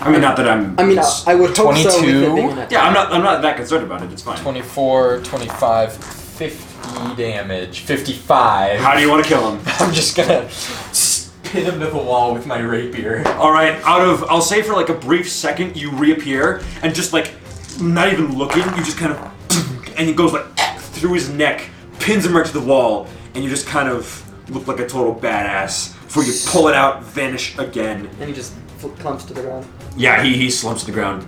A: I mean, not that I'm.
D: I mean, I, I would hope so. With it
C: 22?
D: being an attack.
A: yeah, I'm not. I'm not that concerned about it. It's fine.
C: 24, 25, 50 damage. 55.
A: How do you want to kill him?
C: I'm just gonna spin him to the wall with my rapier.
A: All right, out of I'll say for like a brief second, you reappear and just like not even looking, you just kind of and he goes like through his neck, pins him right to the wall, and you just kind of look like a total badass. Before you pull it out, vanish again.
D: And he just fl- clumps to the ground.
A: Yeah, he, he slumps to the ground,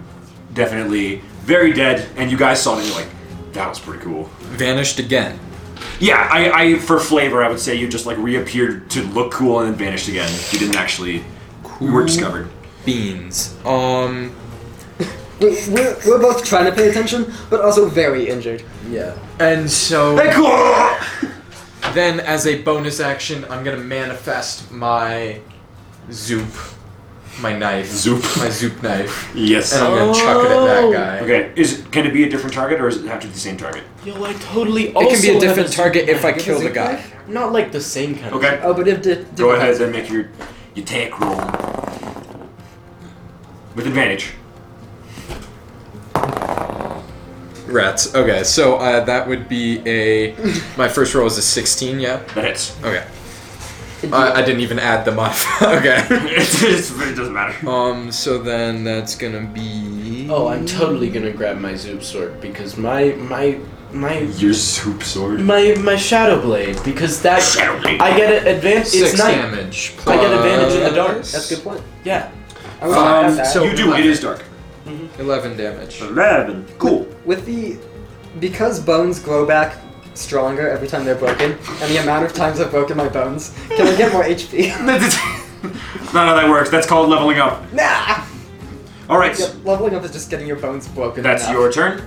A: definitely very dead. And you guys saw it, and you're like, that was pretty cool.
C: Vanished again.
A: Yeah, I, I for flavor, I would say you just like reappeared to look cool and then vanished again. You didn't actually. You were discovered.
C: Beans. Um.
D: We- We're, we're both trying to pay attention, but also very injured.
E: Yeah.
C: And so
A: Hey, cool.
C: then, as a bonus action, I'm gonna manifest my zoop, my knife,
A: Zoop.
C: my zoop knife,
A: Yes.
C: and I'm gonna chuck it at
D: Oh.
C: that guy.
A: Okay, is can it be a different target or does it have to be the same target?
E: Yo, I totally also have zoom knife.
D: kill the guy.
E: Not like the same kind of.
A: Okay.
D: Oh, but if the
A: Go ahead and make your your attack roll with advantage.
C: Rats. Okay, so uh, that would be a. My first roll is a 16. Yeah.
A: That hits.
C: Okay. I, I didn't even add them up. okay.
A: It's- it's- it doesn't matter.
C: Um, so then that's gonna be.
E: Oh, I'm totally gonna grab my Zoop sword because my my my
A: Your soup sword.
E: my my Shadow Blade because that
A: Shadow Blade.
E: I get an advantage.
C: Six
E: It's night.
C: damage.
E: I get advantage in the dark.
C: plus
D: That's a good point.
E: Yeah.
D: I was
A: Um,
D: that.
A: so you do. It is dark.
C: Eleven damage.
A: Eleven. Cool.
D: With the because bones grow back stronger every time they're broken, and the amount of times I've broken my bones, can I get more HP?
A: None of that works. That's called leveling up.
D: nah.
A: All right.
D: Yep, leveling up is just getting your bones broken.
A: That's
D: enough.
A: your turn.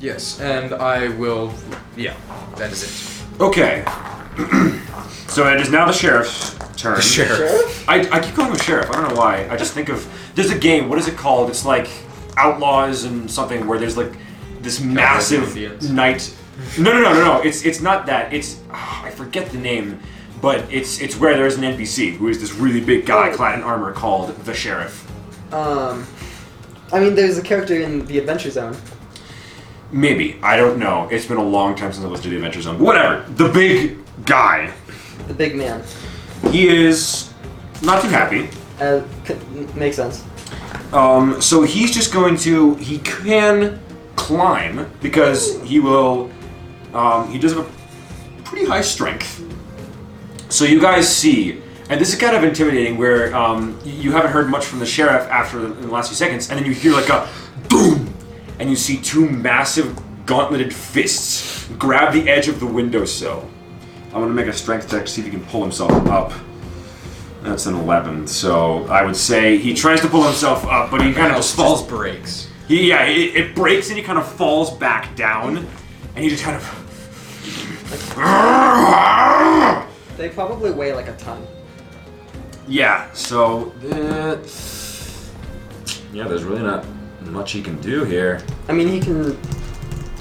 C: Yes, and I will. Yeah, that is it.
A: Okay. so it is now the sheriff's turn.
C: Sheriff.
A: I, I keep calling him sheriff. I don't know why. I just think of there's a game. What is it called? It's like outlaws and something where there's like this massive
C: Indians.
A: knight. No, no, no, no, no. It's it's not that. It's ah, I forget the name, but it's it's where there is an NPC who is this really big guy clad in armor called the sheriff.
D: Um, I mean, there's a character in the Adventure Zone.
A: Maybe I don't know. It's been a long time since I listened to the Adventure Zone. Whatever. The big guy.
D: The big man.
A: He is not too happy.
D: Uh, c- m- makes sense.
A: Um, so he's just going to. He can climb because he will. Um, he does have a pretty high strength. So you guys see, and this is kind of intimidating, where um, y- you haven't heard much from the sheriff after the, in the last few seconds, and then you hear like a boom, and you see two massive gauntleted fists grab the edge of the windowsill. I'm gonna make a strength check to see if he can pull himself up. That's an 11. So I would say he tries to pull himself up, but he kind of
C: House
A: just falls.
C: just breaks.
A: He, yeah, it, it breaks and he kind of falls back down, and he just kind of.
D: They probably weigh like a ton.
A: Yeah. So. Uh, yeah, there's really not much he can do here.
D: I mean, he can.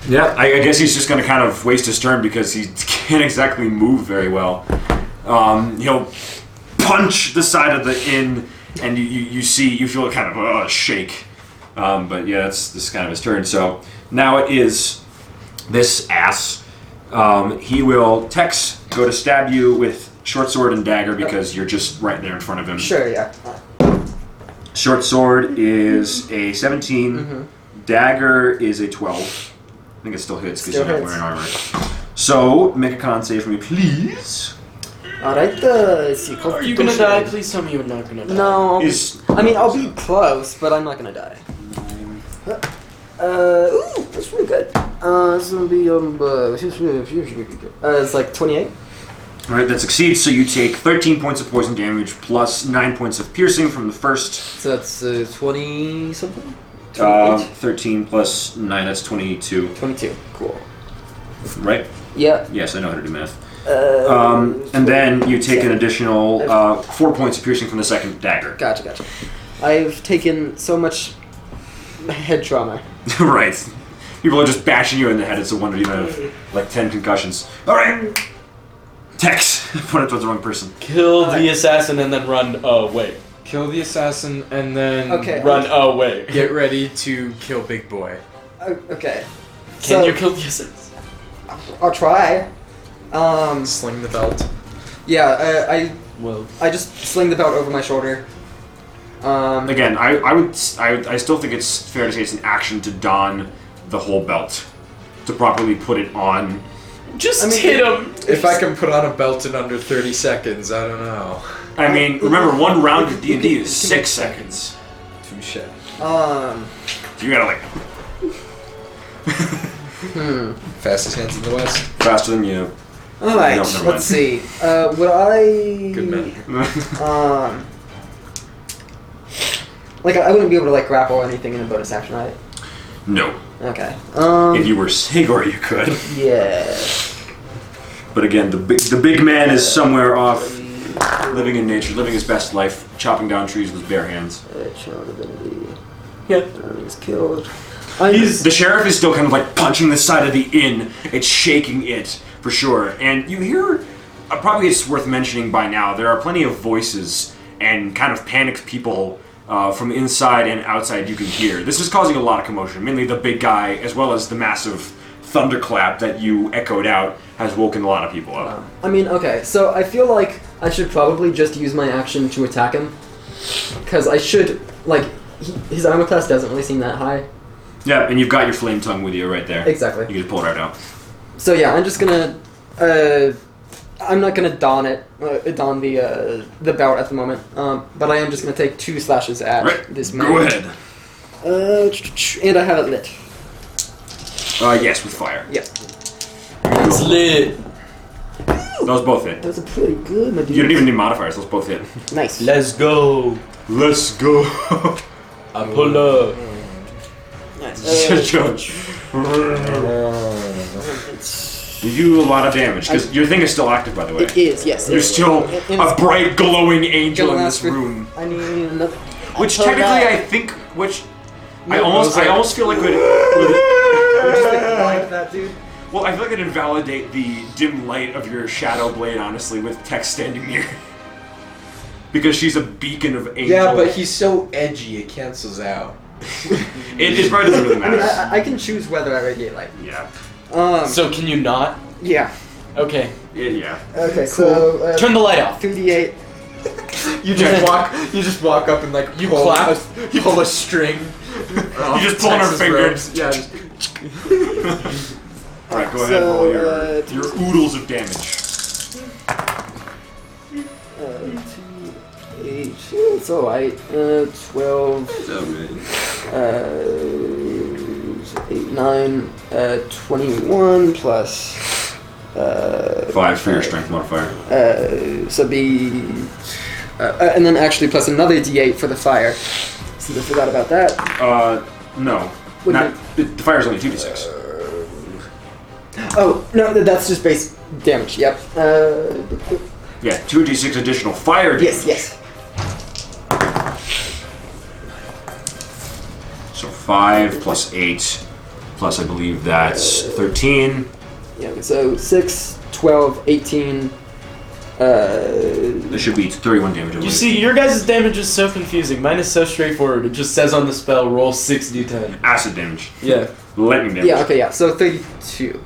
A: Yeah, I, I guess he's just gonna kind of waste his turn because he can't exactly move very well. Um, he'll punch the side of the inn, and you, you, you see, you feel a kind of uh, shake. Um, but yeah, that's this is kind of his turn. So now it is this ass. Um, he will Tex go to stab you with short sword and dagger because you're just right there in front of him.
D: Sure, yeah.
A: Short sword is a 17. Dagger is a 12. I think it still hits because you're
D: Still
A: not wearing armor. So, make a con save for me, please.
D: Alright, the. see,
E: Are you gonna die? Please tell me you're not gonna die.
D: No.
A: Is
D: I mean, I'll be close, but I'm not gonna die. Uh, ooh, that's really good. Uh, it's gonna be um, uh, uh, it's like twenty-eight.
A: All right, that succeeds. So you take 13 points of poison damage plus 9 points of piercing from the first.
D: So that's uh, twenty something.
A: Uh, 13 plus 9, that's 22,
D: Twenty-two. Cool.
A: right?
D: Yeah.
A: Yes, I know how to do math.
D: Uh,
A: Um, and then you take an additional uh, 4 points of piercing from the second dagger.
D: Gotcha, gotcha. I've taken so much head trauma.
A: right. People are just bashing you in the head. It's a wonder you don't have like 10 concussions. All right. Tex. I pointed towards the wrong person.
E: Kill the assassin and then run away.
C: Kill the assassin and then
D: Okay.
E: Run away.
C: get ready to kill Big Boy.
D: O- Okay.
E: Can
D: So-
E: you kill the assassin?
D: I'll try. Um,
C: Sling the belt.
D: yeah, I,
E: Well,
D: I, I just sling the belt over my shoulder. Um,
A: Again, I, I would I, would- I still think it's fair to say it's an action to don the whole belt to properly put it on.
E: just
D: I mean,
E: hit him.
C: If I can put on a belt in under 30 seconds, I don't know.
A: I mean, remember one round of D and D is six seconds.
C: Touche.
D: um,
A: So you gotta like
C: Fastest hands in the West.
A: faster than you.
D: all right,
A: No, never mind.
D: let's see. Uh, would I?
C: Good man.
D: Um, like I wouldn't be able to like grapple or anything in a bonus action, right?
A: no,
D: Okay. Um,
A: if you were Sigor, you could.
D: yeah.
A: But again, the big the big man is somewhere off, living in nature, living his best life, chopping down trees with bare hands.
D: Uh, Child divinity.
E: Yeah.
D: He's killed. I
A: The sheriff is still kind of like punching the side of the inn. It's shaking it for sure. And you hear, uh, probably it's worth mentioning by now, there are plenty of voices and kind of panicked people uh, from inside and outside you can hear. This is causing a lot of commotion. Mainly the big guy, as well as the massive thunderclap that you echoed out, has woken a lot of people up.
D: I mean, okay, so I feel like I should probably just use my action to attack him. Because I should, like, he, his armor class doesn't really seem that high.
A: Yeah, and you've got your flame tongue with you right there. You
D: Exactly.
A: can just pull it right out.
D: So yeah, I'm just gonna, uh, I'm not gonna don it, uh, don the, uh, the belt at the moment. Um, but I am just gonna take two slashes at
A: Right.
D: this man.
A: Go ahead.
D: Uh, ch- ch- ch- and I have it lit.
A: Uh, yes, with fire.
D: Yeah.
E: It's lit.
A: Those both hit.
D: Those are pretty good, my dude.
A: You don't even need modifiers. Those both hit.
D: Nice.
E: Let's go.
A: Let's go.
E: I pull up.
D: Uh,
A: you do a lot of damage because your thing is still active, by the way.
D: it is, yes.
A: You're
D: it's-
A: still
D: it- it's
A: a bright, glowing angel
D: gonna
A: in
D: last
A: this
D: for-
A: room.
D: I need another.
A: Which
D: Until
A: technically, I
D: that-
A: think, which I almost,
C: those are-
A: I almost feel like would. would
D: Like that, dude.
A: well, I feel like it'd invalidate the dim light of your shadow blade, honestly, with Tex standing near. Because she's a beacon of angel.
C: Yeah, but he's so edgy, it cancels out.
A: it, it probably doesn't really
D: I mean,
A: matter.
D: I, I can choose whether I radiate light.
A: Yeah,
D: Um,
E: So can you not?
D: yeah.
E: Okay.
A: yeah, yeah.
D: Okay, so uh,
E: Turn the light off.
D: 3d8.
C: You just walk. You just walk up and like
E: You
C: pull
E: clap.
C: A, you pull a string.
A: You just pull on her
C: Texas
A: finger.
C: ropes. Yeah. just-
A: All right, go ahead.
D: So,
A: roll your
D: uh,
A: your oodles of damage.
D: Uh, 8. It's alright. Uh, 12. Uh, 8, 9. Uh, 21 plus. Uh,
A: Five for your strength modifier.
D: uh, so be. Uh, uh, and then actually plus another d8 for the fire. Since I forgot about that.
A: Uh, no.
D: What
A: Not, the fire's only 2d6.
D: Oh, no, th- that's just base damage. Yep. Uh,
A: yeah, 2d6 additional fire damage.
D: yes, yes.
A: So 5 plus 8 plus, I believe that's 13.
D: Yeah, so 6, 12, 18. Uh,
A: That should be 31 damage. I
E: You
A: believe.
E: see, your guys' damage is so confusing. Mine is so straightforward. It just says on the spell, roll 6d10.
A: Acid damage.
E: Yeah.
A: Lightning damage.
D: Yeah, okay, yeah. So 32.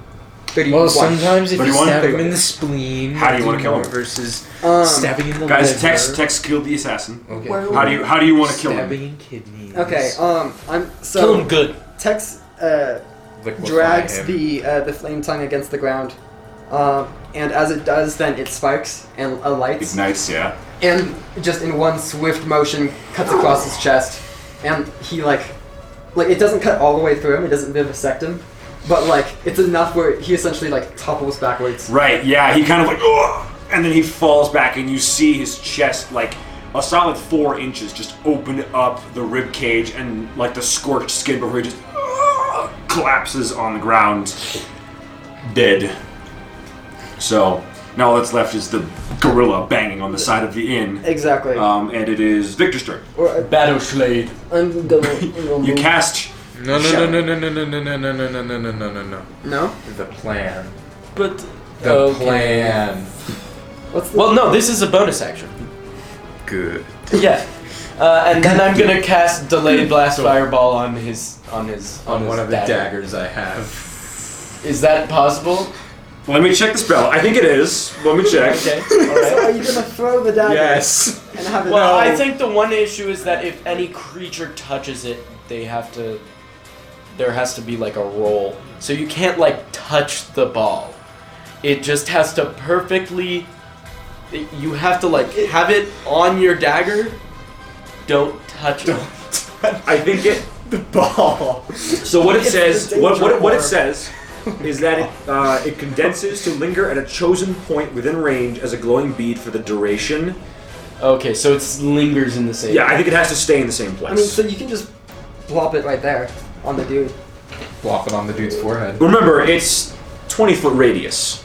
D: 31.
I: Well, sometimes if you
A: 31?
I: stab him in the spleen,
A: How do you wanna kill him?
I: Versus
D: Um,
I: stabbing in the
A: Guys,
I: liver.
A: Tex, Tex killed the assassin.
I: Okay.
A: How do you how do you want to kill him?
I: stabbing in kidneys.
D: Okay, um, I'm.
E: Kill
D: So
E: him good.
D: Tex uh,
I: Liquefy
D: drags
I: him.
D: the uh, the flame tongue against the ground. Um, and as it does, then it spikes and alights.
A: Ignites, yeah.
D: And just in one swift motion, cuts across his chest. And he, like, like it doesn't cut all the way through him. It doesn't vivisect him, but like it's enough where he essentially like topples backwards.
A: Right, yeah, he kind of like, "Ugh," and then he falls back, and you see his chest, like a solid four inches, just open up the rib cage, and like the scorched skin before he just "Ugh," collapses on the ground, dead. So now all that's left is the gorilla banging on the side of the inn,
D: Exactly.
E: Uh,
A: um, and it is Victor's turn.
D: or uh,
E: Battle Slade.
D: I'm gonna. I'm gonna
A: You
D: move.
A: cast.
C: No, no,
A: Shadow.
C: no, no, no, no, no, no, no, no, no, no, no, no, no, no.
D: No.
C: The plan.
E: But
C: The
E: Okay.
C: plan.
D: What's the?
E: well, no, this is a bonus action.
C: Good.
E: Yeah. Uh, and then I'm gonna cast delayed blast fireball on his on his
C: On
E: his
C: one of the
E: dagger.
C: daggers I have.
E: Is that possible?
A: Let me check the spell. I think it is. Let me check.
E: Okay.
D: so
E: All
D: are
E: right.
D: you gonna throw the dagger
C: Yes.
D: and have it?
E: Well, I think the one issue is that if any creature touches it, they have to. There has to be like a roll, so you can't like touch the ball. It just has to perfectly. You have to like have it on your dagger. Don't touch it.
A: I think it.
E: the ball.
A: So what it
D: It's
A: says,
D: the
A: what, what, what it
D: danger
A: says, is that it, uh, it condenses to linger at a chosen point within range as a glowing bead for the duration.
E: Okay, so it lingers in the same.
A: Yeah, I think it has to stay in the same place.
D: I mean, so you can just plop it right there on the dude.
C: Plop it on the dude's forehead.
A: Remember, it's 20 foot radius.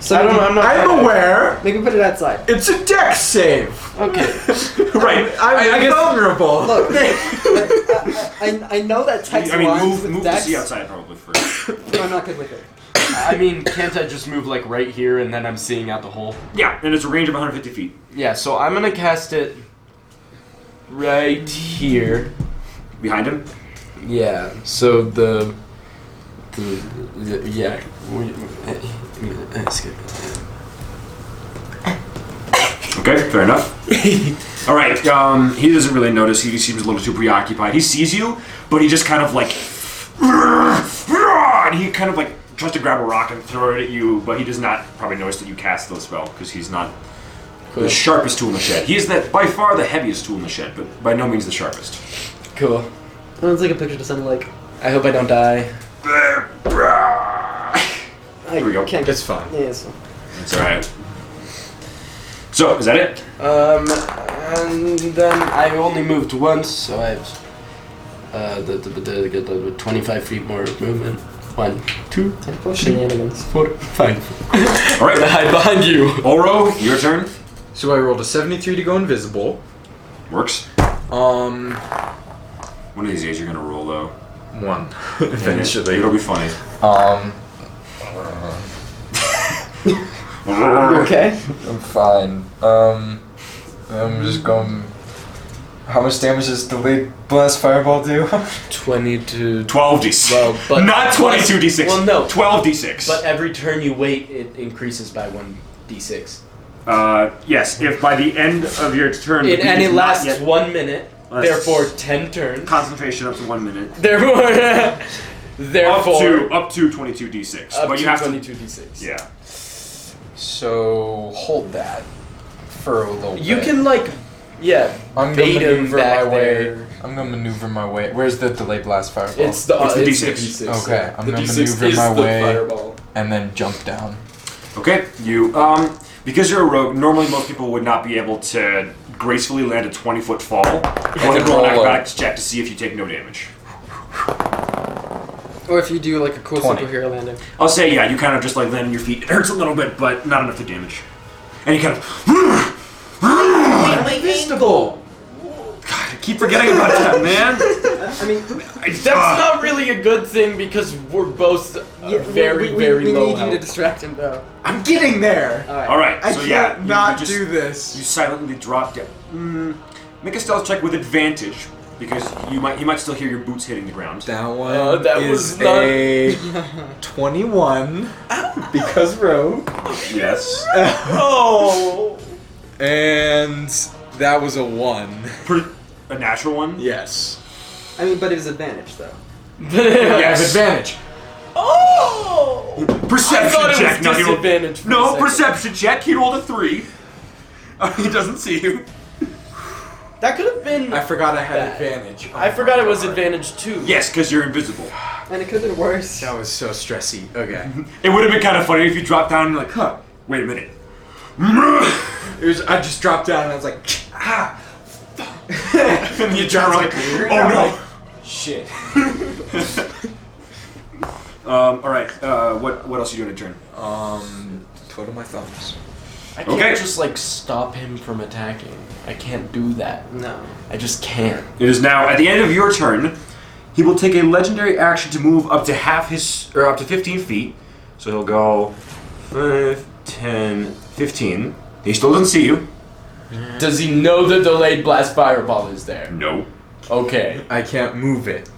D: So
E: I don't know. I'm not.
I: aware.
D: Maybe put it outside.
I: It's a deck save.
E: Okay.
A: right. I, I guess.
I: vulnerable.
D: Look, I, I, I- I know that text
A: I mean,
D: lines
A: move
D: with
A: move the
D: decks,
A: sea outside probably first.
D: but I'm not good with it.
E: I mean, can't I just move like right here and then I'm seeing out the hole?
A: yeah, and it's a range of 150 feet.
E: Yeah. So I'm gonna cast it right here.
A: Behind him.
E: Yeah. So the, the, the yeah. we-
A: Okay, fair enough. All right. Um, he doesn't really notice. He seems a little too preoccupied. He sees you, but he just kind of like, and he kind of like tries to grab a rock and throw it at you, but he does not probably notice that you cast the spell because he's not
E: Cool.
A: the sharpest tool in the shed. He is the, by far the heaviest tool in the shed, but by no means the sharpest.
E: Cool.
D: I'm gonna take a picture to send like.
E: I hope I don't die.
D: I
A: Here we go.
D: Can't
C: It's fine.
D: Yeah, it's fine.
A: That's all right. So is that it?
E: Um, and then I only moved once, so I have uh the, the, the, the, the 25 feet more movement. One, two,
D: Shenanigans.
E: four, five.
A: All right.
E: Hide behind you.
A: Oro, your turn.
C: So I rolled a 73 to go invisible.
A: Works.
C: Um,
A: One of these days you're gonna roll though.
C: one.
A: And it-
C: Eventually.
A: It'll be funny.
C: Um,
D: Okay.
C: I'm fine. Um, I'm just going. How much damage does delayed blast fireball do?
E: 22.
A: 12d6.
E: Well, but-
A: Not 22d6.
E: Well, no.
A: 12d6.
E: But every turn you wait, it increases by 1d6.
A: uh, yes, if by the end of your turn. the
E: It,
A: beat
E: and
A: is
E: it
A: not
E: lasts
A: yet-
E: one minute,
A: Well, that's-
E: therefore 10 turns.
A: Concentration up to one minute.
E: Therefore.
A: Up
E: therefore.
A: to, up to 22d6.
E: up
A: but
E: to
A: you have to.
E: 22d6.
A: Yeah.
C: So hold that for a little.
E: You
C: bit.
E: can, like, yeah,
C: I'm gonna
E: bait him
C: maneuver
E: back
C: my way.
E: there.
C: I'm gonna maneuver my way. Where's the delayed blast fireball?
E: It's the,
A: It's
E: uh,
A: the
E: it's the
A: D6.
E: D6.
C: Okay, I'm
E: the
C: gonna
E: D6
C: maneuver
E: is
C: my
E: the
C: way.
E: fireball.
C: and then jump down.
A: Okay, you. Um, because you're a rogue, normally most people would not be able to gracefully land a 20 foot fall. I want to roll
C: roll
A: an
C: a-
A: acrobatics check to see if you take no damage.
D: Or if you do like a cool
C: 20.
D: superhero landing.
A: I'll say, yeah, you kind of just like land on your feet. It hurts a little bit, but not enough to damage. And you kind of.
I: Invisible.
A: I keep forgetting about that, man.
D: I mean,
E: That's
A: Ah.
E: not really a good thing because we're both uh,
D: yeah, we-
E: very,
D: we, we,
E: very
D: we
E: low
D: need you to
E: health.
D: distract him though.
I: I'm getting there.
D: All right.
A: All right,
I: I
A: so
I: can't
A: yeah, you- you
I: not
A: just-
I: do
A: You
I: this.
A: silently drop down. Mm, make a stealth check with advantage because you might you might still hear your boots hitting the ground.
I: That one
E: Uh, that
I: is
E: was not-
I: a 21 because rogue,
A: Yes.
E: Oh!
I: and that was a one.
A: Pretty, a natural one.
I: Yes.
D: I mean, but it was advantage though.
A: Yes.
I: Advantage.
E: Oh! I
A: Perception
E: thought
A: check.
E: it
A: No,
E: was
A: he rolled-
E: disadvantage. for a
A: no
E: second. Oh,
A: perception check. He rolled a three. Uh, he doesn't see you.
E: That could have been.
I: I forgot I had
E: Bad.
I: advantage.
E: I
I: Oh
E: forgot
I: my
E: it was
I: God.
E: advantage two.
A: Yes, because you're invisible.
D: And it could have been worse.
I: That was so stressy. Okay.
A: It would have been kind of funny if you dropped down and you're like, huh, wait a minute.
I: it was. I just dropped down and I was like, ah, fuck.
A: And you turn around like, oh
I: Shit.
A: no. Um, all right. Uh, what what else are you doing to turn?
C: Um, twiddle my thumbs.
E: I can't
A: Okay.
E: just like stop him from attacking. I can't do that.
D: No.
E: I just can't.
A: It is now at the end of your turn. He will take a legendary action to move up to half his or up to 15 feet. So he'll go 5, 10, 15. He still doesn't see you.
E: Does he know the delayed blast fireball is there?
A: No.
E: Okay.
I: I can't move it.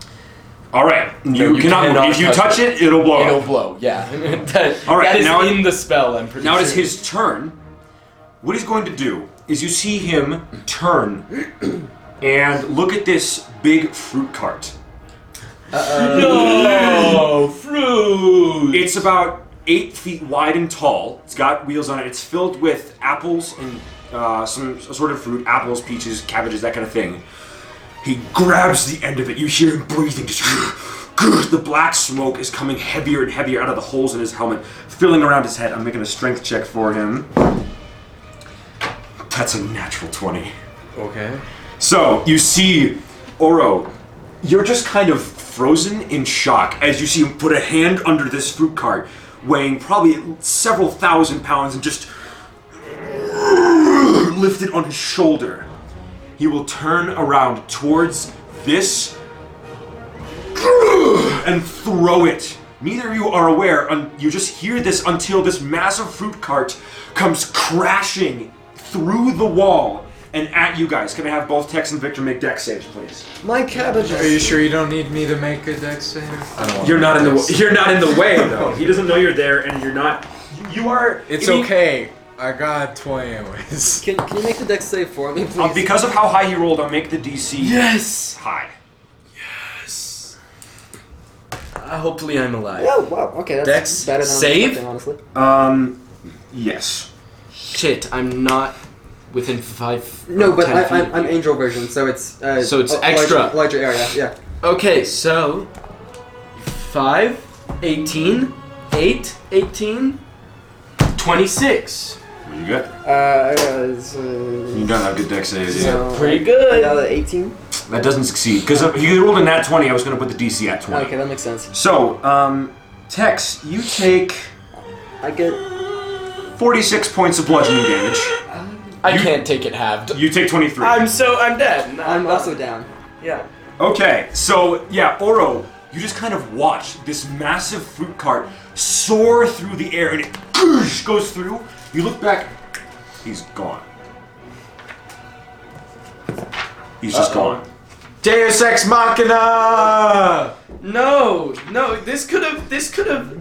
A: All right. You,
E: you
A: cannot,
E: cannot
A: If you touch
E: touch
A: it, it'll blow
E: It'll
A: up.
E: blow. Yeah. that,
A: Oh. All right,
E: That is
A: now it-
E: in the spell. I'm pretty
A: Now
E: sure.
A: it is his turn. What he's going to do is you see him turn and look at this big fruit cart.
E: No Oh, fruit.
A: It's about eight feet wide and tall. It's got wheels on it. It's filled with apples and uh, some sort of fruit apples, peaches, cabbages, that kind of thing. He grabs the end of it. You hear him breathing. Just the black smoke is coming heavier and heavier out of the holes in his helmet, filling around his head. I'm making a strength check for him. That's a natural 20.
I: Okay.
A: So you see Oro, you're just kind of frozen in shock as you see him put a hand under this fruit cart, weighing probably several thousand pounds, and just lift it on his shoulder. He will turn around towards this and throw it. Neither of you are aware, un- you just hear this until this massive fruit cart comes crashing through the wall and at you guys. Can I have both Tex and Victor make deck saves, please?
D: My cabbages.
I: Are you sure you don't need me to make a dex save? I don't want
A: You're not in the you're not in the way though. He doesn't know you're there, and you're not. You are.
I: It's
A: I mean,
I: okay. I got 20 anyways.
D: Can, can you make the deck save for me, please?
A: uh, because of how high he rolled, I'll make the DC
E: Yes.
A: high.
E: Uh, hopefully I'm alive.
D: Oh, wow. Okay, that's
E: Dex
D: better than
E: save?
D: I was expecting, honestly.
A: Um, yes.
E: Shit, I'm not within five.
D: No,
E: or
D: but
E: ten
D: I,
E: feet.
D: I'm, I'm angel version, so it's uh,
E: So it's
D: a larger-
E: extra.
D: larger area. Yeah.
E: Okay, so 5, 18, 8, 18, 26.
A: What you got?
D: Uh, uh,
A: You don't have good deck saves.
D: so
E: Pretty
D: I
E: good.
D: got an 18.
A: That doesn't succeed because if you rolled a nat twenty, I was going to put the DC at twenty.
D: Okay, that makes sense.
A: So, um, Tex, you take
D: I get.
A: forty-six points of bludgeoning damage.
E: I
A: You-
E: can't take it halved.
A: You take twenty-three.
E: I'm so I'm dead. No,
D: I'm
E: no.
D: also down.
E: yeah.
A: Okay, so yeah, Oro, you just kind of watch this massive fruit cart soar through the air and it goosh, goes through. You look back, he's gone. He's just gone.
I: Deus Ex Machina!
E: No, no. This could have. This could have.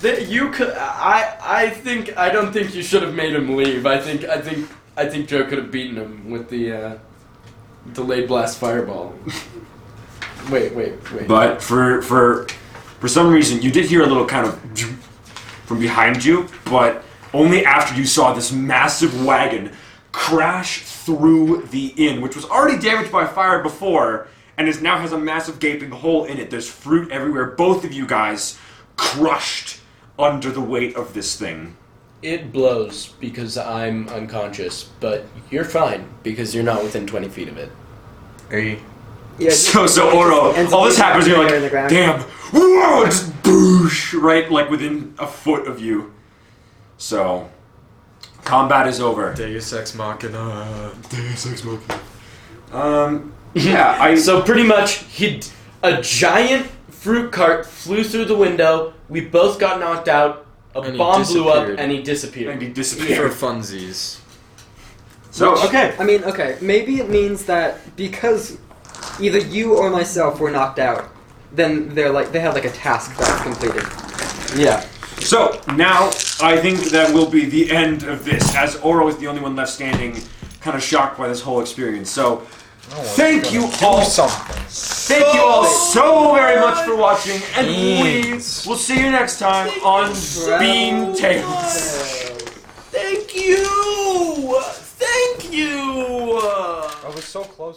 E: That you could. I. I think. I don't think you should have made him leave. I think. I think. I think Joe could have beaten him with the uh, delayed blast fireball. wait, wait, wait.
A: But for for for some reason, you did hear a little kind of zoom from behind you, but only after you saw this massive wagon crash through the inn, which was already damaged by fire before, and is now has a massive gaping hole in it. There's fruit everywhere. Both of you guys crushed under the weight of this thing.
E: It blows because I'm unconscious, but you're fine because you're not within 20 feet of it.
I: Hey.
D: Yeah.
A: So so Oro,
D: Ends up
A: all this
D: being
A: happens, you're
D: right in the
A: like,
D: ground.
A: damn, whoa, just boosh, right, like within a foot of you. So, combat is over.
I: Deus Ex Machina.
A: Um, yeah, I
E: So pretty much, he d- a giant fruit cart flew through the window. We both got knocked out. A
I: And he
E: bomb blew up,
I: disappeared.
E: and he disappeared.
A: and he
I: For
A: disappeared.
I: funsies.
A: So
E: okay.
D: I mean, okay, maybe it means that because either you or myself were knocked out, then they're like they have like a task that's completed.
E: Yeah.
A: So now I think that will be the end of this, as Oro is the only one left standing, kind of shocked by this whole experience. So thank you all,
I: Something.
A: thank you all so very much for watching, and we will see you next time on Bean Tales.
D: Uh,
E: Thank you. Thank you.
I: I was so
Q: so close